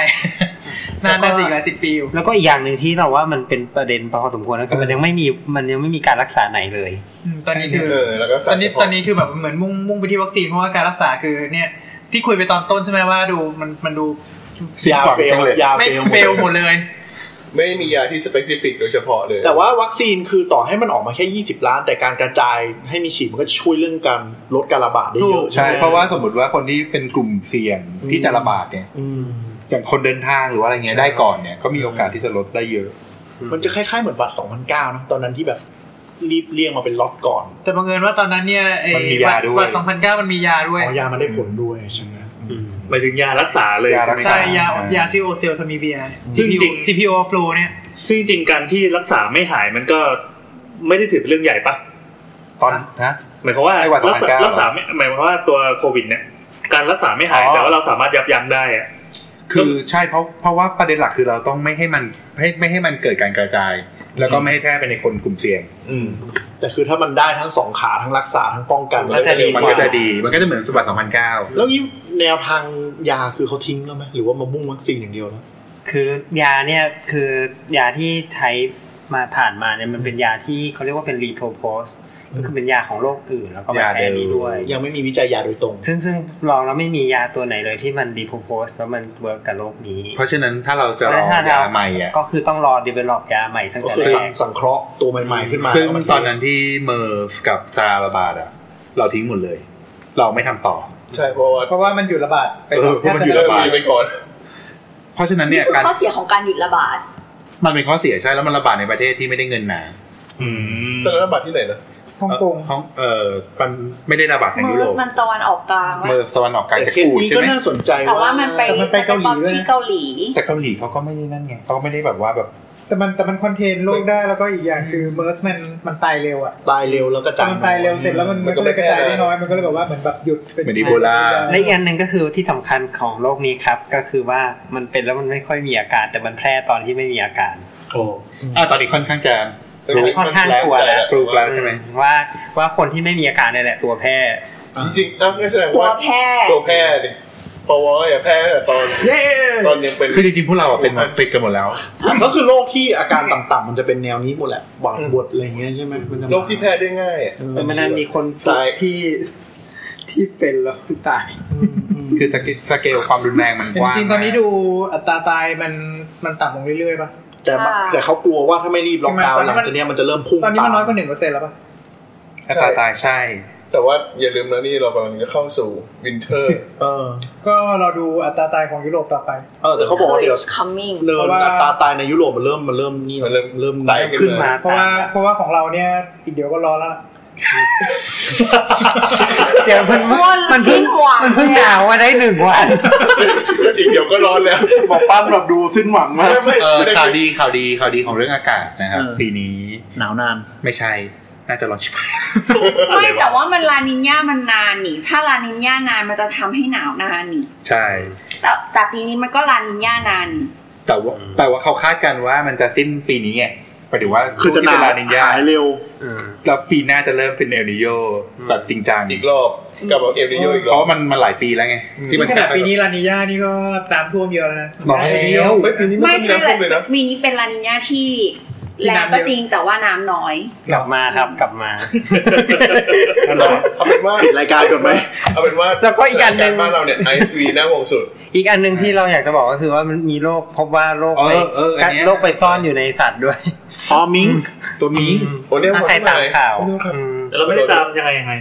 S5: นานได้สี่หลายสิบปีอยู่
S4: แล้วก็อีกอย่างหนึ่งที่เราว่ามันเป็นประเด็นพอสมควรก็คือมันยังไม่มีมันยังไม่มีการรักษาไหนเลย
S5: อืมตอนนี้คือ
S6: เออแล้วก็
S5: ต
S6: สั
S5: อนนี้ตอนนี้คือแบบเหมือนมุ่งมุ่งไปที่วัคซีนเพราะว่าการรักษาคือเนี่ยที่คุยไปตอนต้นใช่ไหมว่าดูมันมันดู
S2: เสีย
S8: ยา
S2: หวัง
S8: เฟ
S2: จั
S8: ล
S2: งเลย
S8: ยา
S5: ไม่
S8: เฟล
S5: เฟลหมดเลย
S6: ไม่ได้มียาที่สเปซิฟิกโดยเฉพาะเลย
S8: แต่ว่าวัคซีนคือต่อให้มันออกมาแค่ 20 ล้าน แต่การกระจายให้มีฉีดมันก็ช่วยเรื่องการลดการระบาดได้เยอะ
S2: ใช่
S8: ไหม
S2: เพราะว่าสมมติว่าคนที่เป็นกลุ่มเสี่ยงที่จะระบาดเนี่ย
S8: อืม
S2: อย่างคนเดินทางหรือว่าอะไรเงี้ยได้ก่อนเนี่ยก็มีโอกาสที่จะลดได้เยอะ
S8: มันจะคล้ายๆเหมือนบัตร2009นะตอนนั้นที่แบบรีบเลี่ยงมาเป็นล็อตก่อน
S5: แต่บังเอิญว่าตอนนั้นเนี่ยไอ้
S2: มันมียาด้วย
S5: วัดสองพันเก้ามันมียาด้วย
S8: อ๋อยามันได้ผลด้วยใช่ไหม
S1: หมายถึงยารักษาเลย
S2: ยา
S1: ใช่
S2: รั
S1: ไห
S2: ก
S1: ม
S2: ษ
S5: ใช่ยา
S2: ใช่
S5: ยาชื่อโอเซลทามีเบีย
S1: ซึ่งจริง
S5: GPO flu เนี่ย
S1: ซึ่งจริงๆการที่รักษาไม่หายมันก็ไม่ได้ถือเป็นเรื่องใหญ่ปะ
S2: ตอนนะ
S1: หมายความว่า
S2: ไอ้หวัด
S1: รัษา
S2: 2009
S1: รักษาไม่หมายความว่าตัวโควิด เนี่ย การรักษาไม่หาย
S2: อ๋อ
S1: แต่ว่าเราสามารถยับยั้งได้อะ
S2: คือใช่เพราะเพราะว่าประเด็นหลักคือเราต้องไม่ให้มันให้ไม่ให้มันเกิดการกระจาย แล้วก็ไม่ให้แพร่ไปในคนกลุ่มเสี่ยง
S8: แต่คือถ้ามันได้ทั้งสองขาทั้งรักษาทั้งป้องกัน
S4: ก็จะดี
S2: มัน
S8: ก
S2: ก็
S8: ว่า
S2: จะดีมันก็จะเหมือนสบัด2009
S8: แล้วนี้แนวทางยาคือเขาทิ้งแล้วไหมหรือว่ามามุ่งวัคซีนอย่างเดียวนะ
S4: คือยาเนี่ยคือยาที่ใช้มาผ่านมาเนี่ยมันเป็นยาที่เขาเรียกว่าเป็นรีโทโพสก็คือเป็นยาของโรคอื่นแล้วก็มาใช้อันนี้ด้วย
S8: ยังไม่มีวิจัยยาโดยตรง
S4: ซึ่งซึ่งลองแล้วไม่มียาตัวไหนเลยที่มันรีโพโพสแล้วมันเวิร์กกับโรคนี้
S2: เพราะฉะนั้นถ้าเราจะร
S4: แล้ว
S2: อ
S4: ถ้าย
S2: าใหม่อ่ะ
S4: ก็คือต้องรอ develop ยาใหม่ตั้ง
S8: ก็
S4: แต่
S8: คือ
S4: แร
S8: สั่ง
S4: ก
S8: สังเคราะห์ตัวใหม่ๆขึ้นมา
S2: ซึ่ง
S8: แล้วมั
S2: ตอนนั้นที่เมอร์สกับซาร์ระบาดอ่ะ เราทิ้งหมดเลย เราไม่ทำต่อ
S6: ใช่เพราะว่า
S5: เพราะว่ามันอยู่ระบาด
S2: เออเพราะมันอยู่
S6: เริ่ม
S2: ระบาด
S6: มีไปก่อน
S2: เพราะฉะนั้น
S3: นี่
S2: เนี่ย
S3: คือ
S2: การ
S3: ข้อเสียของการหยุดระบาด
S2: มันเป็นข้อเสียใช่แล้วมันระบาดในประเทศที่ไม่ได้เงินหนา
S6: ตอนนั้นระบาดที่ไหนนะ
S5: ฮ่องกง
S2: ของเออมันไม่ได้ระบาดใน
S3: เมอ
S2: ยุโร
S3: ร์ส
S2: ป
S3: มันตะวันออกกลาง
S2: เมอร์สตะวันออกกลาง
S8: แต่
S2: จะ
S8: เคส
S2: กูด
S8: นี้
S2: ใช่ไห
S8: ก็
S2: ม
S8: น่าสนใจ
S3: แต่ว่ามันไป
S5: แต่มันไปเกาหลีด้วยนะ
S3: ที่เกาหลี
S2: แต่เกาหลีเขาก็ไม่ได้นั่นไงเขาก็ไม่ได้แบบว่าแบบ
S9: แต่มันแต่มันคอนเทนโรคได้แล้วก็อีกอย่างคือเมอร์สมันมันตายเร็วอ่ะ
S8: ตายเร็วแล้วก็
S9: พอ
S8: จาย
S9: มันตายเร็วเสร็จแล้วมันมันก็เลยกระจายได้น้อยมันก็เลยแบบว่าเหมือนแบบหยุดป็
S2: เหมือนอีโบลา
S4: และอีกอันหนึ่งก็คือที่สำคัญของโรคนี้ครับ ก็คือว่ามันเป็นแล้วมันไม่ค่อยมีอาการ แต่มันแพร่ตอนที่ไม่มีอาการ
S2: โอ้อ่าตอนนี้ค่อนข้างจะ
S4: อันนี้ค่อนข้างชัวร์แล้ว
S2: ปลูกแล้วใช่ไหม
S4: ว่าว่าคนที่ไม่มีอาการเนี่ยแหละตัวแพร่
S6: จริงๆอ้าวงั้นแสดง
S3: ตัว
S6: ว่า
S3: แพร่
S6: ตัวแพทย์ดิปวอย่าแพทย์ตอนตอนยังเป็น
S2: คือจริงๆพวกเราอะเป็นหมดติดกันหมดแล้ว
S8: ก็คือโรคที่อาการต่ำๆมันจะเป็นแนวนี้หมดแหละหวัดบดอะไรอย่างเงี้ยใช่ไหมมันจะมา
S6: โรคที่แพทย์ได้ง่ายอะ
S4: แต่มันนั้นมีคน
S6: ตาย
S4: ที่ที่เป็นแล้วตาย
S2: คือสเกลสเกลความรุนแรงมัน
S5: จ
S2: กว้าง
S5: ริงๆตอนนี้ดูอัตราตายมันมันต่ำลงเรื่อยๆป่ะ
S8: แต่มันแต่เขากลัวว่าถ้าไม่รีบล็อกดาวน์
S5: ตอน
S8: ห
S5: นี้
S8: ลัง
S5: มัน
S8: จากเนี้ยมันจะเริ่มพุ่ง
S5: ตอนนี้มันน้อยก
S8: ตา
S5: ว่าหนึ่งเปอร์เซ็นต์แล้วป่ะ
S2: มากอัตราตายใช่
S6: แต่ว่าอย่าลืมนะนี่เรากำลังจะเข้าสู่วินเทอร์
S8: เออ
S5: ก็เราดูอัตราตายของยุโรปต่อไป
S8: เออแต่เขาบอกว่าเดี๋ยว
S3: คัมมิ่ง
S8: เนินอัตราตายในยุโรปมันเริ่มมันเริ่มนี่
S6: มันเริ่ม
S8: เริ่ม
S6: ไต่ขึ้น
S8: ขึ้นมา
S5: เพราะว่าเพราะว่าของเราเนี่ยอีกเดี๋ยวก็ร้อนแล้วล่ะ
S4: เดี๋ยวมัน
S3: วน
S4: มันเพิ่
S3: สิ้
S4: ง
S3: นหวัง
S4: มันเพิ่งหนาวมาได้หนึ่งวัน
S6: อีกเดี๋ยวก็ร้อนแล้ว
S8: บอกปั้มแบบดูสิ้นหวังมาก
S6: ไม่ไม่
S2: เออ
S6: ไม่ได้
S2: ข่าวดีข่าวดีข่าวดีของเรื่องอากาศนะครับ
S8: เออ
S2: ปีนี้
S8: หนาวนาน
S2: ไม่ใช่ น่าจะร้อนชิบหาย
S3: ไม่แต่ว่ามันลานิญญามันนานนี่ ถ้าลานิญญานานมันจะทำให้หนาวนานนี่
S2: ใช่
S3: แต่แต่ปีนี้มันก็ลานิญญานานนี่
S2: แต่ว่าแต่ว่าเขาคาดกันว่ามันจะสิ้นปีนี้ไงหมายถึงว่า
S8: คือจะหนา
S2: ช่วงที่เป็
S8: ว
S2: ลานินยา
S8: หายเร็ว
S2: แล้วปีหน้าจะเริ่มเป็นเอลนิโยแบบจริงจัง
S6: อีกรอบกลับมาเอลนิโยอีก
S2: เพ
S6: รอบ
S2: ราะมันมันหลายปีแล้วไง ที่มัน
S5: ข
S2: ก
S5: นาด
S2: ลับไป
S5: ปีนี้ลานิญานี่ก็น้ำท่วมเยอะแล้วนะ
S2: น้อยแล้ว
S6: เฮ้ยปีนี้ไม่
S3: ไม่
S6: ต้องมี
S3: ใช่
S6: น้ำท่วมเลยนะ
S3: ปีนี้เป็นลานิญญาที่
S5: ที่
S3: แรง
S5: น้ำเยอะ
S3: ก็จริงแต่ว่าน้ำน้อย
S4: กลับมาครับกลับมา
S6: เอาเป็นว่า
S8: ปิดรายการก่อนไหม
S6: เอาเป็นว่า
S4: แล้วก็อีกอันหนึ่ง
S6: สถาารณ์บ้านเราเนี่ยไอซ์วีน่าวงสุด
S4: อีกอันหนึ่งที่เราอยากจะบอกก็คือว่ามันมีโรคพบว่าโรค
S2: เอ
S4: ไป
S2: อเอออันเนี้ย
S4: โรคไปซ่อนอยู่ในสัตว์ด้วย
S8: ออมิง
S2: ตัวมิง
S6: โอ้เนี่ย
S4: ถ้าใครตามข่าว
S6: ไม่รู้ครับ
S4: อืม
S1: แต่เราไม่ได้ตามยังไงยังไง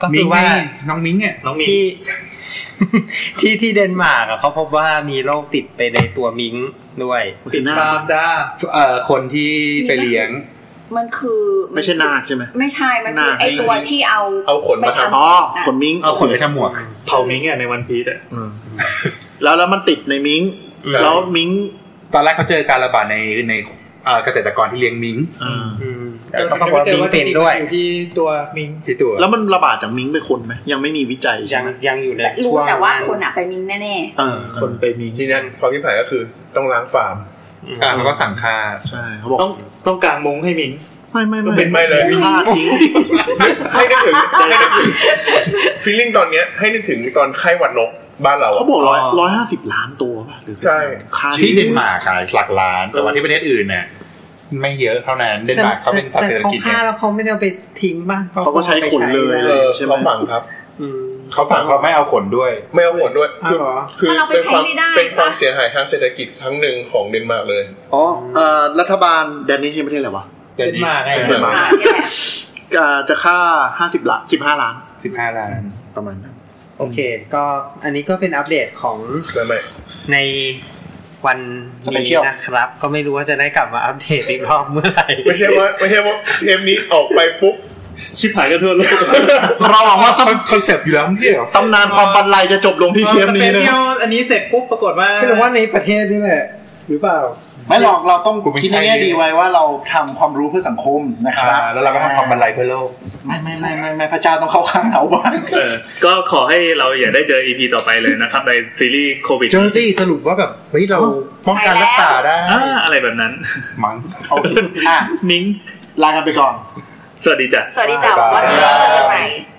S4: ก็
S2: มิ
S4: คื
S2: ง
S4: อ
S2: ไง
S4: ว่า
S2: น้องมิงเนี่ย
S1: น้องมี
S4: ที่ ที่ที่เดนมาร์กอะเขาพบว่ามีโรคติดไปในตัวมิงด้วย
S8: คือหน้า
S5: ตามจ้า
S2: เอ่อคนที่ไปเลี้ยง
S3: มันคือ
S8: ไม่ใช่นาคใช่ไหม
S3: ไม่ใช่มันคือ
S8: นาค
S3: ไอตัวที่เอา
S6: เอาขนมาทำ
S3: ไป
S8: อ๋อ
S3: น่ะ
S8: ขนมิง
S2: เอาขนไปทำหมวก
S1: เผามิงอะในวันพีซอะ
S8: อืมแล้วแล้วมันติดในมิง
S6: ใช่
S8: แล้วมิง
S2: ตอนแรกเขาเจอการระบาดในในเอ่อเกษตรกรที่เลี้ยงมิง
S8: อ่า
S4: อืมแต่ก็ปรากฏว่ามิงเป็นด้วย
S5: อยู่ที่ตัวมิง
S2: ที่ตัว
S8: แล้วมันระบาดจากมิงไปคนไหมยังไม่มีวิจัยใช่
S4: ยัง
S8: ไหม
S4: ยังอยู่ใน
S3: แต่รู้
S4: ช่วง
S3: แต่ว่า
S4: นั้น
S3: คนอะไปมิงแน่
S8: เออคนไปมิง
S6: ทีนั้นความคิดหายก็คือต้องล้างฟาร์ม
S4: อืม
S2: อ่าเขาก็สั่งค่า
S8: ใช่เขาบอก
S1: ต้องต้องกางมงให้มิง
S8: ไม่ไม่ไม่
S6: เป็นไม่เลย
S8: พลาดทิ้ง
S6: ให้นึกถึงให้นึกถึงฟีลลิ่งตอนเนี้ยให้นึกถึงตอนไข้หวัดนกบ้านเรา
S8: เขา
S6: อะ
S8: บอกร้อยร้อยห้าสิบล้านตัวป่ะหรือ
S6: ใช่
S8: ค่า
S2: ที่เดนมาร์กขายหลักล้าน แต่ว่าที่ประเทศอื่นเนี่ยไม่เยอะเท่านั้นเดนมาร์กเขาเป็นสัตว์เศรษฐ
S4: เขา
S2: กิจ
S4: ฆ่าแล้วเขาไม่ได้เอาไปทิ้งบ้าง
S8: เขาก็ใช้ขนเลย
S6: เออเขาฝังครับ
S8: อืม
S2: เขาฝังเขาไม่เอาขนด้วย
S6: ไม่เอาหวนด้วย
S8: อ้าวเหรอ
S3: มันเอาไป
S6: เป็นความ
S3: ใช้ไม่ได้
S6: เป็นความเสียหายทางเศรษฐกิจครั้งหนึ่งของเดนมาร์กเลย
S8: อ๋อเอ่อรัฐบาลแดนนี่ที่ประเทศอะไรวะ
S2: เดนมาร์กไง
S6: เดนมาร์ก
S8: อ่าจะค่าห้าสิบล้านสิบห้าล้าน
S2: สิบห้าล้าน
S8: ประมาณนั้น
S4: โอเค ก็อันนี้ก็เป็นอัปเดตของ
S6: ไม่ไม่
S4: ในวันนี้นะครับ ก็ไม่รู้ว่าจะได้กลับมาอัปเดตอีกรอบเมื่อไหร่
S6: ไม่ใช่ว่าไม่ใช่ว่าเทปนี้ออกไปปุ๊บ
S1: ชิบหายกันทั่วโลก
S8: เราหวังว่าต
S2: คอนเซปต์อยู่แล้วไม่ใช่เหรอ
S8: ำตำนานความบันไลจะจบลงที่เทปนี้นะ
S5: พอสเปเชียลอันนี้เสร็จปุ๊บปรากฏว่า
S9: คือว่าในประเทศนี่แหละ หรือเปล่า
S7: ไม่หรอกเราต้องคิดในแง่ดีไว้ว่าเราทำความรู้เพื่อสังคมนะครับ
S2: อ่าแล้วเราก็ทำความบันไลเพื่อโลก
S7: ไม่ไม่ไม่ไม่ไม่พระเจ้าต้องเข้าข้างเราบ้าง
S1: เออก็ขอให้เราอย่าได้เจอ EP ต่อไปเลยนะครับ ในซีรีส์โควิด
S2: เจอสิสรุปว่าแบบเฮ้ยเราป้องกันรักษาได้
S1: อ่าอะไรแบบนั้น
S2: มั้ง
S7: โอเคอ่ะ
S1: นิ้ง
S7: ลากันไปก่อน
S1: สวัสดีจ้ะ
S3: สวัสดีจ้าวันนี้เจอกันใหม่